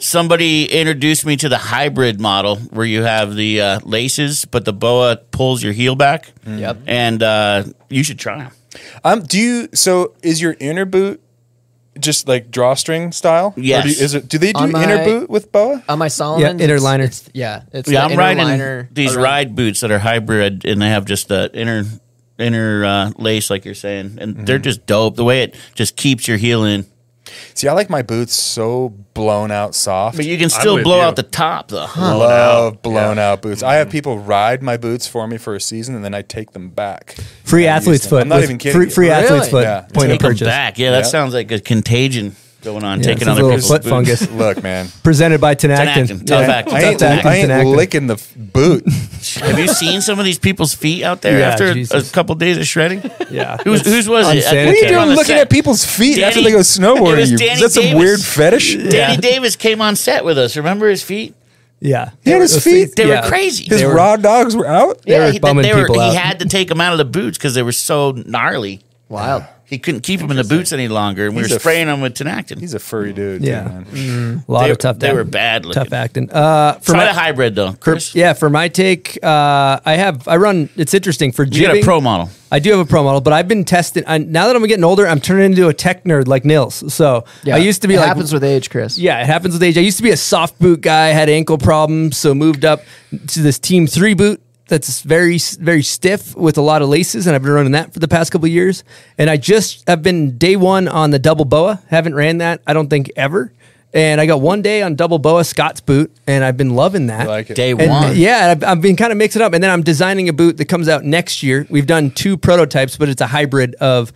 [SPEAKER 6] somebody introduced me to the hybrid model where you have the uh, laces, but the boa pulls your heel back.
[SPEAKER 4] Mm.
[SPEAKER 6] Yep. And uh, you should try them.
[SPEAKER 2] Um, do you? So is your inner boot just like drawstring style? Or
[SPEAKER 6] Yes.
[SPEAKER 2] Do you, is it? Do they do
[SPEAKER 4] On my-
[SPEAKER 2] inner boot with boa?
[SPEAKER 4] On my Solomons,
[SPEAKER 6] inner
[SPEAKER 4] it's-
[SPEAKER 6] liner.
[SPEAKER 4] it's- yeah, it's
[SPEAKER 6] yeah,
[SPEAKER 4] the
[SPEAKER 6] I'm
[SPEAKER 4] inner
[SPEAKER 6] riding
[SPEAKER 4] liner
[SPEAKER 6] these
[SPEAKER 4] around-
[SPEAKER 6] ride boots that are hybrid, and they have just the inner inner uh, lace, like you're saying, and they're just dope. The way it just keeps your heel in.
[SPEAKER 2] See, I like my boots so blown out soft.
[SPEAKER 6] But you can I'm still with blow you. out the top, though. Huh.
[SPEAKER 2] Love blown out boots. I have
[SPEAKER 6] Mm.
[SPEAKER 2] people ride my boots for me for a season, and then I take them back.
[SPEAKER 3] Free
[SPEAKER 2] and use
[SPEAKER 3] athlete's
[SPEAKER 2] them.
[SPEAKER 3] foot
[SPEAKER 2] I'm not
[SPEAKER 3] with
[SPEAKER 2] even kidding.
[SPEAKER 3] free-
[SPEAKER 2] you.
[SPEAKER 3] free athlete's foot point of
[SPEAKER 6] Take 'em
[SPEAKER 3] purchase.
[SPEAKER 6] back. Yeah, that
[SPEAKER 2] Yeah.
[SPEAKER 6] sounds like a contagion going on.
[SPEAKER 3] Yeah,
[SPEAKER 6] taking
[SPEAKER 3] it's a
[SPEAKER 6] other
[SPEAKER 3] little
[SPEAKER 6] people's
[SPEAKER 3] foot
[SPEAKER 6] boots.
[SPEAKER 3] fungus.
[SPEAKER 2] Look, man.
[SPEAKER 3] Presented by Tenactin.
[SPEAKER 6] Tenactin, tough
[SPEAKER 3] Yeah.
[SPEAKER 6] actin,
[SPEAKER 3] Tough
[SPEAKER 6] I ain't-
[SPEAKER 3] actin,
[SPEAKER 6] I ain't
[SPEAKER 3] Tenactin.
[SPEAKER 2] licking the f- boot.
[SPEAKER 6] Have you seen some of these people's feet out there
[SPEAKER 2] Yeah,
[SPEAKER 6] after a-
[SPEAKER 2] Jesus.
[SPEAKER 6] a couple days of shredding?
[SPEAKER 3] Yeah,
[SPEAKER 6] who's,
[SPEAKER 2] That's
[SPEAKER 6] whose was it?
[SPEAKER 2] unsanitary. What are you doing
[SPEAKER 6] On the
[SPEAKER 2] looking
[SPEAKER 6] set.
[SPEAKER 2] at people's feet after
[SPEAKER 6] Danny-
[SPEAKER 2] they go
[SPEAKER 6] It
[SPEAKER 2] snowboarding?
[SPEAKER 6] was
[SPEAKER 2] You- is
[SPEAKER 6] Danny
[SPEAKER 2] that some
[SPEAKER 6] Davis.
[SPEAKER 2] weird fetish?
[SPEAKER 6] Danny
[SPEAKER 2] Yeah.
[SPEAKER 6] Davis came on set with us. Remember his feet?
[SPEAKER 3] Yeah,
[SPEAKER 2] He had his
[SPEAKER 6] Those
[SPEAKER 2] feet.
[SPEAKER 6] things- they were crazy.
[SPEAKER 2] His
[SPEAKER 6] They were-
[SPEAKER 2] raw dogs were out.
[SPEAKER 6] he, they were- he had to take them out of the boots because they were so gnarly.
[SPEAKER 4] Wild.
[SPEAKER 6] He couldn't keep them in the boots any longer, and we
[SPEAKER 2] He's
[SPEAKER 6] were
[SPEAKER 2] a-
[SPEAKER 6] spraying them with tenactin.
[SPEAKER 2] He's a furry dude.
[SPEAKER 3] Yeah.
[SPEAKER 6] man.
[SPEAKER 3] Mm-hmm. A lot
[SPEAKER 6] They
[SPEAKER 3] of
[SPEAKER 6] were-
[SPEAKER 3] tough.
[SPEAKER 6] They
[SPEAKER 3] act-
[SPEAKER 6] were bad looking.
[SPEAKER 3] Tough acting. Uh, for
[SPEAKER 6] Try
[SPEAKER 3] my,
[SPEAKER 6] the hybrid though.
[SPEAKER 3] for- yeah, for my take, uh, I have I run. It's interesting for
[SPEAKER 6] You got a
[SPEAKER 3] jibbing-
[SPEAKER 6] pro model.
[SPEAKER 3] I do have a pro model, but I've been testing. I, now that I'm getting older, I'm turning into a tech nerd like Nils. So
[SPEAKER 4] Yeah.
[SPEAKER 3] I used to be
[SPEAKER 4] it
[SPEAKER 3] like
[SPEAKER 4] happens with age, Chris.
[SPEAKER 3] Yeah, it happens with age. I used to be a soft boot guy, had ankle problems, so moved up to this Team Three boot that's very very stiff with a lot of laces, and I've been running that for the past couple of years. And I just have been day one on the double boa. Haven't ran that I don't think ever. And I got one day on double boa Scott's boot, and I've been loving that.
[SPEAKER 6] like it. Day
[SPEAKER 3] And-
[SPEAKER 6] one.
[SPEAKER 3] yeah, I've, I've been kind of mixing up, and then I'm designing a boot that comes out next year. We've done two prototypes, but it's a hybrid of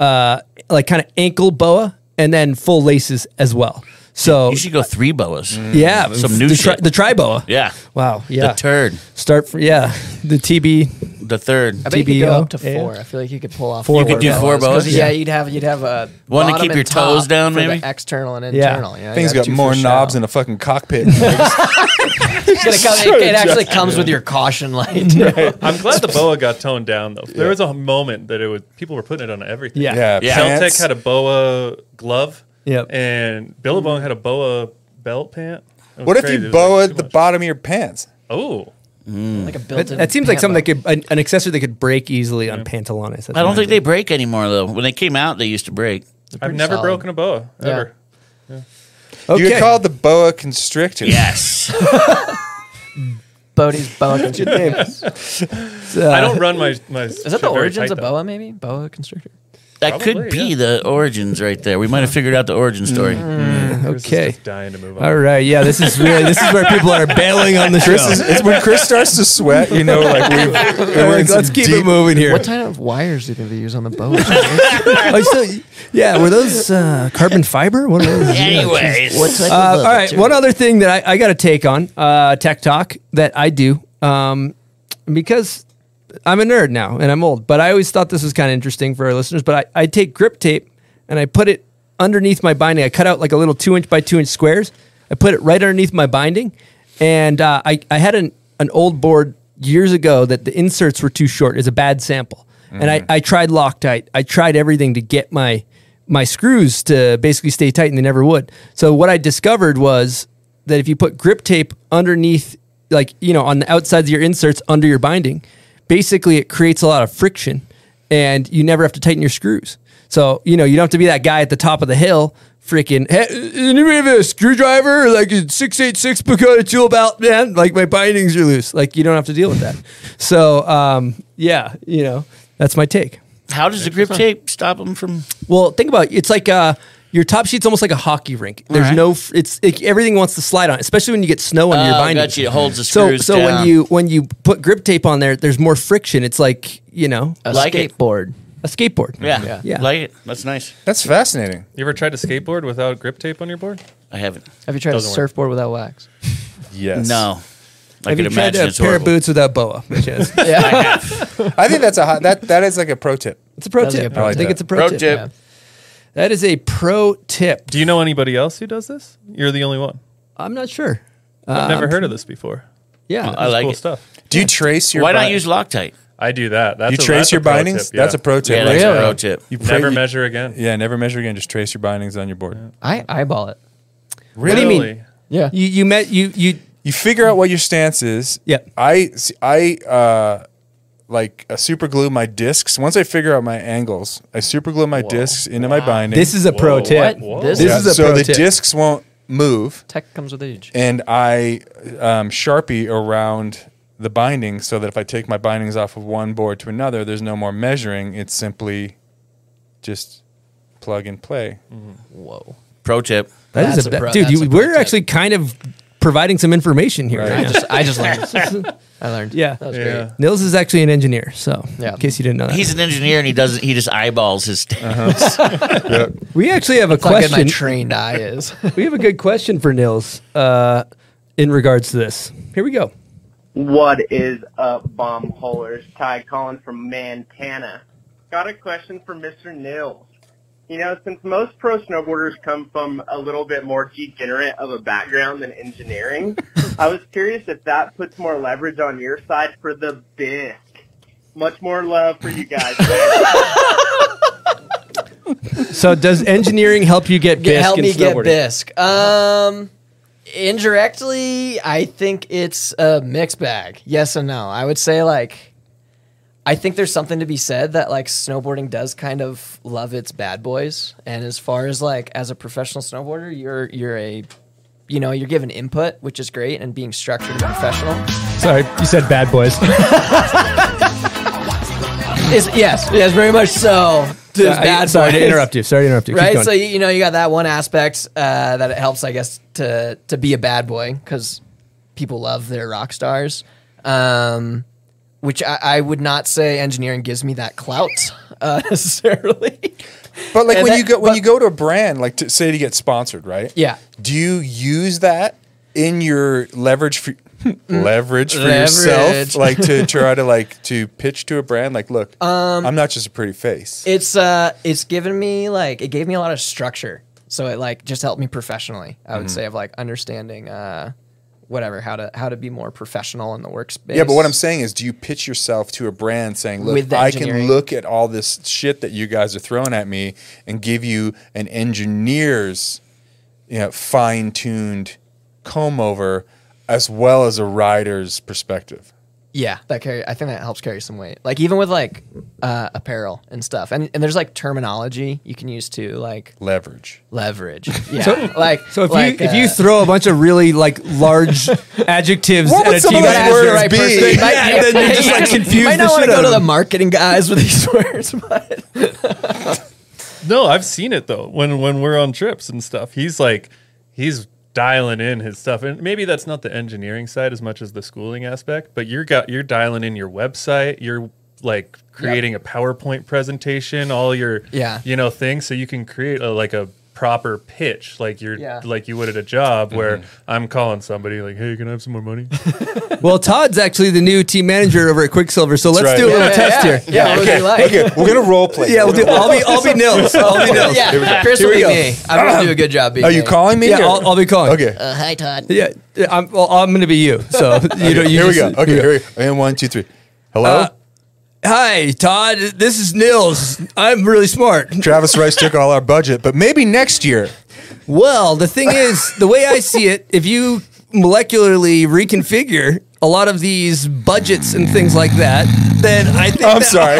[SPEAKER 3] uh, like kind of ankle boa and then full laces as well. So
[SPEAKER 6] You should go three boas.
[SPEAKER 3] yeah,
[SPEAKER 6] some new
[SPEAKER 3] the,
[SPEAKER 6] shit.
[SPEAKER 3] the tri boa.
[SPEAKER 6] yeah.
[SPEAKER 3] Wow. Yeah.
[SPEAKER 6] The turd.
[SPEAKER 3] Start from yeah. The TB.
[SPEAKER 6] The third.
[SPEAKER 4] I bet you could go
[SPEAKER 3] TBO.
[SPEAKER 4] up to four. I feel like you could pull off
[SPEAKER 3] Four You could do
[SPEAKER 6] four boas?
[SPEAKER 4] 'Cause, Yeah.
[SPEAKER 6] Yeah.
[SPEAKER 4] you'd have you'd have a
[SPEAKER 6] One to
[SPEAKER 4] bottom
[SPEAKER 6] keep
[SPEAKER 4] and
[SPEAKER 6] your toes
[SPEAKER 4] top
[SPEAKER 6] down,
[SPEAKER 4] for the
[SPEAKER 6] maybe?
[SPEAKER 4] external and
[SPEAKER 6] Yeah.
[SPEAKER 4] internal. you know, you
[SPEAKER 2] Things
[SPEAKER 4] have
[SPEAKER 2] got
[SPEAKER 4] two for
[SPEAKER 2] more
[SPEAKER 4] show.
[SPEAKER 2] knobs than a fucking cockpit.
[SPEAKER 4] It's gonna come-
[SPEAKER 5] Sure,
[SPEAKER 4] it actually
[SPEAKER 5] Jeff.
[SPEAKER 4] comes with your caution light.
[SPEAKER 5] Right. I'm glad the boa got toned down though. There was a moment that it was people were putting it on everything.
[SPEAKER 2] Yeah. Yeah,
[SPEAKER 5] Celtic
[SPEAKER 2] pants.
[SPEAKER 5] had a boa glove.
[SPEAKER 2] Yep.
[SPEAKER 5] And Billabong had a boa belt pant. It was
[SPEAKER 2] What if
[SPEAKER 5] crazy.
[SPEAKER 2] you
[SPEAKER 5] It was like-
[SPEAKER 2] boa the bottom of your pants?
[SPEAKER 5] Oh.
[SPEAKER 4] Like a
[SPEAKER 3] That, that seems like something that could an, an accessory that could break easily on pantalones. That's
[SPEAKER 6] I don't
[SPEAKER 3] my
[SPEAKER 6] think
[SPEAKER 3] idea.
[SPEAKER 6] they break anymore though. When they came out, they used to break.
[SPEAKER 5] I've never broken a boa
[SPEAKER 3] Yeah.
[SPEAKER 5] ever.
[SPEAKER 2] You get called the boa constrictor.
[SPEAKER 6] Yes.
[SPEAKER 4] Bodie's boa constrictor.
[SPEAKER 3] Uh,
[SPEAKER 5] I don't run my my.
[SPEAKER 4] Is that the origins of boa? Maybe boa constrictor.
[SPEAKER 6] That could be the origins right there. We might have figured out the origin story.
[SPEAKER 3] Mm. Okay.
[SPEAKER 5] dying to move
[SPEAKER 3] All right. Yeah. This is really this is where people are bailing on the show.
[SPEAKER 2] Chris is, it's when Chris starts to sweat, you know, like we've, we're in some
[SPEAKER 3] Let's keep
[SPEAKER 2] deep-
[SPEAKER 3] it moving here.
[SPEAKER 4] What kind of wires do you think they use on the boa?
[SPEAKER 3] Oh, so- yeah, were those uh, carbon fiber? What are those?
[SPEAKER 4] Anyways. What type of
[SPEAKER 3] Uh, all
[SPEAKER 4] leather
[SPEAKER 3] right.
[SPEAKER 4] material?
[SPEAKER 3] One other thing that I, I got to take on uh, tech talk that I do um, because I'm a nerd now and I'm old, but I always thought this was kind of interesting for our listeners. But I, I take grip tape and I put it underneath my binding. I cut out like a little two inch by two inch squares. I put it right underneath my binding, and uh, I I had an an old board years ago that the inserts were too short. It's a bad sample, and I
[SPEAKER 14] Mhm.
[SPEAKER 3] I tried Loctite. I tried everything to get my my screws to basically stay tight, and they never would. So what I discovered was that if you put grip tape underneath, like you know, on the outsides of your inserts under your binding, basically it creates a lot of friction, and you never have to tighten your screws. So you know you don't have to be that guy at the top of the hill. Freaking, hey, anybody have a screwdriver like a six eight six Pagoda tool belt, man? Like my bindings are loose. Like you don't have to deal with that. So um, yeah, you know that's my take.
[SPEAKER 6] How does the grip tape stop them from?
[SPEAKER 3] Well, think about it. it's like uh, your top sheet's almost like a hockey rink. There's
[SPEAKER 6] All right.
[SPEAKER 3] no, f- it's it, everything wants to slide on, it, especially when you get snow under your
[SPEAKER 6] Oh,
[SPEAKER 3] binding.
[SPEAKER 6] gotcha. It holds the
[SPEAKER 3] so,
[SPEAKER 6] screws
[SPEAKER 3] So
[SPEAKER 6] down.
[SPEAKER 3] when you when you put grip tape on there, there's more friction. It's like you know
[SPEAKER 6] A Like it.
[SPEAKER 3] skateboard, a skateboard.
[SPEAKER 6] Yeah.
[SPEAKER 3] yeah.
[SPEAKER 6] Like it. That's nice.
[SPEAKER 2] That's fascinating.
[SPEAKER 5] You ever tried to skateboard without grip tape on your board?
[SPEAKER 6] I haven't.
[SPEAKER 4] Have you tried
[SPEAKER 5] Doesn't
[SPEAKER 4] a
[SPEAKER 5] work.
[SPEAKER 4] surfboard without wax?
[SPEAKER 2] Yes.
[SPEAKER 6] No. I
[SPEAKER 3] Have
[SPEAKER 6] could
[SPEAKER 3] you tried
[SPEAKER 6] imagine
[SPEAKER 3] a
[SPEAKER 6] it's
[SPEAKER 3] pair
[SPEAKER 6] horrible.
[SPEAKER 3] of boots without boa? Yes.
[SPEAKER 2] I think that's a hot, that that is like a pro tip.
[SPEAKER 3] It's a pro That's a tip. good pro I think tip. it's a pro Pro tip, tip. yeah. That is a pro tip.
[SPEAKER 5] Do you know anybody else who does this? You're the only one.
[SPEAKER 3] I'm not sure.
[SPEAKER 5] I've never
[SPEAKER 3] Um,
[SPEAKER 5] heard of this before.
[SPEAKER 3] Yeah,
[SPEAKER 5] This is cool stuff.
[SPEAKER 2] Do you trace your?
[SPEAKER 5] Why
[SPEAKER 2] bi-
[SPEAKER 5] not use Loctite? I do that. That's
[SPEAKER 2] you
[SPEAKER 5] a-
[SPEAKER 2] trace
[SPEAKER 5] that's a
[SPEAKER 2] your
[SPEAKER 5] pro
[SPEAKER 2] bindings.
[SPEAKER 5] tip, yeah.
[SPEAKER 2] That's a pro tip.
[SPEAKER 5] Yeah,
[SPEAKER 2] right
[SPEAKER 5] that's a
[SPEAKER 2] there.
[SPEAKER 5] pro tip. Never measure again.
[SPEAKER 2] Yeah, never measure again. Just trace your bindings on your board.
[SPEAKER 4] I eyeball it.
[SPEAKER 3] What do you mean? Really?
[SPEAKER 4] Yeah.
[SPEAKER 3] You you met you you
[SPEAKER 2] you figure out what your stance is.
[SPEAKER 3] Yeah.
[SPEAKER 2] I see, I uh like uh, super glue my discs. Once I figure out my angles, I super glue my discs into my binding.
[SPEAKER 3] This is a pro Whoa. tip. What? This
[SPEAKER 2] Yeah,
[SPEAKER 3] is a
[SPEAKER 2] so
[SPEAKER 3] pro
[SPEAKER 2] the
[SPEAKER 3] tip.
[SPEAKER 2] discs won't move.
[SPEAKER 4] Tech comes with age.
[SPEAKER 2] And I um, sharpie around the binding so that if I take my bindings off of one board to another, there's no more measuring. It's simply just plug and play.
[SPEAKER 4] Whoa.
[SPEAKER 6] Pro tip.
[SPEAKER 3] That is a, that- dude. You, we're actually kind of providing some information here.
[SPEAKER 4] I just I just learned. I learned.
[SPEAKER 3] Yeah.
[SPEAKER 4] That was great.
[SPEAKER 3] Nils is actually an engineer, so in case you didn't know that,
[SPEAKER 6] He's an engineer and he doesn't. He just eyeballs his
[SPEAKER 3] Uh-huh.
[SPEAKER 6] stance.
[SPEAKER 3] We actually have a
[SPEAKER 4] That's how good
[SPEAKER 3] question.
[SPEAKER 4] my trained eye is.
[SPEAKER 3] we have a good question for Nils uh, in regards to this. Here we go.
[SPEAKER 16] What is up, bomb holers? Ty calling from Montana. Got a question for Mr. Nils. You know, since most pro snowboarders come from a little bit more degenerate of a background than engineering, I was curious if that puts more leverage on your side for the BISC. Much more love for you guys.
[SPEAKER 3] So, does engineering help you get bisque?
[SPEAKER 4] Get, help
[SPEAKER 3] in
[SPEAKER 4] me get
[SPEAKER 3] snowboarding?
[SPEAKER 4] bisque. Um, indirectly, I think it's a mixed bag. Yes and no. I would say like, I think there's something to be said that like snowboarding does kind of love its bad boys. And as far as like as a professional snowboarder, you're you're a you know, you're given input, which is great, and being structured and professional
[SPEAKER 3] Sorry, you said bad boys.
[SPEAKER 4] is yes, yes, very much so. There's
[SPEAKER 3] Yeah, I-
[SPEAKER 4] bad
[SPEAKER 3] sorry to
[SPEAKER 4] boys.
[SPEAKER 3] interrupt you. Sorry to interrupt you. Keep
[SPEAKER 4] right?
[SPEAKER 3] going.
[SPEAKER 4] So you, you know you got that one aspect uh, that it helps, I guess, to to be a bad boy because people love their rock stars. Um, which I, I would not say engineering gives me that clout uh, necessarily.
[SPEAKER 2] But like
[SPEAKER 4] And
[SPEAKER 2] when
[SPEAKER 4] that-
[SPEAKER 2] you go when you go to a brand, like to say to get sponsored, right?
[SPEAKER 4] Yeah.
[SPEAKER 2] Do you use that in your leverage for leverage for yourself?
[SPEAKER 4] Leverage.
[SPEAKER 2] Like to try to like to pitch to a brand, like, look,
[SPEAKER 4] Um,
[SPEAKER 2] I'm not just a pretty face.
[SPEAKER 4] It's uh, it's given me like it gave me a lot of structure. So it like just helped me professionally. I would
[SPEAKER 3] Mm-hmm.
[SPEAKER 2] Mhm.
[SPEAKER 4] say of like understanding uh, whatever how to how to be more professional in the workspace.
[SPEAKER 2] Yeah, but what I'm saying is, do you pitch yourself to a brand saying,
[SPEAKER 4] With
[SPEAKER 2] "Look,
[SPEAKER 4] the
[SPEAKER 2] I can
[SPEAKER 4] engineering.
[SPEAKER 2] look at all this shit that you guys are throwing at me and give you an engineer's, you know, fine-tuned comb over, as well as a rider's perspective."
[SPEAKER 4] Yeah, that carry. I think that helps carry some weight. Like even with like uh, apparel and stuff, and and there's like terminology you can use to like
[SPEAKER 2] leverage,
[SPEAKER 4] leverage. Yeah,
[SPEAKER 3] So-
[SPEAKER 4] like
[SPEAKER 3] So if
[SPEAKER 4] like,
[SPEAKER 3] you if
[SPEAKER 4] uh,
[SPEAKER 3] you throw a bunch of really like large adjectives
[SPEAKER 4] uh, What
[SPEAKER 3] at
[SPEAKER 4] would
[SPEAKER 3] a
[SPEAKER 4] some
[SPEAKER 3] team,
[SPEAKER 4] of those
[SPEAKER 3] that's
[SPEAKER 4] words
[SPEAKER 3] the right
[SPEAKER 4] be?
[SPEAKER 3] person,
[SPEAKER 4] You might-
[SPEAKER 3] yeah, then you're just like confused.
[SPEAKER 4] You might
[SPEAKER 3] the
[SPEAKER 4] not want
[SPEAKER 3] shit
[SPEAKER 4] to
[SPEAKER 3] out
[SPEAKER 4] go to
[SPEAKER 3] of
[SPEAKER 4] the
[SPEAKER 3] them.
[SPEAKER 4] marketing guys with these words, but
[SPEAKER 5] No, I've seen it though. When when we're on trips and stuff, he's like he's dialing in his stuff. And maybe that's not the engineering side as much as the schooling aspect, but you're got you're dialing in your website, you're like creating a PowerPoint presentation, all your
[SPEAKER 4] Yeah.
[SPEAKER 5] you know things so you can create a, like a proper pitch, like you're
[SPEAKER 4] Yeah.
[SPEAKER 5] like you would at a job, where I'm calling somebody like, "Hey, can I have some more money?"
[SPEAKER 3] Well, Todd's actually the new team manager over at Quicksilver, so let's
[SPEAKER 5] right.
[SPEAKER 3] do a little
[SPEAKER 5] Yeah,
[SPEAKER 3] test
[SPEAKER 5] yeah,
[SPEAKER 3] here.
[SPEAKER 5] yeah. Yeah, Yeah, okay, okay. okay, we're gonna role play.
[SPEAKER 3] Yeah, we'll do.
[SPEAKER 5] We're gonna
[SPEAKER 3] I'll be. I'll be Nils. I'll be Nils.
[SPEAKER 4] Yeah,
[SPEAKER 3] Here we go.
[SPEAKER 4] Chris will
[SPEAKER 3] Here we
[SPEAKER 4] be
[SPEAKER 3] go.
[SPEAKER 4] me. I'm gonna do a good job being
[SPEAKER 3] Are you
[SPEAKER 4] me.
[SPEAKER 3] calling me,
[SPEAKER 4] Yeah,
[SPEAKER 3] or-
[SPEAKER 4] I'll,
[SPEAKER 3] I'll be calling.
[SPEAKER 2] Okay.
[SPEAKER 6] Uh, hi, Todd.
[SPEAKER 3] Yeah, I'm. Well, I'm going to be you. So you
[SPEAKER 2] Okay,
[SPEAKER 3] know. You
[SPEAKER 2] here we
[SPEAKER 3] just-
[SPEAKER 2] go. Okay, here we go. And one, two, three. Hello?
[SPEAKER 3] Uh, hi, Todd. This is Nils. I'm really smart.
[SPEAKER 2] Travis Rice took all our budget, but maybe next year.
[SPEAKER 3] Well, the thing is, the way I see it, if you molecularly reconfigure a lot of these budgets and things like that, then I think
[SPEAKER 2] I'm
[SPEAKER 3] that-
[SPEAKER 2] sorry.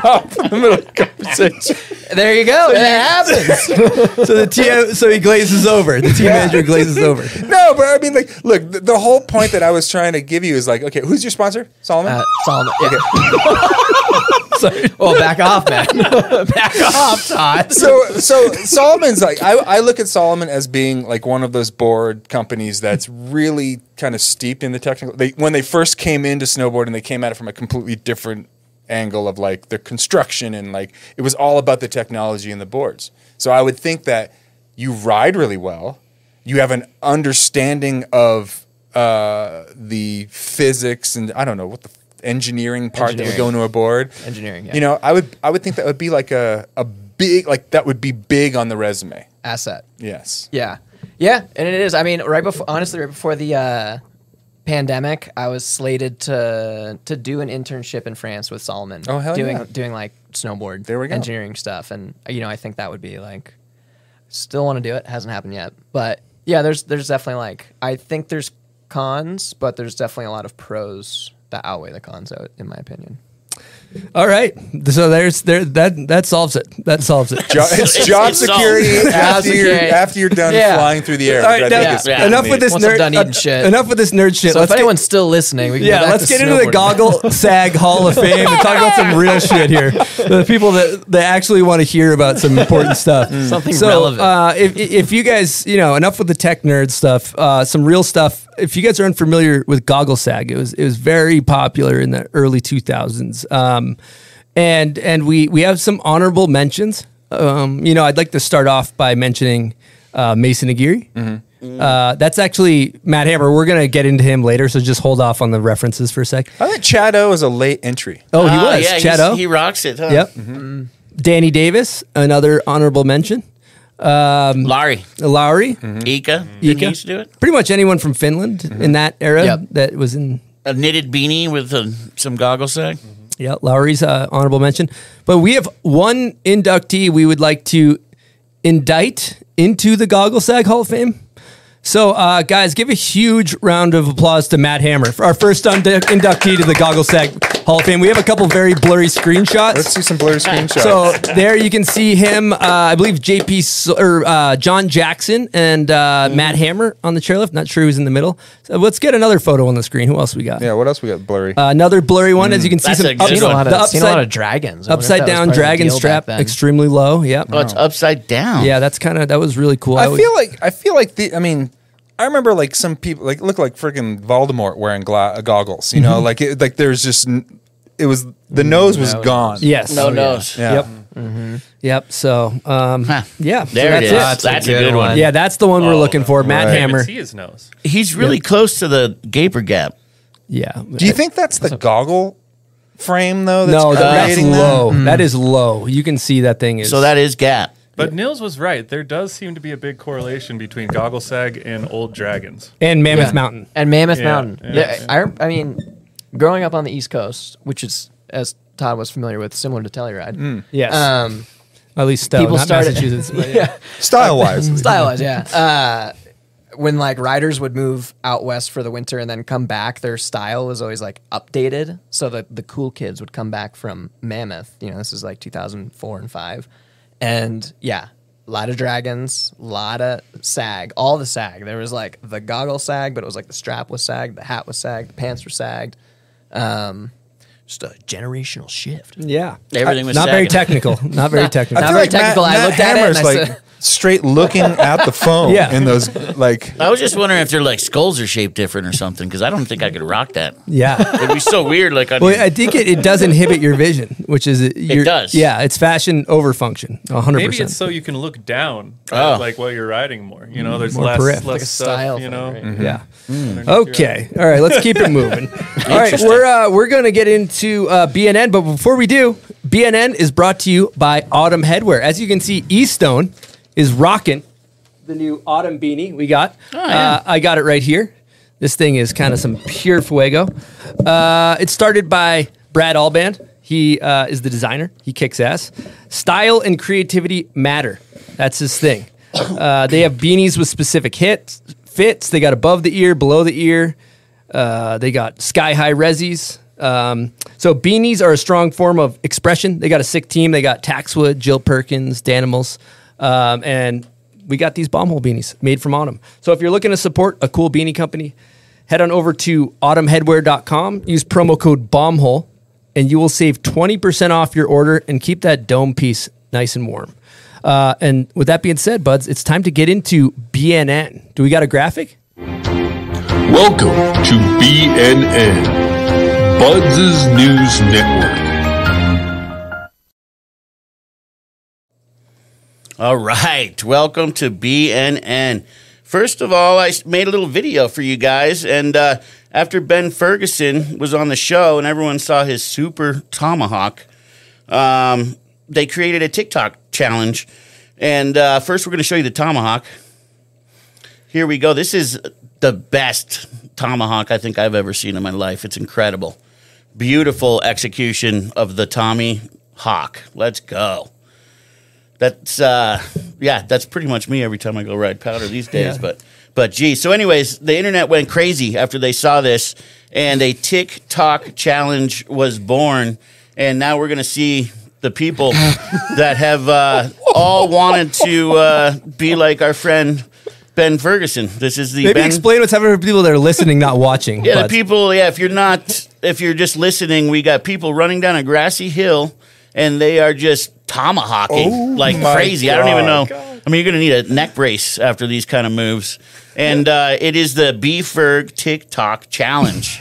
[SPEAKER 2] Stop in the middle of the conversation.
[SPEAKER 4] There you go.
[SPEAKER 3] it happens. so the TM, so he glazes over. The team manager glazes over.
[SPEAKER 2] No, but I mean, like, look, the, the whole point that I was trying to give you is like, okay, who's your sponsor? Solomon?
[SPEAKER 4] Solomon. Okay.
[SPEAKER 3] Sorry.
[SPEAKER 4] Well, back off, man. back off, Todd.
[SPEAKER 2] so so Solomon's like I, I look at Solomon as being like one of those board companies that's really kind of steeped in the technical. They when they first came into snowboarding, they came at it from a completely different angle of like their construction and like it was all about the technology and the boards. So I would think that you ride really well, you have an understanding of uh, the physics and I don't know what the engineering part that would go
[SPEAKER 4] Engineering.
[SPEAKER 2] into a board.
[SPEAKER 4] Engineering, yeah.
[SPEAKER 2] You know, I would I would think that would be like a, a big like that would be big on the resume.
[SPEAKER 4] Asset.
[SPEAKER 2] Yes.
[SPEAKER 4] Yeah. Yeah, and it is. I mean, right before, honestly, right before the uh, pandemic, I was slated to to do an internship in France with Solomon.
[SPEAKER 2] Oh, hell
[SPEAKER 4] doing,
[SPEAKER 2] yeah.
[SPEAKER 4] Doing like snowboard,
[SPEAKER 2] There we go.
[SPEAKER 4] engineering stuff, and uh, you know, I think that would be like, still want to do it. Hasn't happened yet, but yeah, there's there's definitely like, I think there's cons, but there's definitely a lot of pros that outweigh the cons, uh, in my opinion.
[SPEAKER 3] All right. So there's there that that solves it. That solves it.
[SPEAKER 2] Jo- it's job security after you're after you're done
[SPEAKER 3] Yeah.
[SPEAKER 2] flying through the air.
[SPEAKER 3] All
[SPEAKER 2] which
[SPEAKER 3] right,
[SPEAKER 2] I
[SPEAKER 3] now-
[SPEAKER 2] think is
[SPEAKER 3] yeah.
[SPEAKER 2] pretty
[SPEAKER 3] enough
[SPEAKER 2] neat.
[SPEAKER 3] with this
[SPEAKER 4] Once I'm
[SPEAKER 3] nerd
[SPEAKER 4] done eating
[SPEAKER 3] uh,
[SPEAKER 4] shit.
[SPEAKER 3] Enough with this nerd shit.
[SPEAKER 4] So
[SPEAKER 3] let's
[SPEAKER 4] if
[SPEAKER 3] get-
[SPEAKER 4] anyone's still listening, we can go
[SPEAKER 3] yeah,
[SPEAKER 4] back to
[SPEAKER 3] let's get into the
[SPEAKER 4] snowboarding.
[SPEAKER 3] Goggle SAG Hall of Fame and talk about some real shit here. The people that, that actually want to hear about some important stuff,
[SPEAKER 4] Mm. Something
[SPEAKER 3] so,
[SPEAKER 4] relevant.
[SPEAKER 3] Uh, if if you guys, you know, enough with the tech nerd stuff, uh, some real stuff. If you guys are unfamiliar with Goggle SAG, it was it was very popular in the early two thousands. Um, and and we we have some honorable mentions. Um, you know, I'd like to start off by mentioning uh, Mason Aguirre.
[SPEAKER 4] Mm-hmm.
[SPEAKER 3] Uh, that's actually Matt Hammer. We're gonna get into him later, so just hold off on the references for a sec.
[SPEAKER 2] I think Chad O is a late entry.
[SPEAKER 3] Oh, he
[SPEAKER 6] Ah,
[SPEAKER 3] was
[SPEAKER 6] yeah, he's-
[SPEAKER 3] Chad O.
[SPEAKER 6] He rocks it. Huh?
[SPEAKER 3] Yep. Mm-hmm. Danny Davis, another honorable mention. Um,
[SPEAKER 6] Larry.
[SPEAKER 3] Lowry.
[SPEAKER 6] Ika.
[SPEAKER 3] Mm-hmm. Ika.
[SPEAKER 6] Ika used to do it.
[SPEAKER 3] Pretty much anyone from Finland in that era
[SPEAKER 6] Yep.
[SPEAKER 3] that was in.
[SPEAKER 6] A knitted beanie with uh, some goggles. Sack.
[SPEAKER 3] Yeah, Lowry's uh, honorable mention. But we have one inductee we would like to indict into the Goggle Sag Hall of Fame. So, uh, guys, give a huge round of applause to Matt Hammer, for our first und- inductee to the Goggle Sag Hall of Fame. We have a couple very blurry screenshots.
[SPEAKER 2] Let's do some blurry screenshots.
[SPEAKER 3] So there you can see him. Uh, I believe JP S- or uh, John Jackson and uh, Matt Hammer on the chairlift. Not sure who's in the middle. So let's get another photo on the screen. Who else we got?
[SPEAKER 2] yeah, what else we got blurry?
[SPEAKER 3] Uh, another blurry one, as you can see,
[SPEAKER 6] That's
[SPEAKER 3] some
[SPEAKER 6] a good
[SPEAKER 3] ups-
[SPEAKER 6] one. Seen a lot
[SPEAKER 4] of-
[SPEAKER 3] the
[SPEAKER 4] seen a lot of dragons. I wonder if
[SPEAKER 3] upside
[SPEAKER 4] that was
[SPEAKER 3] down
[SPEAKER 4] part of the
[SPEAKER 3] dragon
[SPEAKER 4] deal back
[SPEAKER 3] strap,
[SPEAKER 4] then.
[SPEAKER 3] extremely low. Yep.
[SPEAKER 6] Oh, it's upside down.
[SPEAKER 3] Yeah, that's kind of that was really cool.
[SPEAKER 2] I
[SPEAKER 3] would-
[SPEAKER 2] feel like I feel like the I mean I remember like some people like look like freaking Voldemort wearing gla- uh, goggles, you know,
[SPEAKER 3] Mhm.
[SPEAKER 2] like it like there's just n- it was the nose was
[SPEAKER 3] no
[SPEAKER 2] gone.
[SPEAKER 3] nose. Yes. No Oh, yeah. nose.
[SPEAKER 2] Mm, Yeah.
[SPEAKER 3] Yep. Yep. So, um, yeah, so
[SPEAKER 6] There it is. That's a That's a good good one. one.
[SPEAKER 3] Yeah, that's the one we're looking for. Matt
[SPEAKER 6] Right.
[SPEAKER 3] Hammer.
[SPEAKER 5] See his nose.
[SPEAKER 6] He's really close to the gaper gap.
[SPEAKER 3] Yeah.
[SPEAKER 2] Do you think that's the goggle frame though? That's
[SPEAKER 3] No, that- that's
[SPEAKER 2] creating that?
[SPEAKER 3] low. That is low. You can see that thing is.
[SPEAKER 6] So that is gap.
[SPEAKER 5] But Nils was right. There does seem to be a big correlation between goggle sag and old dragons.
[SPEAKER 3] And Mammoth
[SPEAKER 4] Yeah.
[SPEAKER 3] Mountain.
[SPEAKER 4] And Mammoth
[SPEAKER 5] Yeah,
[SPEAKER 4] Mountain.
[SPEAKER 5] yeah,
[SPEAKER 4] Yeah,
[SPEAKER 5] yeah.
[SPEAKER 4] I, I mean, growing up on the East Coast, which is, as Todd was familiar with, similar to Telluride.
[SPEAKER 3] Mm. Yes.
[SPEAKER 4] Um,
[SPEAKER 3] At least Stowe,
[SPEAKER 4] people
[SPEAKER 3] not
[SPEAKER 4] started,
[SPEAKER 3] Massachusetts, but yeah.
[SPEAKER 2] Style-wise.
[SPEAKER 4] Style-wise, yeah. Uh, when like riders would move out west for the winter and then come back, their style was always like updated, so that the cool kids would come back from Mammoth. You know, this is like 2004 and five, and yeah, a lot of dragons, a lot of sag, all the sag. There was like the goggle sag, but it was like the strap was sagged, the hat was sagged, the pants were sagged. Um, just a generational shift.
[SPEAKER 3] Yeah,
[SPEAKER 4] Everything was
[SPEAKER 3] not very
[SPEAKER 4] sagging.
[SPEAKER 3] technical. Not very
[SPEAKER 4] Not-
[SPEAKER 3] technical.
[SPEAKER 4] not very technical. I looked at it and I
[SPEAKER 2] like
[SPEAKER 4] said-
[SPEAKER 2] straight looking at the phone.
[SPEAKER 6] Yeah.
[SPEAKER 2] in those like.
[SPEAKER 6] I was just wondering if their like skulls are shaped different or something because I don't think I could rock that.
[SPEAKER 3] Yeah.
[SPEAKER 6] It'd be so weird. Like, I
[SPEAKER 3] Well,
[SPEAKER 6] mean-
[SPEAKER 3] I think it, it does inhibit your vision, which is it
[SPEAKER 6] does.
[SPEAKER 3] Yeah, it's fashion over function, hundred
[SPEAKER 5] Maybe it's
[SPEAKER 3] percent.
[SPEAKER 5] so you can look down,
[SPEAKER 3] Oh.
[SPEAKER 5] at, like while you're riding more. You know, there's
[SPEAKER 3] Mm, More
[SPEAKER 5] less,
[SPEAKER 3] periph.
[SPEAKER 5] less
[SPEAKER 3] Like a
[SPEAKER 5] stuff,
[SPEAKER 3] style
[SPEAKER 5] You
[SPEAKER 3] thing,
[SPEAKER 5] know,
[SPEAKER 3] right? Yeah. Mm-hmm. Mm. Okay, all right, let's keep it moving. all right,
[SPEAKER 5] Interesting.
[SPEAKER 3] we're uh, we're gonna get into uh, BNN, but before we do, BNN is brought to you by Autumn Headwear. As you can see, Eastone is rocking the new autumn beanie we got. Uh, I got it right here. This thing is kind of some pure fuego. Uh, it started by Brad Alband. He uh, is the designer. He kicks ass. Style and creativity matter. That's his thing. Uh, they have beanies with specific hits, fits. They got above the ear, below the ear. Uh, they got sky high resis. Um, so beanies are a strong form of expression. They got a sick team. They got Taxwood, Jill Perkins, Danimals, um, and we got these bombhole beanies made from Autumn. So if you're looking to support a cool beanie company, head on over to autumnheadwear.com. Use promo code bombhole, and you will save 20% off your order and keep that dome piece nice and warm. Uh, and with that being said, buds, it's time to get into BNN. Do we got a graphic?
[SPEAKER 1] Welcome to BNN, Buds' News Network.
[SPEAKER 6] All right, welcome to BNN. First of all, I s- made a little video for you guys, and uh, after Ben Ferguson was on the show and everyone saw his super tomahawk, um, they created a TikTok challenge. And uh, first, we're going to show you the tomahawk. Here we go. This is the best tomahawk I think I've ever seen in my life. It's incredible. Beautiful execution of the Tommy Hawk. Let's go. That's uh yeah, that's pretty much me every time I go ride powder these days,
[SPEAKER 14] Yeah.
[SPEAKER 6] but but gee. So anyways, the internet went crazy after they saw this and a TikTok challenge was born and now we're going to see the people that have uh, all wanted to uh, be like our friend Ben Ferguson. This is the
[SPEAKER 3] Maybe
[SPEAKER 6] Ben
[SPEAKER 3] explain what's happening for people that are listening, not watching.
[SPEAKER 6] yeah, the
[SPEAKER 3] buds.
[SPEAKER 6] people. Yeah, if you're not, if you're just listening, we got people running down a grassy hill, and they are just tomahawking
[SPEAKER 14] Oh
[SPEAKER 6] like
[SPEAKER 14] my
[SPEAKER 6] crazy. I don't even
[SPEAKER 14] God.
[SPEAKER 6] know. I mean, you're gonna need a neck brace after these kind of moves. And uh, it is the B Ferg TikTok challenge.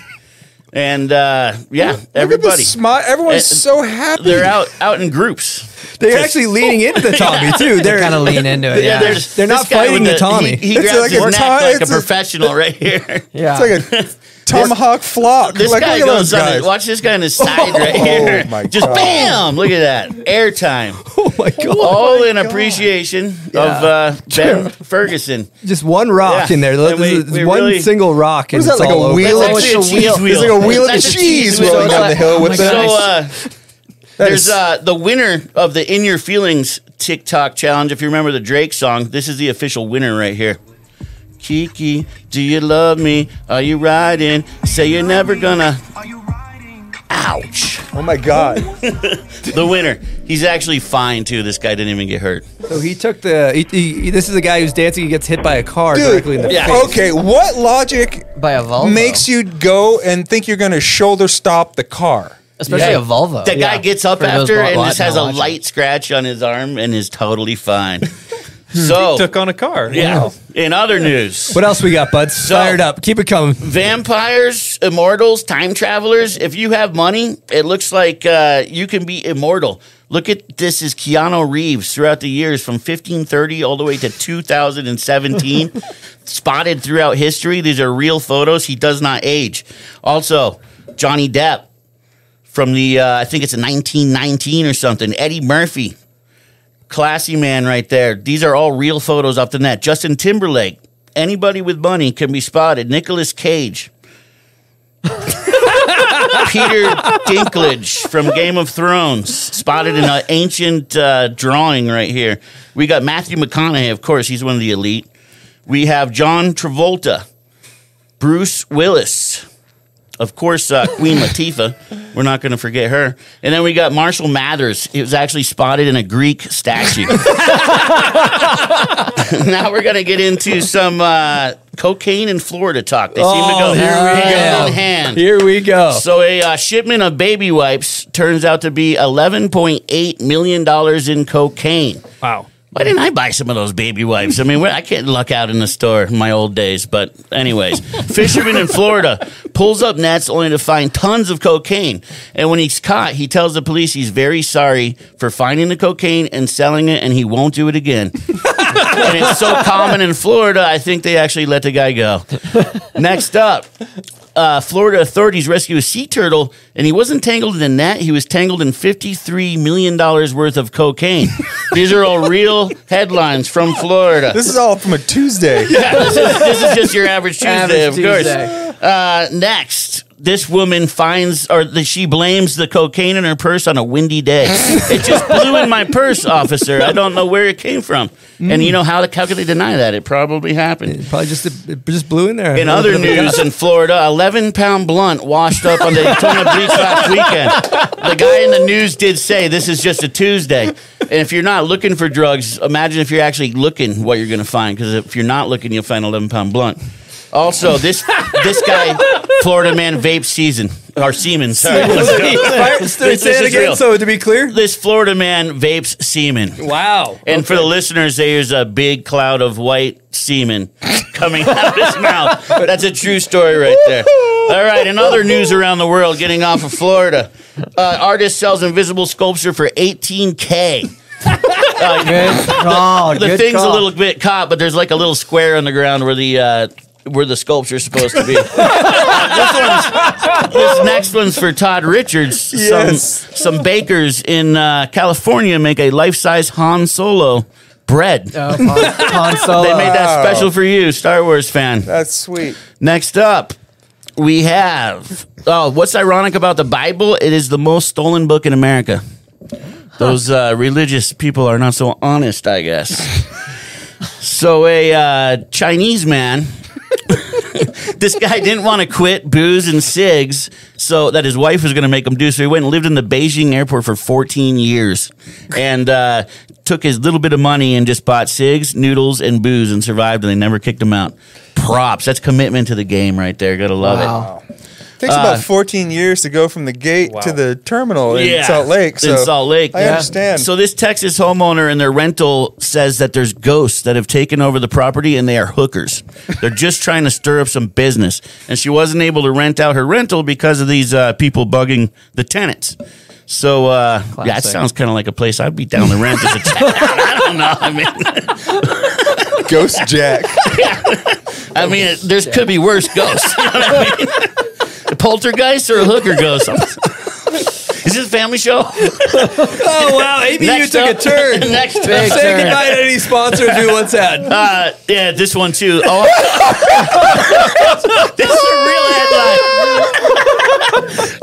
[SPEAKER 6] and uh, yeah,
[SPEAKER 2] Look at the
[SPEAKER 6] everybody.
[SPEAKER 2] smi- everyone's so happy.
[SPEAKER 6] They're out out in groups.
[SPEAKER 3] They're
[SPEAKER 6] Just-
[SPEAKER 3] actually leaning into the Tommy too. They're,
[SPEAKER 6] They're kinda leaning into it, yeah.
[SPEAKER 3] They're,
[SPEAKER 6] This
[SPEAKER 3] they're not
[SPEAKER 6] guy with
[SPEAKER 3] fighting the,
[SPEAKER 6] the-
[SPEAKER 3] Tommy.
[SPEAKER 6] he- he It's grabs like his a neck Tom- like a it's a- professional right here. Yeah.
[SPEAKER 2] It's like a tomahawk flock.
[SPEAKER 6] This
[SPEAKER 2] like,
[SPEAKER 6] guy
[SPEAKER 2] look at
[SPEAKER 6] goes
[SPEAKER 2] those
[SPEAKER 6] on his,
[SPEAKER 2] guys.
[SPEAKER 6] watch this guy on his side right
[SPEAKER 2] Oh,
[SPEAKER 6] here.
[SPEAKER 2] my
[SPEAKER 6] Just
[SPEAKER 2] God.
[SPEAKER 6] bam! Look at that. Airtime.
[SPEAKER 3] Oh my god.
[SPEAKER 6] All in appreciation of uh, Ben Ferguson.
[SPEAKER 3] Just one rock
[SPEAKER 6] Yeah.
[SPEAKER 3] in there.
[SPEAKER 6] And
[SPEAKER 3] This
[SPEAKER 6] we-
[SPEAKER 3] is
[SPEAKER 6] we
[SPEAKER 3] one
[SPEAKER 6] really-
[SPEAKER 3] single rock. And
[SPEAKER 6] What is that, like
[SPEAKER 3] it's all
[SPEAKER 6] a
[SPEAKER 3] over.
[SPEAKER 6] wheel? That's actually a It's- cheese it's wheel. like a wheel of
[SPEAKER 3] That's
[SPEAKER 6] cheese
[SPEAKER 2] cheese rolling down the hill with the-
[SPEAKER 6] so uh,
[SPEAKER 2] That
[SPEAKER 6] there's
[SPEAKER 2] is-
[SPEAKER 6] uh, the winner of the In Your Feelings TikTok challenge. If you remember the Drake song, this is the official winner right here. Kiki, do you love me? Are you riding? Say you're never gonna. Ouch!
[SPEAKER 2] Oh my god!
[SPEAKER 6] the winner. He's actually fine too. This guy didn't even get hurt.
[SPEAKER 3] So he took the. He, he, this is a guy who's dancing. He gets hit by a car directly in the
[SPEAKER 2] yeah.
[SPEAKER 3] face. Oh,
[SPEAKER 2] Okay, what logic
[SPEAKER 4] by a Volvo
[SPEAKER 2] makes you go and think you're going to shoulder stop the car?
[SPEAKER 4] Especially a Volvo.
[SPEAKER 6] The guy gets up
[SPEAKER 4] For those
[SPEAKER 6] after
[SPEAKER 4] wa-
[SPEAKER 6] and
[SPEAKER 4] wa-
[SPEAKER 6] just has a
[SPEAKER 4] watching.
[SPEAKER 6] light scratch on his arm and is totally fine. so
[SPEAKER 5] took on a car.
[SPEAKER 6] Yeah.
[SPEAKER 5] Wow.
[SPEAKER 6] In other news,
[SPEAKER 3] What else we got, buds? Fired up. Keep it coming.
[SPEAKER 6] vampires, immortals, time travelers. If you have money, it looks like uh, you can be immortal. Look at this is Keanu Reeves throughout the years from 1530 all the way to 2017, spotted throughout history. These are real photos. He does not age. Also, Johnny Depp from the uh, I think it's 1919 or something. Eddie Murphy, classy man right there. These are all real photos off the net. Justin Timberlake, anybody with money can be spotted. Nicolas Cage, Peter Dinklage from Game of Thrones, spotted in an ancient uh, drawing right here. We got Matthew McConaughey, of course, he's one of the elite. We have John Travolta, Bruce Willis, of course, uh, Queen Latifah. We're not going to forget her. And then we got Marshall Mathers. It was actually spotted in a Greek statue. now we're going to get into some uh, cocaine in Florida talk. They seem to go hand in hand.
[SPEAKER 3] Here we go.
[SPEAKER 6] So a uh, shipment of baby wipes turns out to be eleven point eight million dollars in cocaine.
[SPEAKER 3] Wow.
[SPEAKER 6] Why didn't I buy some of those baby wipes? I mean, I can't luck out in the store in my old days. But, anyways, fisherman in Florida pulls up nets only to find tons of cocaine. And when he's caught, he tells the police he's very sorry for finding the cocaine and selling it, and he won't do it again. and it's so common in Florida, I think they actually let the guy go. Next up, uh, Florida authorities rescue a sea turtle, and he wasn't tangled in a net. He was tangled in $53 million worth of cocaine. These are all real headlines from Florida.
[SPEAKER 2] This is all from a Tuesday.
[SPEAKER 6] Yeah, this is, this is just your average Tuesday,
[SPEAKER 2] Average
[SPEAKER 6] of course.
[SPEAKER 2] Tuesday.
[SPEAKER 6] Uh, next, this woman finds, or the, she blames the cocaine in her purse on a windy day. it just blew in my purse, officer. I don't know where it came from. And you know how, how could they deny that? It probably happened.
[SPEAKER 3] Probably just it just blew in there.
[SPEAKER 6] In other news in Florida, 11 pound blunt washed up on Daytona Beach last weekend. The guy in the news did say this is just a Tuesday. And if you're not looking for drugs, imagine if you're actually looking what you're going to find. Because if you're not looking, you'll find 11 pound blunt. Also, this this guy, Florida man, vape season or semen. Sorry,
[SPEAKER 3] Semen.
[SPEAKER 6] Let's go.
[SPEAKER 3] Fire- say it
[SPEAKER 6] is
[SPEAKER 3] again, so to be clear,
[SPEAKER 6] this Florida man vapes semen.
[SPEAKER 3] Wow!
[SPEAKER 6] And for the listeners, there's a big cloud of white semen coming out of his mouth. That's a true story right there. All right, in other news around the world, getting off of Florida, uh, artist sells invisible sculpture for 18K. Uh,
[SPEAKER 4] call,
[SPEAKER 6] the
[SPEAKER 4] good
[SPEAKER 6] thing's a
[SPEAKER 4] call.
[SPEAKER 6] little bit caught, but there's like a little square on the ground where the uh, where the sculpture's supposed to be. this, one's, this next one's for Todd Richards.
[SPEAKER 2] Yes.
[SPEAKER 6] Some some bakers in uh, California make a life size Han Solo bread.
[SPEAKER 4] Han
[SPEAKER 6] They made that special for you, Star Wars fan.
[SPEAKER 2] That's sweet.
[SPEAKER 6] Next up, we have. Oh, what's ironic about the Bible? It is the most stolen book in America. Those uh, religious people are not so honest, I guess. so, a uh, Chinese man. this guy didn't want to quit booze and cigs, so that his wife was going to make him do. So he went and lived in the Beijing airport for 14 years, and uh, took his little bit of money and just bought cigs, noodles, and booze, and survived. And they never kicked him out. Props. That's commitment to the game right there. Gotta love
[SPEAKER 2] Wow.
[SPEAKER 6] it.
[SPEAKER 2] takes
[SPEAKER 6] Uh,
[SPEAKER 2] about 14 years to go from the gate to the terminal in Salt Lake. So
[SPEAKER 6] in Salt Lake.
[SPEAKER 2] I
[SPEAKER 6] yeah.
[SPEAKER 2] understand.
[SPEAKER 6] So this Texas homeowner and their rental says that there's ghosts that have taken over the property and they are hookers. They're just trying to stir up some business. And she wasn't able to rent out her rental because of these uh, people bugging the tenants. So uh, yeah, that
[SPEAKER 14] Classic.
[SPEAKER 6] sounds kind of like a place I'd be down to rent as a tenant. I don't know. I mean,
[SPEAKER 2] Ghost Jack.
[SPEAKER 6] I mean, it- there's could be worse ghosts. You know what I mean? A poltergeist or a hooker ghost? Is this a family show?
[SPEAKER 3] oh wow, ABU
[SPEAKER 6] Next
[SPEAKER 3] took
[SPEAKER 6] up-
[SPEAKER 3] a turn.
[SPEAKER 6] Next up.
[SPEAKER 3] say goodbye to any sponsors we once had.
[SPEAKER 6] Uh, yeah, this one too. Oh, this is a real headline.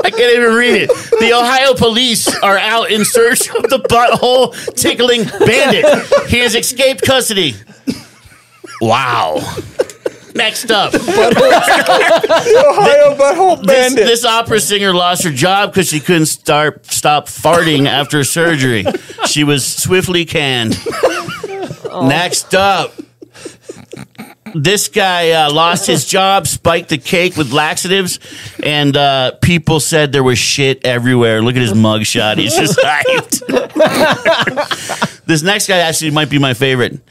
[SPEAKER 6] I can't even read it. The Ohio police are out in search of the butthole tickling bandit. He has escaped custody. Wow. Next up.
[SPEAKER 2] Ohio butthole
[SPEAKER 6] bandit. This, this opera singer lost her job because she couldn't start, stop farting after surgery. She was swiftly canned. Next up. This guy uh, lost his job, spiked the cake with laxatives, and uh, people said there was shit everywhere. Look at his mugshot. He's just hyped. this next guy actually might be my favorite.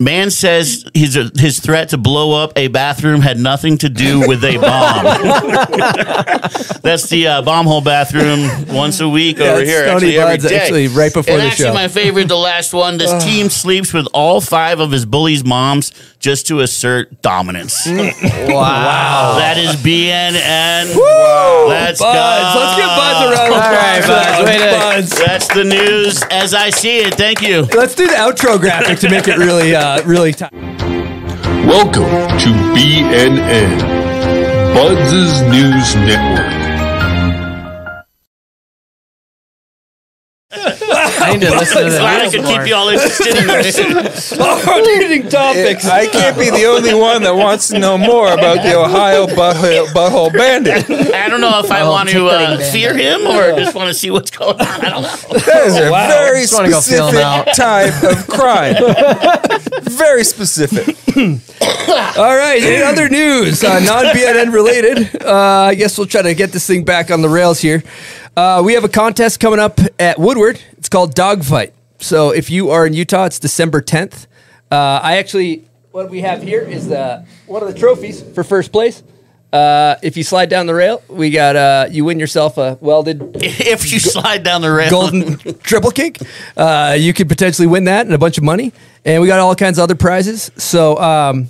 [SPEAKER 6] Man says his, his threat to blow up a bathroom had nothing to do with a bomb. That's the uh, bomb hole bathroom once a week
[SPEAKER 3] Yeah,
[SPEAKER 6] over
[SPEAKER 3] it's
[SPEAKER 6] here.
[SPEAKER 3] Stony
[SPEAKER 6] actually, every
[SPEAKER 3] Bud's
[SPEAKER 6] day.
[SPEAKER 3] actually right before
[SPEAKER 6] And
[SPEAKER 3] the
[SPEAKER 6] actually
[SPEAKER 3] show.
[SPEAKER 6] my favorite, the last one. This team sleeps with all five of his bullies' moms just to assert dominance.
[SPEAKER 3] Wow.
[SPEAKER 6] that is BNN. Let's
[SPEAKER 3] Buds.
[SPEAKER 6] go.
[SPEAKER 3] Let's give Buds a round of All right, applause. Buds. Way to- Buds.
[SPEAKER 6] That's the news as I see it. Thank you.
[SPEAKER 3] Let's do the outro graphic to make it really, uh, really tight.
[SPEAKER 1] Welcome to BNN, Buds' News Network.
[SPEAKER 4] I need to listen to the
[SPEAKER 6] Glad I
[SPEAKER 4] news
[SPEAKER 6] could
[SPEAKER 4] more.
[SPEAKER 6] keep you all interested in this.
[SPEAKER 3] Leading topics.
[SPEAKER 2] I can't be the only one that wants to know more about the Ohio butthole, butthole bandit.
[SPEAKER 6] I don't know if I
[SPEAKER 2] Oh,
[SPEAKER 6] want to
[SPEAKER 2] tickling
[SPEAKER 6] uh,
[SPEAKER 2] bandit.
[SPEAKER 6] fear him or just want to see what's going on. I don't know.
[SPEAKER 2] That is a
[SPEAKER 6] Oh, Wow.
[SPEAKER 2] very
[SPEAKER 6] Just wanna go feel him
[SPEAKER 2] specific
[SPEAKER 6] out.
[SPEAKER 2] type of crime. very specific.
[SPEAKER 3] All right. In other news, uh, non BNN related, uh, I guess we'll try to get this thing back on the rails here. Uh, we have a contest coming up at Woodward. It's called Dogfight. So if you are in Utah, it's December 10th. Uh, I actually, what we have here is uh, one of the trophies for first place. Uh, if you slide down the rail, we got uh, you win yourself a welded.
[SPEAKER 6] If you slide down the rail,
[SPEAKER 3] golden triple kick. Uh, you could potentially win that and a bunch of money. And we got all kinds of other prizes. So um,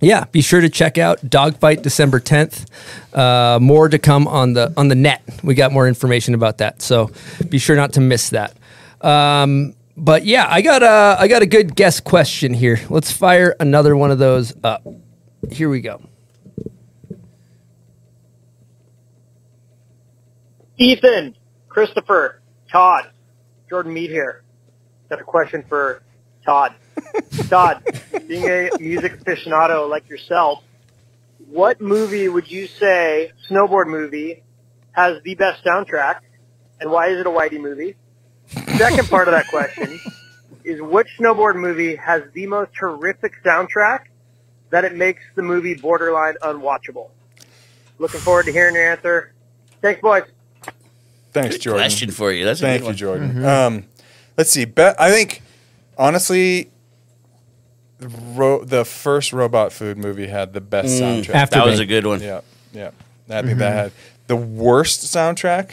[SPEAKER 3] yeah, be sure to check out Dogfight December 10th. Uh, more to come on the on the net. We got more information about that, so be sure not to miss that. Um, but yeah, I got a I got a good guess question here. Let's fire another one of those up. Here we go.
[SPEAKER 16] Ethan, Christopher, Todd, Jordan Mead here. Got a question for Todd. Todd, being a music aficionado like yourself, what movie would you say, snowboard movie, has the best soundtrack, and why is it a Whitey movie? Second part of that question is which snowboard movie has the most terrific soundtrack that it makes the movie borderline unwatchable? Looking forward to hearing your answer. Thanks, boys.
[SPEAKER 2] Thanks, Jordan.
[SPEAKER 6] Question for you. That's a
[SPEAKER 2] thank
[SPEAKER 6] good one.
[SPEAKER 2] you, Jordan. Um, let's see. Be- I think honestly, ro- the first robot food movie had the best
[SPEAKER 6] Mm,
[SPEAKER 2] soundtrack.
[SPEAKER 6] After That was Bang. a good one.
[SPEAKER 2] Yeah, yeah. I think
[SPEAKER 6] Mhm.
[SPEAKER 2] that had the worst soundtrack.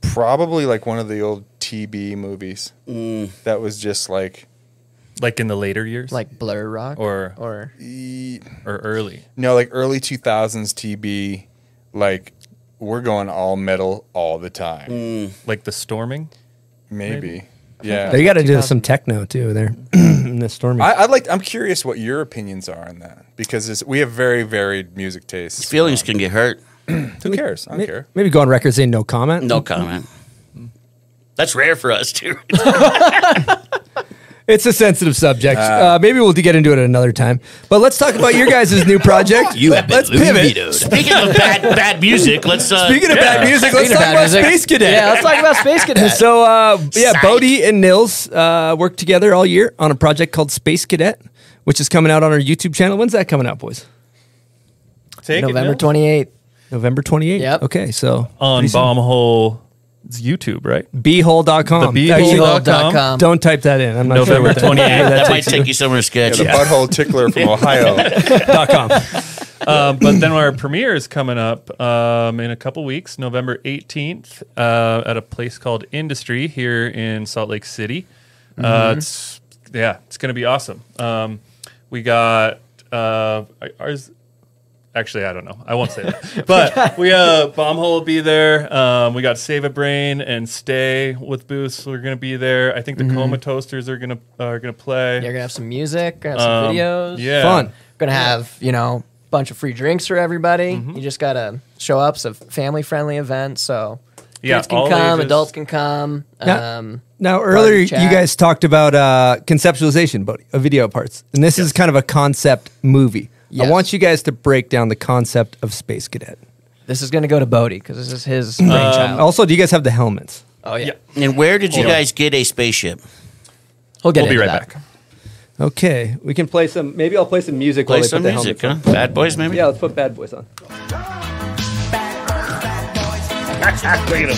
[SPEAKER 2] Probably like one of the old TB movies
[SPEAKER 6] Mm.
[SPEAKER 2] that was just like,
[SPEAKER 5] like in the later years,
[SPEAKER 4] like Blur Rock
[SPEAKER 5] or
[SPEAKER 4] or
[SPEAKER 5] or early.
[SPEAKER 2] e, No, like early 2000s TB, like we're going all metal all the time.
[SPEAKER 6] Mm.
[SPEAKER 5] Like the storming?
[SPEAKER 2] Maybe.
[SPEAKER 3] Maybe.
[SPEAKER 2] Yeah.
[SPEAKER 3] They got to do some techno too there in the stormy.
[SPEAKER 2] I, I'd like. I'm curious what your opinions are on that because it's, we have very varied music tastes.
[SPEAKER 6] Feelings can get hurt.
[SPEAKER 2] Who cares? I don't care.
[SPEAKER 3] Maybe go on record saying no comment.
[SPEAKER 6] No comment. That's rare for us too.
[SPEAKER 3] It's a sensitive subject. Uh, maybe we'll get into it another time. But let's talk about your guys' new project. You have been let's pivot.
[SPEAKER 6] Speaking of bad, bad music, let's. Uh,
[SPEAKER 3] Speaking of bad music, let's talk about Space Cadet. so, uh, yeah,
[SPEAKER 6] Psych.
[SPEAKER 3] Bodie and Nils uh, work together all year on a project called Space Cadet, which is coming out on our YouTube channel. When's that coming out, boys?
[SPEAKER 5] Take it,
[SPEAKER 4] November
[SPEAKER 5] Nils.
[SPEAKER 4] twenty eighth.
[SPEAKER 3] November 28th. Yep. Okay, so.
[SPEAKER 5] on
[SPEAKER 3] pretty soon.
[SPEAKER 5] Bombhole. It's YouTube, right?
[SPEAKER 3] Beehole.com.
[SPEAKER 5] The
[SPEAKER 3] Actually,
[SPEAKER 5] beehole.com.
[SPEAKER 3] Don't type that in. I'm not sure
[SPEAKER 5] November
[SPEAKER 3] what that-
[SPEAKER 5] 28th.
[SPEAKER 3] where
[SPEAKER 5] That
[SPEAKER 6] might
[SPEAKER 3] takes
[SPEAKER 6] take you somewhere sketchy.
[SPEAKER 2] Yeah, the butthole tickler from Ohio.
[SPEAKER 3] dot com.
[SPEAKER 5] Um, but then our premiere is coming up um, in a couple weeks, November 18th, uh, at a place called Industry here in Salt Lake City. Uh,
[SPEAKER 14] Mhm.
[SPEAKER 5] it's yeah, it's gonna be awesome. Um, we got uh, ours. Actually, I don't know. I won't say that. But we uh, Bombhole will be there. Um, we got Save a Brain and Stay with Boost. We're gonna be there. I think the
[SPEAKER 4] Mhm.
[SPEAKER 5] Coma Toasters are gonna are gonna play.
[SPEAKER 4] You're gonna have some music, gonna have some
[SPEAKER 5] Um,
[SPEAKER 4] videos.
[SPEAKER 5] yeah. Fun.
[SPEAKER 4] Gonna have you know a bunch of free drinks for everybody. You just gotta show up. It's a family friendly event, so
[SPEAKER 5] Yeah,
[SPEAKER 4] kids can
[SPEAKER 5] all
[SPEAKER 4] come,
[SPEAKER 5] ages.
[SPEAKER 4] adults can come.
[SPEAKER 3] Now-
[SPEAKER 4] Um,
[SPEAKER 3] Now, earlier you
[SPEAKER 4] chat.
[SPEAKER 3] guys talked about uh, conceptualization, buddy, of video parts, and this is kind of a concept movie. I want you guys to break down the concept of Space Cadet.
[SPEAKER 4] this is gonna go to Bodie because this is his
[SPEAKER 3] Um,
[SPEAKER 4] brainchild.
[SPEAKER 3] also, do you guys have the helmets?
[SPEAKER 4] oh yeah.
[SPEAKER 6] And where did you
[SPEAKER 4] Hold on.
[SPEAKER 6] guys get a spaceship?
[SPEAKER 4] We'll
[SPEAKER 3] get We'll be
[SPEAKER 6] be
[SPEAKER 3] into
[SPEAKER 6] right
[SPEAKER 3] right that.
[SPEAKER 6] back.
[SPEAKER 3] Okay, we can play some. Maybe I'll play some music.
[SPEAKER 6] Play
[SPEAKER 3] while they
[SPEAKER 6] some
[SPEAKER 3] put the
[SPEAKER 6] music, huh?
[SPEAKER 3] helmets on.
[SPEAKER 6] Bad Boys, maybe.
[SPEAKER 3] Yeah, let's put Bad Boys on.
[SPEAKER 6] Look at him.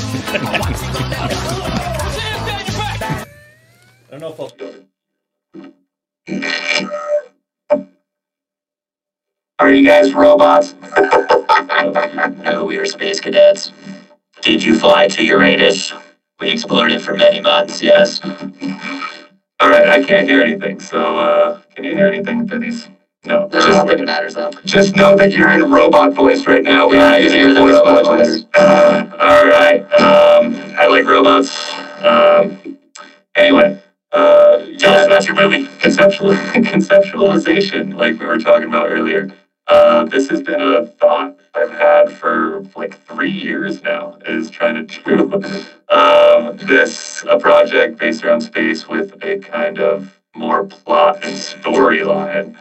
[SPEAKER 5] I don't know if I'll.
[SPEAKER 17] Are you guys robots? no, we are space cadets. Did you fly to Uranus? We explored it for many months, yes. Alright, I can't hear anything, so uh, can you hear anything, Vinny's? No, just not really matters up. Just know that you're in robot voice right now. We're not using your voice modulars. Alright, um, I like robots. Um, anyway, uh, tell us about your movie. Conceptual, conceptualization, like we were talking about earlier. Uh, this has been a thought I've had for like three years now, is trying to do um, this, a project based around space with a kind of more plot and storyline.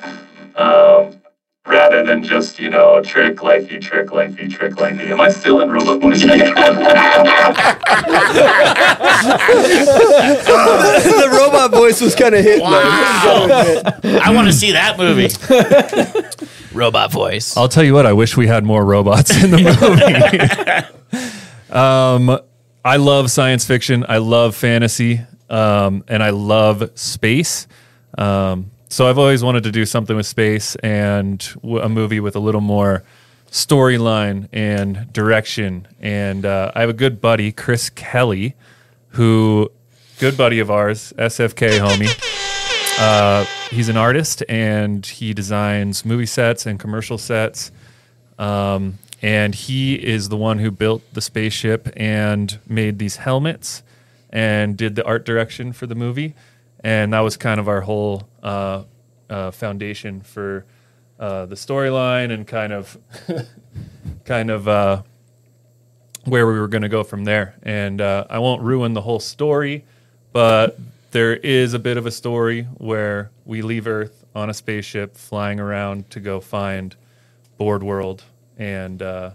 [SPEAKER 17] Um, rather than just, you know, trick lifey, trick lifey, trick lifey. Am I still in robot voice?
[SPEAKER 3] the robot voice was kind of hit.
[SPEAKER 6] I want to see that movie. Robot voice.
[SPEAKER 5] I'll tell you what, I wish we had more robots in the movie. um, I love science fiction. I love fantasy, um, and I love space. Um, so I've always wanted to do something with space and w- a movie with a little more storyline and direction. And uh, I have a good buddy, Chris Kelly, who good buddy of ours, SFK homie. Uh, he's an artist and he designs movie sets and commercial sets. Um, and he is the one who built the spaceship and made these helmets and did the art direction for the movie. And that was kind of our whole uh, uh, foundation for uh, the storyline and kind of kind of uh, where we were going to go from there. And uh, I won't ruin the whole story, but there is a bit of a story where we leave Earth on a spaceship flying around to go find Board World and uh,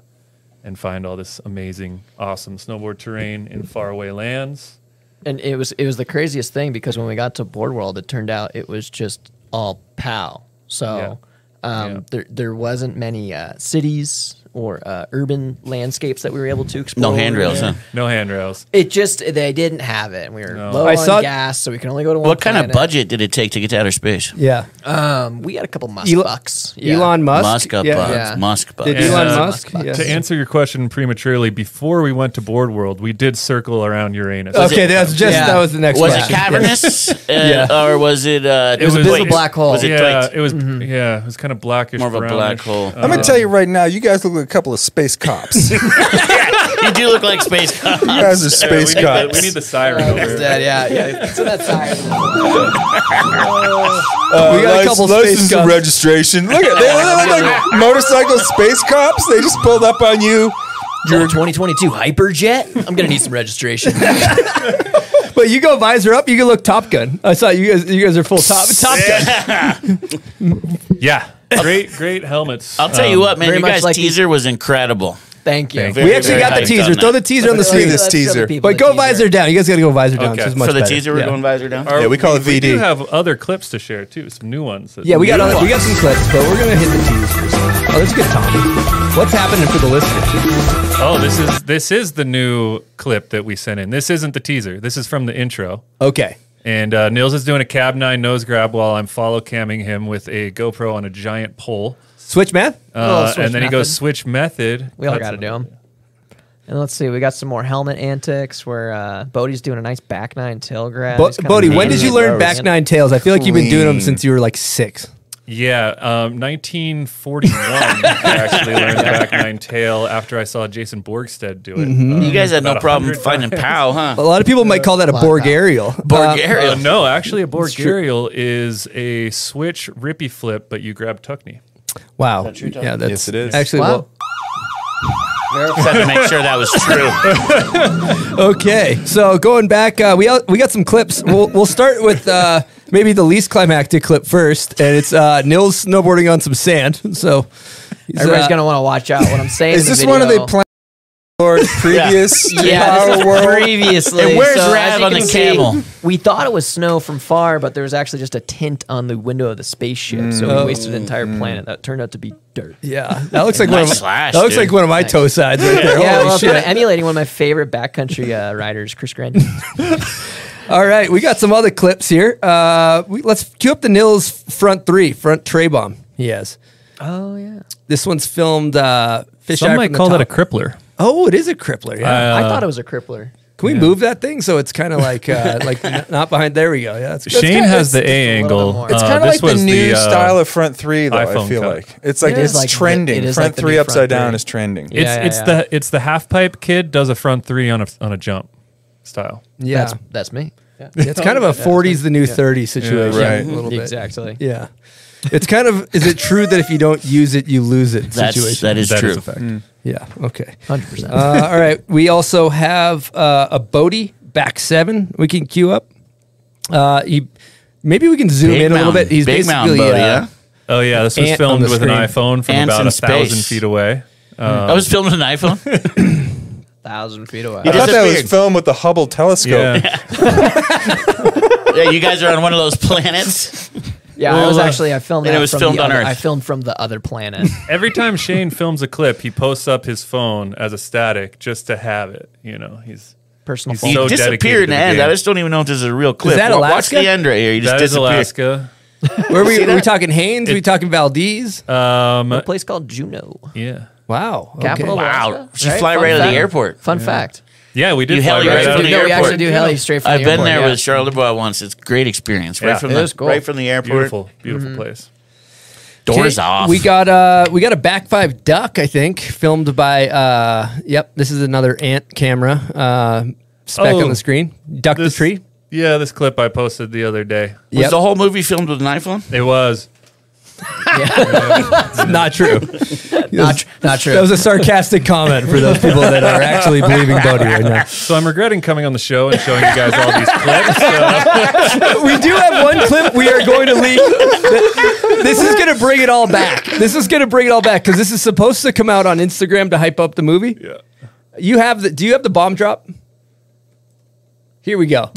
[SPEAKER 5] and find all this amazing, awesome snowboard terrain in faraway lands.
[SPEAKER 4] And it was it was the craziest thing because when we got to Board World, it turned out it was just all POW. So Um, there there wasn't many uh, cities or uh, urban landscapes that we were able to explore.
[SPEAKER 6] handrails, huh?
[SPEAKER 5] No handrails.
[SPEAKER 4] It just they didn't have it. and We were low
[SPEAKER 6] I
[SPEAKER 4] on
[SPEAKER 6] saw-
[SPEAKER 4] gas, so we can only go to one.
[SPEAKER 6] What kind of
[SPEAKER 4] planet.
[SPEAKER 6] budget did it take to get to outer space?
[SPEAKER 3] Yeah.
[SPEAKER 4] Um, we had a couple Musk
[SPEAKER 3] Elon-
[SPEAKER 4] bucks.
[SPEAKER 3] Elon Musk?
[SPEAKER 6] Musk up
[SPEAKER 3] Yeah.
[SPEAKER 6] bucks.
[SPEAKER 3] Yeah.
[SPEAKER 6] Musk bucks.
[SPEAKER 3] Did Elon Musk? Yes.
[SPEAKER 5] To answer your question prematurely, before we went to Board World, we did circle around Uranus.
[SPEAKER 3] Was Okay, it- that's just- Yeah. that was the next
[SPEAKER 6] Was it
[SPEAKER 3] question.
[SPEAKER 6] cavernous? uh,
[SPEAKER 5] Yeah.
[SPEAKER 6] Or was it. Uh, wait, Was it
[SPEAKER 5] yeah,
[SPEAKER 6] tight?
[SPEAKER 5] it was. Yeah, it was kind of blackish.
[SPEAKER 6] More of a black hole.
[SPEAKER 2] I'm gonna tell you right now, you guys look like a couple of space cops. you
[SPEAKER 6] You do look like space cops.
[SPEAKER 2] guys are space cops.
[SPEAKER 5] siren.
[SPEAKER 4] That's that, yeah, yeah. So that's
[SPEAKER 2] Uh,
[SPEAKER 4] We got a
[SPEAKER 2] lic-
[SPEAKER 4] couple space
[SPEAKER 2] license and
[SPEAKER 4] cops.
[SPEAKER 2] registration. Look at they, they look like motorcycle space cops. They just pulled up on you.
[SPEAKER 4] You're 2022 hyperjet. I'm gonna need some registration.
[SPEAKER 3] But you go visor up, you can look Top Gun. I saw you guys. You guys are full Top Top Gun.
[SPEAKER 5] Yeah, great, great helmets. Um,
[SPEAKER 6] I'll tell you what, man. You guys' teaser was incredible.
[SPEAKER 4] Thank you.
[SPEAKER 3] We actually got the teaser. Throw the teaser on the screen. But go visor down. You guys got to go visor down. so it's much better. Yeah.
[SPEAKER 5] Or We do
[SPEAKER 3] Yeah,
[SPEAKER 5] have other clips to share too. Some new ones. that-
[SPEAKER 3] we got other, we got some clips, but we're gonna hit the teasers. Oh, that's a good time. What's happening for the listeners?
[SPEAKER 5] Oh, this is this is the new clip that we sent in. This isn't the teaser. This is from the intro.
[SPEAKER 3] Okay.
[SPEAKER 5] And uh, Nils is doing a cab nine nose grab while I'm follow camming him with a GoPro on a giant pole.
[SPEAKER 3] Oh, Switch man.
[SPEAKER 5] Uh,
[SPEAKER 4] Little switch
[SPEAKER 5] and then he goes
[SPEAKER 4] method.
[SPEAKER 5] switch method.
[SPEAKER 4] We all
[SPEAKER 5] That's-
[SPEAKER 4] got to do them. And let's see, we got some more helmet antics where uh, Bodie's doing a nice back nine tail grab.
[SPEAKER 3] Bo-
[SPEAKER 4] He's kinda
[SPEAKER 3] Bodie, when
[SPEAKER 4] leaning
[SPEAKER 3] did you
[SPEAKER 4] in.
[SPEAKER 3] learn back nine tails? I feel like you've been doing them
[SPEAKER 5] Clean.
[SPEAKER 3] since you were like six.
[SPEAKER 5] Yeah, um, 1941. I actually learned back nine tail after I saw Jason Borgstead do it.
[SPEAKER 3] Mhm.
[SPEAKER 5] uh,
[SPEAKER 3] You guys had no
[SPEAKER 5] about a
[SPEAKER 3] problem
[SPEAKER 5] hundred
[SPEAKER 6] finding
[SPEAKER 5] times.
[SPEAKER 6] POW, huh?
[SPEAKER 3] A lot of people might call that a Borg aerial.
[SPEAKER 5] Uh, no, actually, a
[SPEAKER 3] It's true.
[SPEAKER 5] Borgarial is a switch rippy flip, but you grab Tuckney.
[SPEAKER 3] Wow.
[SPEAKER 5] that true, Tom?
[SPEAKER 3] yeah, that's
[SPEAKER 5] Yes, it is.
[SPEAKER 3] Actually,
[SPEAKER 5] Wow.
[SPEAKER 3] well,
[SPEAKER 6] Just had to make sure that was true.
[SPEAKER 3] okay, so going back, uh, we out, we got some clips. We'll we'll start with uh, maybe the least climactic clip first, and it's uh, Nils snowboarding on some sand. So he's,
[SPEAKER 4] Everybody's
[SPEAKER 3] uh,
[SPEAKER 4] gonna want to watch out what I'm saying.
[SPEAKER 3] Is
[SPEAKER 4] in the
[SPEAKER 3] this one of the
[SPEAKER 4] video.
[SPEAKER 3] plan-
[SPEAKER 2] Or previous
[SPEAKER 4] Yeah, yeah this
[SPEAKER 2] Power
[SPEAKER 4] is
[SPEAKER 2] World.
[SPEAKER 4] previously.
[SPEAKER 6] And where's
[SPEAKER 4] so as
[SPEAKER 6] Rav
[SPEAKER 4] you
[SPEAKER 6] on
[SPEAKER 4] can
[SPEAKER 6] the
[SPEAKER 4] see,
[SPEAKER 6] camel?
[SPEAKER 4] We thought it was snow from far, but there was actually just a tint on the window of the spaceship, so
[SPEAKER 3] Oh.
[SPEAKER 4] we wasted an entire planet. That turned out to be dirt.
[SPEAKER 3] Yeah, that looks like one of my,
[SPEAKER 4] Nice slash,
[SPEAKER 3] that looks
[SPEAKER 4] dude.
[SPEAKER 3] like one of my toe sides right there.
[SPEAKER 4] yeah,
[SPEAKER 3] Holy
[SPEAKER 4] well, I'm
[SPEAKER 3] shit.
[SPEAKER 4] kinda emulating one of my favorite backcountry uh, riders, Chris Grant.
[SPEAKER 3] All right, we got some other clips here. Uh, we, let's cue up the Nils front three, front tray bomb. He has.
[SPEAKER 4] Oh yeah.
[SPEAKER 3] This one's filmed. Uh, fish
[SPEAKER 5] Some might call that a crippler.
[SPEAKER 3] Oh, it is a crippler. Yeah,
[SPEAKER 5] Uh, I thought it
[SPEAKER 4] was a crippler.
[SPEAKER 3] Can we
[SPEAKER 5] yeah.
[SPEAKER 3] move that thing so it's kind of like uh, like n- not behind? There we go. Yeah, that's, that's
[SPEAKER 5] Shane
[SPEAKER 3] kinda-
[SPEAKER 5] has the
[SPEAKER 3] that's-
[SPEAKER 5] A angle.
[SPEAKER 2] It's
[SPEAKER 5] Uh,
[SPEAKER 2] kind of
[SPEAKER 5] this
[SPEAKER 2] like the
[SPEAKER 5] was
[SPEAKER 2] new
[SPEAKER 5] uh,
[SPEAKER 2] style of front three, though. I
[SPEAKER 5] iPhone
[SPEAKER 2] feel
[SPEAKER 5] cut.
[SPEAKER 2] like it's like
[SPEAKER 5] It is
[SPEAKER 2] it's
[SPEAKER 5] like the-
[SPEAKER 2] trending.
[SPEAKER 5] it is
[SPEAKER 2] front
[SPEAKER 5] like the
[SPEAKER 2] three
[SPEAKER 5] new
[SPEAKER 2] upside
[SPEAKER 5] front
[SPEAKER 2] down
[SPEAKER 5] three.
[SPEAKER 2] is trending.
[SPEAKER 5] It's it's the it's the half pipe kid does a front three on a on a jump style.
[SPEAKER 3] Yeah. That's-
[SPEAKER 4] that's me. Yeah.
[SPEAKER 3] It's kind of a
[SPEAKER 4] Yeah.
[SPEAKER 3] 40s the new
[SPEAKER 4] Yeah.
[SPEAKER 3] 30 situation.
[SPEAKER 5] Yeah, right.
[SPEAKER 3] A little bit.
[SPEAKER 4] Exactly.
[SPEAKER 3] Yeah. It's kind of is it true that if you don't use it, you lose it
[SPEAKER 6] That's-
[SPEAKER 3] situation.
[SPEAKER 6] that is That is true. Mm. a fact.
[SPEAKER 3] Yeah. Okay.
[SPEAKER 4] 100%.
[SPEAKER 3] Uh, all right. We also have uh, a Bodie back seven. We can queue up. Uh, he, maybe we can zoom
[SPEAKER 6] Big
[SPEAKER 3] in a little
[SPEAKER 6] mountain-
[SPEAKER 3] bit. He's
[SPEAKER 6] big mountain
[SPEAKER 3] basically
[SPEAKER 6] Bodie,
[SPEAKER 3] uh,
[SPEAKER 6] yeah?
[SPEAKER 5] Oh yeah, this was
[SPEAKER 3] Ant on
[SPEAKER 5] filmed
[SPEAKER 3] the
[SPEAKER 5] with an
[SPEAKER 3] screen.
[SPEAKER 5] iPhone from
[SPEAKER 6] Ants
[SPEAKER 5] about
[SPEAKER 6] in
[SPEAKER 5] a thousand
[SPEAKER 6] space.
[SPEAKER 5] feet away. Um,
[SPEAKER 6] I was filmed with an iPhone.
[SPEAKER 4] Thousand feet away.
[SPEAKER 2] I thought that was
[SPEAKER 6] disappeared.
[SPEAKER 2] filmed with the Hubble telescope.
[SPEAKER 6] yeah, you guys are on one of those planets.
[SPEAKER 4] Yeah, I was actually I filmed.
[SPEAKER 6] And
[SPEAKER 4] that
[SPEAKER 6] it was
[SPEAKER 4] from
[SPEAKER 6] filmed
[SPEAKER 4] the
[SPEAKER 6] on
[SPEAKER 4] other-
[SPEAKER 6] Earth.
[SPEAKER 4] I filmed from the other planet.
[SPEAKER 5] Every time Shane films a clip, he posts up his phone as a static just to have it. You know, he's
[SPEAKER 4] personal
[SPEAKER 6] You
[SPEAKER 4] fault.
[SPEAKER 6] disappear in the end. I just don't even know if this is a real clip. Wa- Watch the end right here. You just disappear.
[SPEAKER 3] Where are we,
[SPEAKER 6] See
[SPEAKER 3] are we
[SPEAKER 6] that?
[SPEAKER 3] talking Haynes? Are we talking Valdez?
[SPEAKER 5] Um,
[SPEAKER 3] a
[SPEAKER 4] place called Juno.
[SPEAKER 5] Yeah.
[SPEAKER 3] Wow. Okay.
[SPEAKER 4] Capital Alaska, right? Fun fact. Fun fact.
[SPEAKER 5] Yeah, we did.
[SPEAKER 6] You
[SPEAKER 5] fly
[SPEAKER 6] heli
[SPEAKER 5] right
[SPEAKER 6] right
[SPEAKER 5] out
[SPEAKER 6] from
[SPEAKER 5] of
[SPEAKER 6] the
[SPEAKER 5] the
[SPEAKER 6] airport.
[SPEAKER 5] airport. Yeah.
[SPEAKER 6] I've been there with Charles Dubois once. It's a great experience. Right
[SPEAKER 5] Yeah.
[SPEAKER 6] from
[SPEAKER 5] It
[SPEAKER 6] the
[SPEAKER 5] is cool.
[SPEAKER 6] right from the airport.
[SPEAKER 5] Beautiful, beautiful
[SPEAKER 6] Mm-hmm.
[SPEAKER 5] place.
[SPEAKER 6] Doors
[SPEAKER 3] Okay,
[SPEAKER 6] off.
[SPEAKER 3] We got uh we got a back five duck, I think, filmed by uh yep, this is another ant camera. Uh spec
[SPEAKER 5] Oh,
[SPEAKER 3] on the screen. Duck the tree.
[SPEAKER 5] Yeah, this clip I posted the other day.
[SPEAKER 3] Was Yep. the
[SPEAKER 6] whole movie filmed with an iPhone?
[SPEAKER 5] It was.
[SPEAKER 3] It's not true.
[SPEAKER 5] Not tr- not true.
[SPEAKER 3] That was a sarcastic comment for those people that are actually believing Bodhi right now.
[SPEAKER 5] So I'm regretting coming on the show and showing you guys all these clips.
[SPEAKER 3] we do have one clip we are going to leak. This is going to bring it all back. This is going to bring it all back because this is supposed to come out on Instagram to hype up the movie. Yeah. You have the. Do you have the bomb drop? Here we go.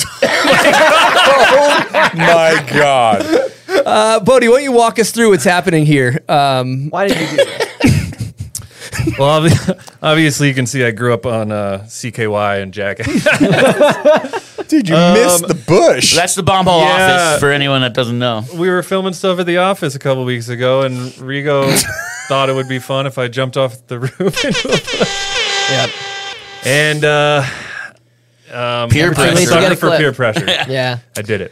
[SPEAKER 2] My God.
[SPEAKER 3] Uh, Bodie, why don't you walk us through what's happening here? Um,
[SPEAKER 4] Why did you do that?
[SPEAKER 5] well, obvi- obviously, you can see I grew up on uh, CKY and Jackass.
[SPEAKER 2] Dude,
[SPEAKER 5] you
[SPEAKER 3] Um,
[SPEAKER 5] missed the bush.
[SPEAKER 6] That's the bomb hole
[SPEAKER 5] Yeah.
[SPEAKER 6] office for anyone that doesn't know.
[SPEAKER 5] we were filming stuff at the office a couple weeks ago, and Rigo thought it would be fun if I jumped off the roof. into a-
[SPEAKER 4] Yep.
[SPEAKER 5] And uh, um,
[SPEAKER 6] Peer
[SPEAKER 5] I'm a
[SPEAKER 6] pressure.
[SPEAKER 5] sucker
[SPEAKER 6] You gotta
[SPEAKER 5] for
[SPEAKER 6] flip.
[SPEAKER 5] peer pressure.
[SPEAKER 4] Yeah.
[SPEAKER 5] I did it.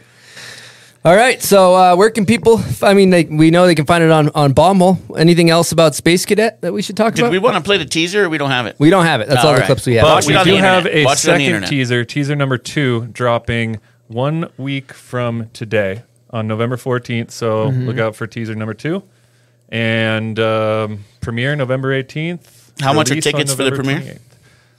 [SPEAKER 3] All right. So, uh, where can people? I mean, they, we know they can find it on on Bombhole. Anything else about Space Cadet that we should talk
[SPEAKER 6] Did
[SPEAKER 3] about?
[SPEAKER 6] we Ah, want to play the teaser or we don't have it?
[SPEAKER 3] We don't have it. That's all the clips we have.
[SPEAKER 5] But
[SPEAKER 6] Watch
[SPEAKER 5] we
[SPEAKER 6] it on
[SPEAKER 5] do
[SPEAKER 6] the
[SPEAKER 5] have
[SPEAKER 6] internet.
[SPEAKER 5] a
[SPEAKER 6] Watch it on the
[SPEAKER 5] second
[SPEAKER 6] internet.
[SPEAKER 5] teaser, teaser number two, dropping one week from today on November 14th. So
[SPEAKER 6] Mhm.
[SPEAKER 5] look out for teaser number two. And um, premiere November 18th.
[SPEAKER 6] How much are
[SPEAKER 5] Release on
[SPEAKER 6] tickets for the
[SPEAKER 5] November
[SPEAKER 6] premiere?
[SPEAKER 5] 28th.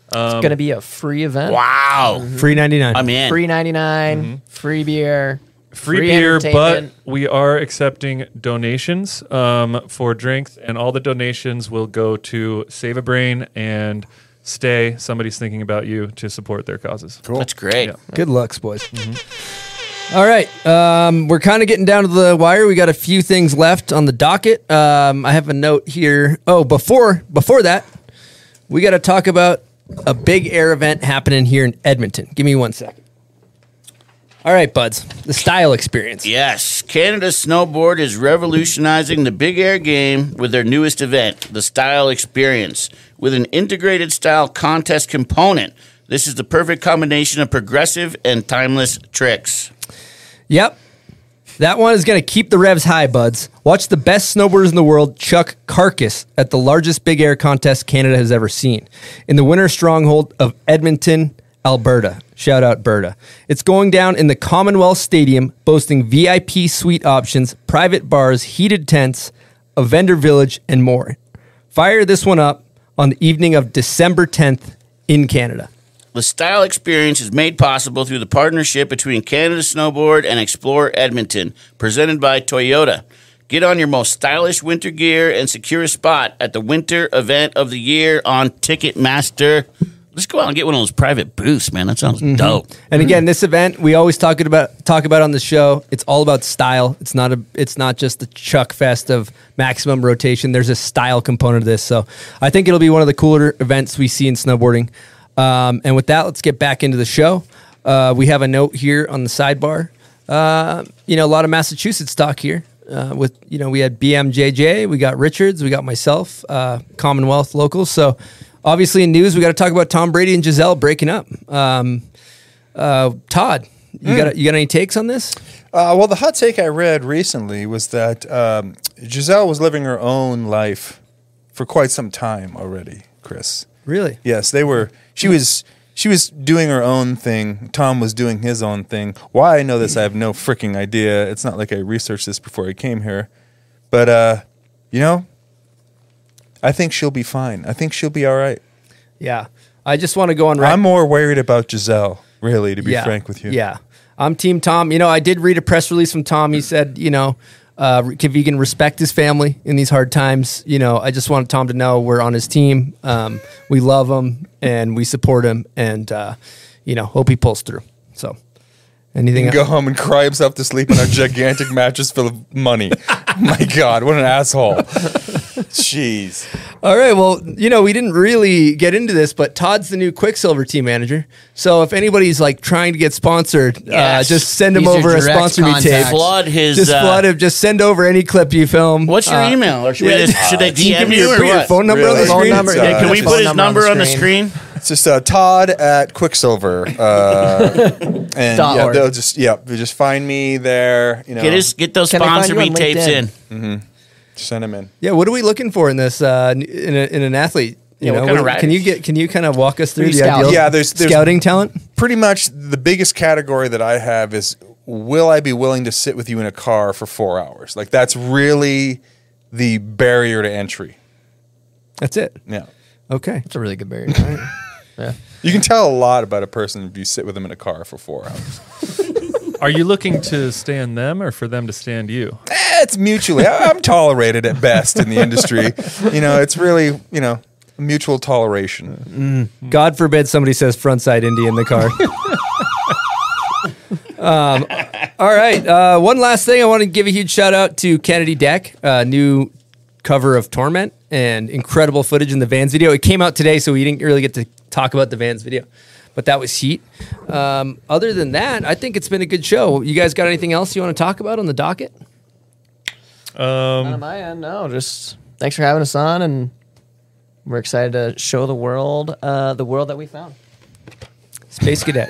[SPEAKER 4] It's
[SPEAKER 5] Um,
[SPEAKER 4] going to be a free event.
[SPEAKER 6] Wow.
[SPEAKER 3] Free ninety nine.
[SPEAKER 6] I'm in.
[SPEAKER 4] Free 99, free beer,
[SPEAKER 5] free, beer, but
[SPEAKER 4] entertainment.
[SPEAKER 5] we are accepting donations um, for drinks, and all the donations will go to Save a Brain and Stay. Somebody's thinking about you to support their causes. Cool,
[SPEAKER 6] that's great.
[SPEAKER 3] Good lucks, boys. Mm-hmm. All right, um, we're kind of getting down to the wire. We got a few things left on the docket. Um, I have a note here. Oh, before before that, we got to talk about a big air event happening here in Edmonton. Give me one second. All right, buds, the style experience.
[SPEAKER 6] Yes, Canada Snowboard is revolutionizing the big air game with their newest event, the Style Experience, with an integrated style contest component. This is the perfect combination of progressive and timeless tricks.
[SPEAKER 3] Yep. That one is going to keep the revs high, buds. Watch the best snowboarders in the world, Chuck Carcass, at the largest big air contest Canada has ever seen in the winter stronghold of Edmonton, Alberta. Shout out, Berta. It's going down in the Commonwealth Stadium, boasting VIP suite options, private bars, heated tents, a vendor village, and more. Fire this one up on the evening of December 10th in Canada.
[SPEAKER 6] The style experience is made possible through the partnership between Canada Snowboard and Explore Edmonton, presented by Toyota. Get on your most stylish winter gear and secure a spot at the winter event of the year on Ticketmaster. Let's go out and get one of those private booths, man. That sounds
[SPEAKER 3] Mhm.
[SPEAKER 6] dope.
[SPEAKER 3] And again, this event we always talk it about talk about on the show. It's all about style. It's not a it's not just the chuck fest of maximum rotation. There's a style component of this. So I think it'll be one of the cooler events we see in snowboarding. Um, and with that, let's get back into the show. Uh, we have a note here on the sidebar. Uh, you know, a lot of Massachusetts talk here. Uh, with you know, we had BMJJ, we got Richards, we got myself, uh, Commonwealth locals. So obviously, in news, we got to talk about Tom Brady and Giselle breaking up. Um, uh, Todd, you got you got any takes on this?
[SPEAKER 2] Uh, well, the hot take I read recently was that um, Giselle was living her own life for quite some time already, Chris.
[SPEAKER 3] Really?
[SPEAKER 2] Yes, they were. She was. She was doing her own thing. Tom was doing his own thing. Why I know this, I have no freaking idea. It's not like I researched this before I came here, but uh, you know, I think she'll be fine. I think she'll be all right.
[SPEAKER 3] Yeah, I just want to go on. Right
[SPEAKER 2] I'm more worried about Giselle, really, to be
[SPEAKER 3] Yeah.
[SPEAKER 2] frank with you.
[SPEAKER 3] Yeah, I'm Team Tom. You know, I did read a press release from Tom. He said, you know, uh, if he can respect his family in these hard times, you know, I just want Tom to know we're on his team. Um, we love him and we support him, and uh, you know, hope he pulls through. So, anything
[SPEAKER 2] He can go home and cry himself to sleep on a gigantic mattress full of money. My God, what an asshole! Jeez.
[SPEAKER 3] All right. Well, you know, we didn't really get into this, but Todd's the new Quicksilver team manager. So if anybody's like trying to get sponsored,
[SPEAKER 6] Yes.
[SPEAKER 3] uh, just send them
[SPEAKER 6] These are
[SPEAKER 3] over a
[SPEAKER 6] direct
[SPEAKER 3] sponsor me
[SPEAKER 6] contacts.
[SPEAKER 3] tape.
[SPEAKER 6] Flood his,
[SPEAKER 3] Just
[SPEAKER 6] uh,
[SPEAKER 3] flood him. Just send over any clip you film. Uh,
[SPEAKER 6] What's your email? Or should we just- should I
[SPEAKER 3] can uh, you
[SPEAKER 6] DM
[SPEAKER 3] give me
[SPEAKER 6] you
[SPEAKER 3] your,
[SPEAKER 6] or
[SPEAKER 3] put your
[SPEAKER 6] what?
[SPEAKER 3] phone number on the
[SPEAKER 6] Really? Phone
[SPEAKER 3] screen?
[SPEAKER 6] number,
[SPEAKER 3] It's, uh,
[SPEAKER 6] yeah, can we
[SPEAKER 3] his
[SPEAKER 6] put
[SPEAKER 3] phone
[SPEAKER 6] his number on the screen?
[SPEAKER 2] It's just uh, Todd at Quicksilver, uh, and
[SPEAKER 6] Dot
[SPEAKER 2] yeah,
[SPEAKER 6] org.
[SPEAKER 2] they'll just yeah, they'll just find me there. You know,
[SPEAKER 6] Get his- get those Can I find sponsor you on me tapes LinkedIn?
[SPEAKER 2] in. Mm-hmm. Send them in.
[SPEAKER 3] Yeah. What are we looking for in this uh, n- in, a, in an athlete? You
[SPEAKER 2] Yeah, what
[SPEAKER 3] know,
[SPEAKER 2] kind of
[SPEAKER 3] can you get? Can you kind of walk us through the ideal
[SPEAKER 2] yeah, there's, there's
[SPEAKER 3] scouting talent?
[SPEAKER 2] Pretty much the biggest category that I have is will I be willing to sit with you in a car for four hours? Like that's really the barrier to entry.
[SPEAKER 3] That's it.
[SPEAKER 2] Yeah.
[SPEAKER 3] Okay.
[SPEAKER 4] That's a really good barrier. yeah.
[SPEAKER 2] You can tell a lot about a person if you sit with them in a car for four hours.
[SPEAKER 5] Are you looking to stand them or for them to stand you?
[SPEAKER 2] Eh, it's mutually. I- I'm tolerated at best in the industry. You know, it's really you know mutual toleration.
[SPEAKER 3] Mm. God forbid somebody says frontside Indy in the car. um, all right. Uh, one last thing. I want to give a huge shout out to Kennedy Deck, uh, new cover of Torment and incredible footage in the Vans video. It came out today, so we didn't really get to talk about the Vans video, but that was heat. Um, other than that, I think it's been a good show. You guys got anything else you want to talk about on the docket?
[SPEAKER 5] Um,
[SPEAKER 4] on my end, no. Just thanks for having us on, and we're excited to show the world uh, the world that we found.
[SPEAKER 3] Space Cadet.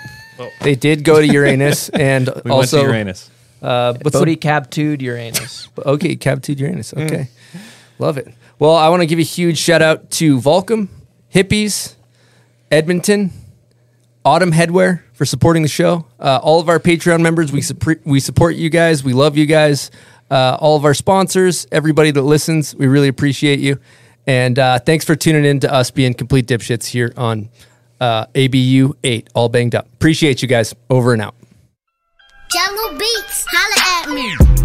[SPEAKER 3] They did go to Uranus and
[SPEAKER 4] We went to
[SPEAKER 3] also
[SPEAKER 4] Uranus.
[SPEAKER 3] Uh, what's the-
[SPEAKER 4] Bodhi Captude Uranus.
[SPEAKER 3] Okay, Captude Uranus. Okay. Love it. Well, I want to give a huge shout out to Volcom, Hippies, Edmonton, Autumn Headwear for supporting the show. Uh, all of our Patreon members, we, supre- we support you guys. We love you guys. Uh, all of our sponsors, everybody that listens, we really appreciate you. And uh, thanks for tuning in to us being complete dipshits here on uh, ABU 8, all banged up. Appreciate you guys. Over and out.
[SPEAKER 14] Jungle Beats, holla at me.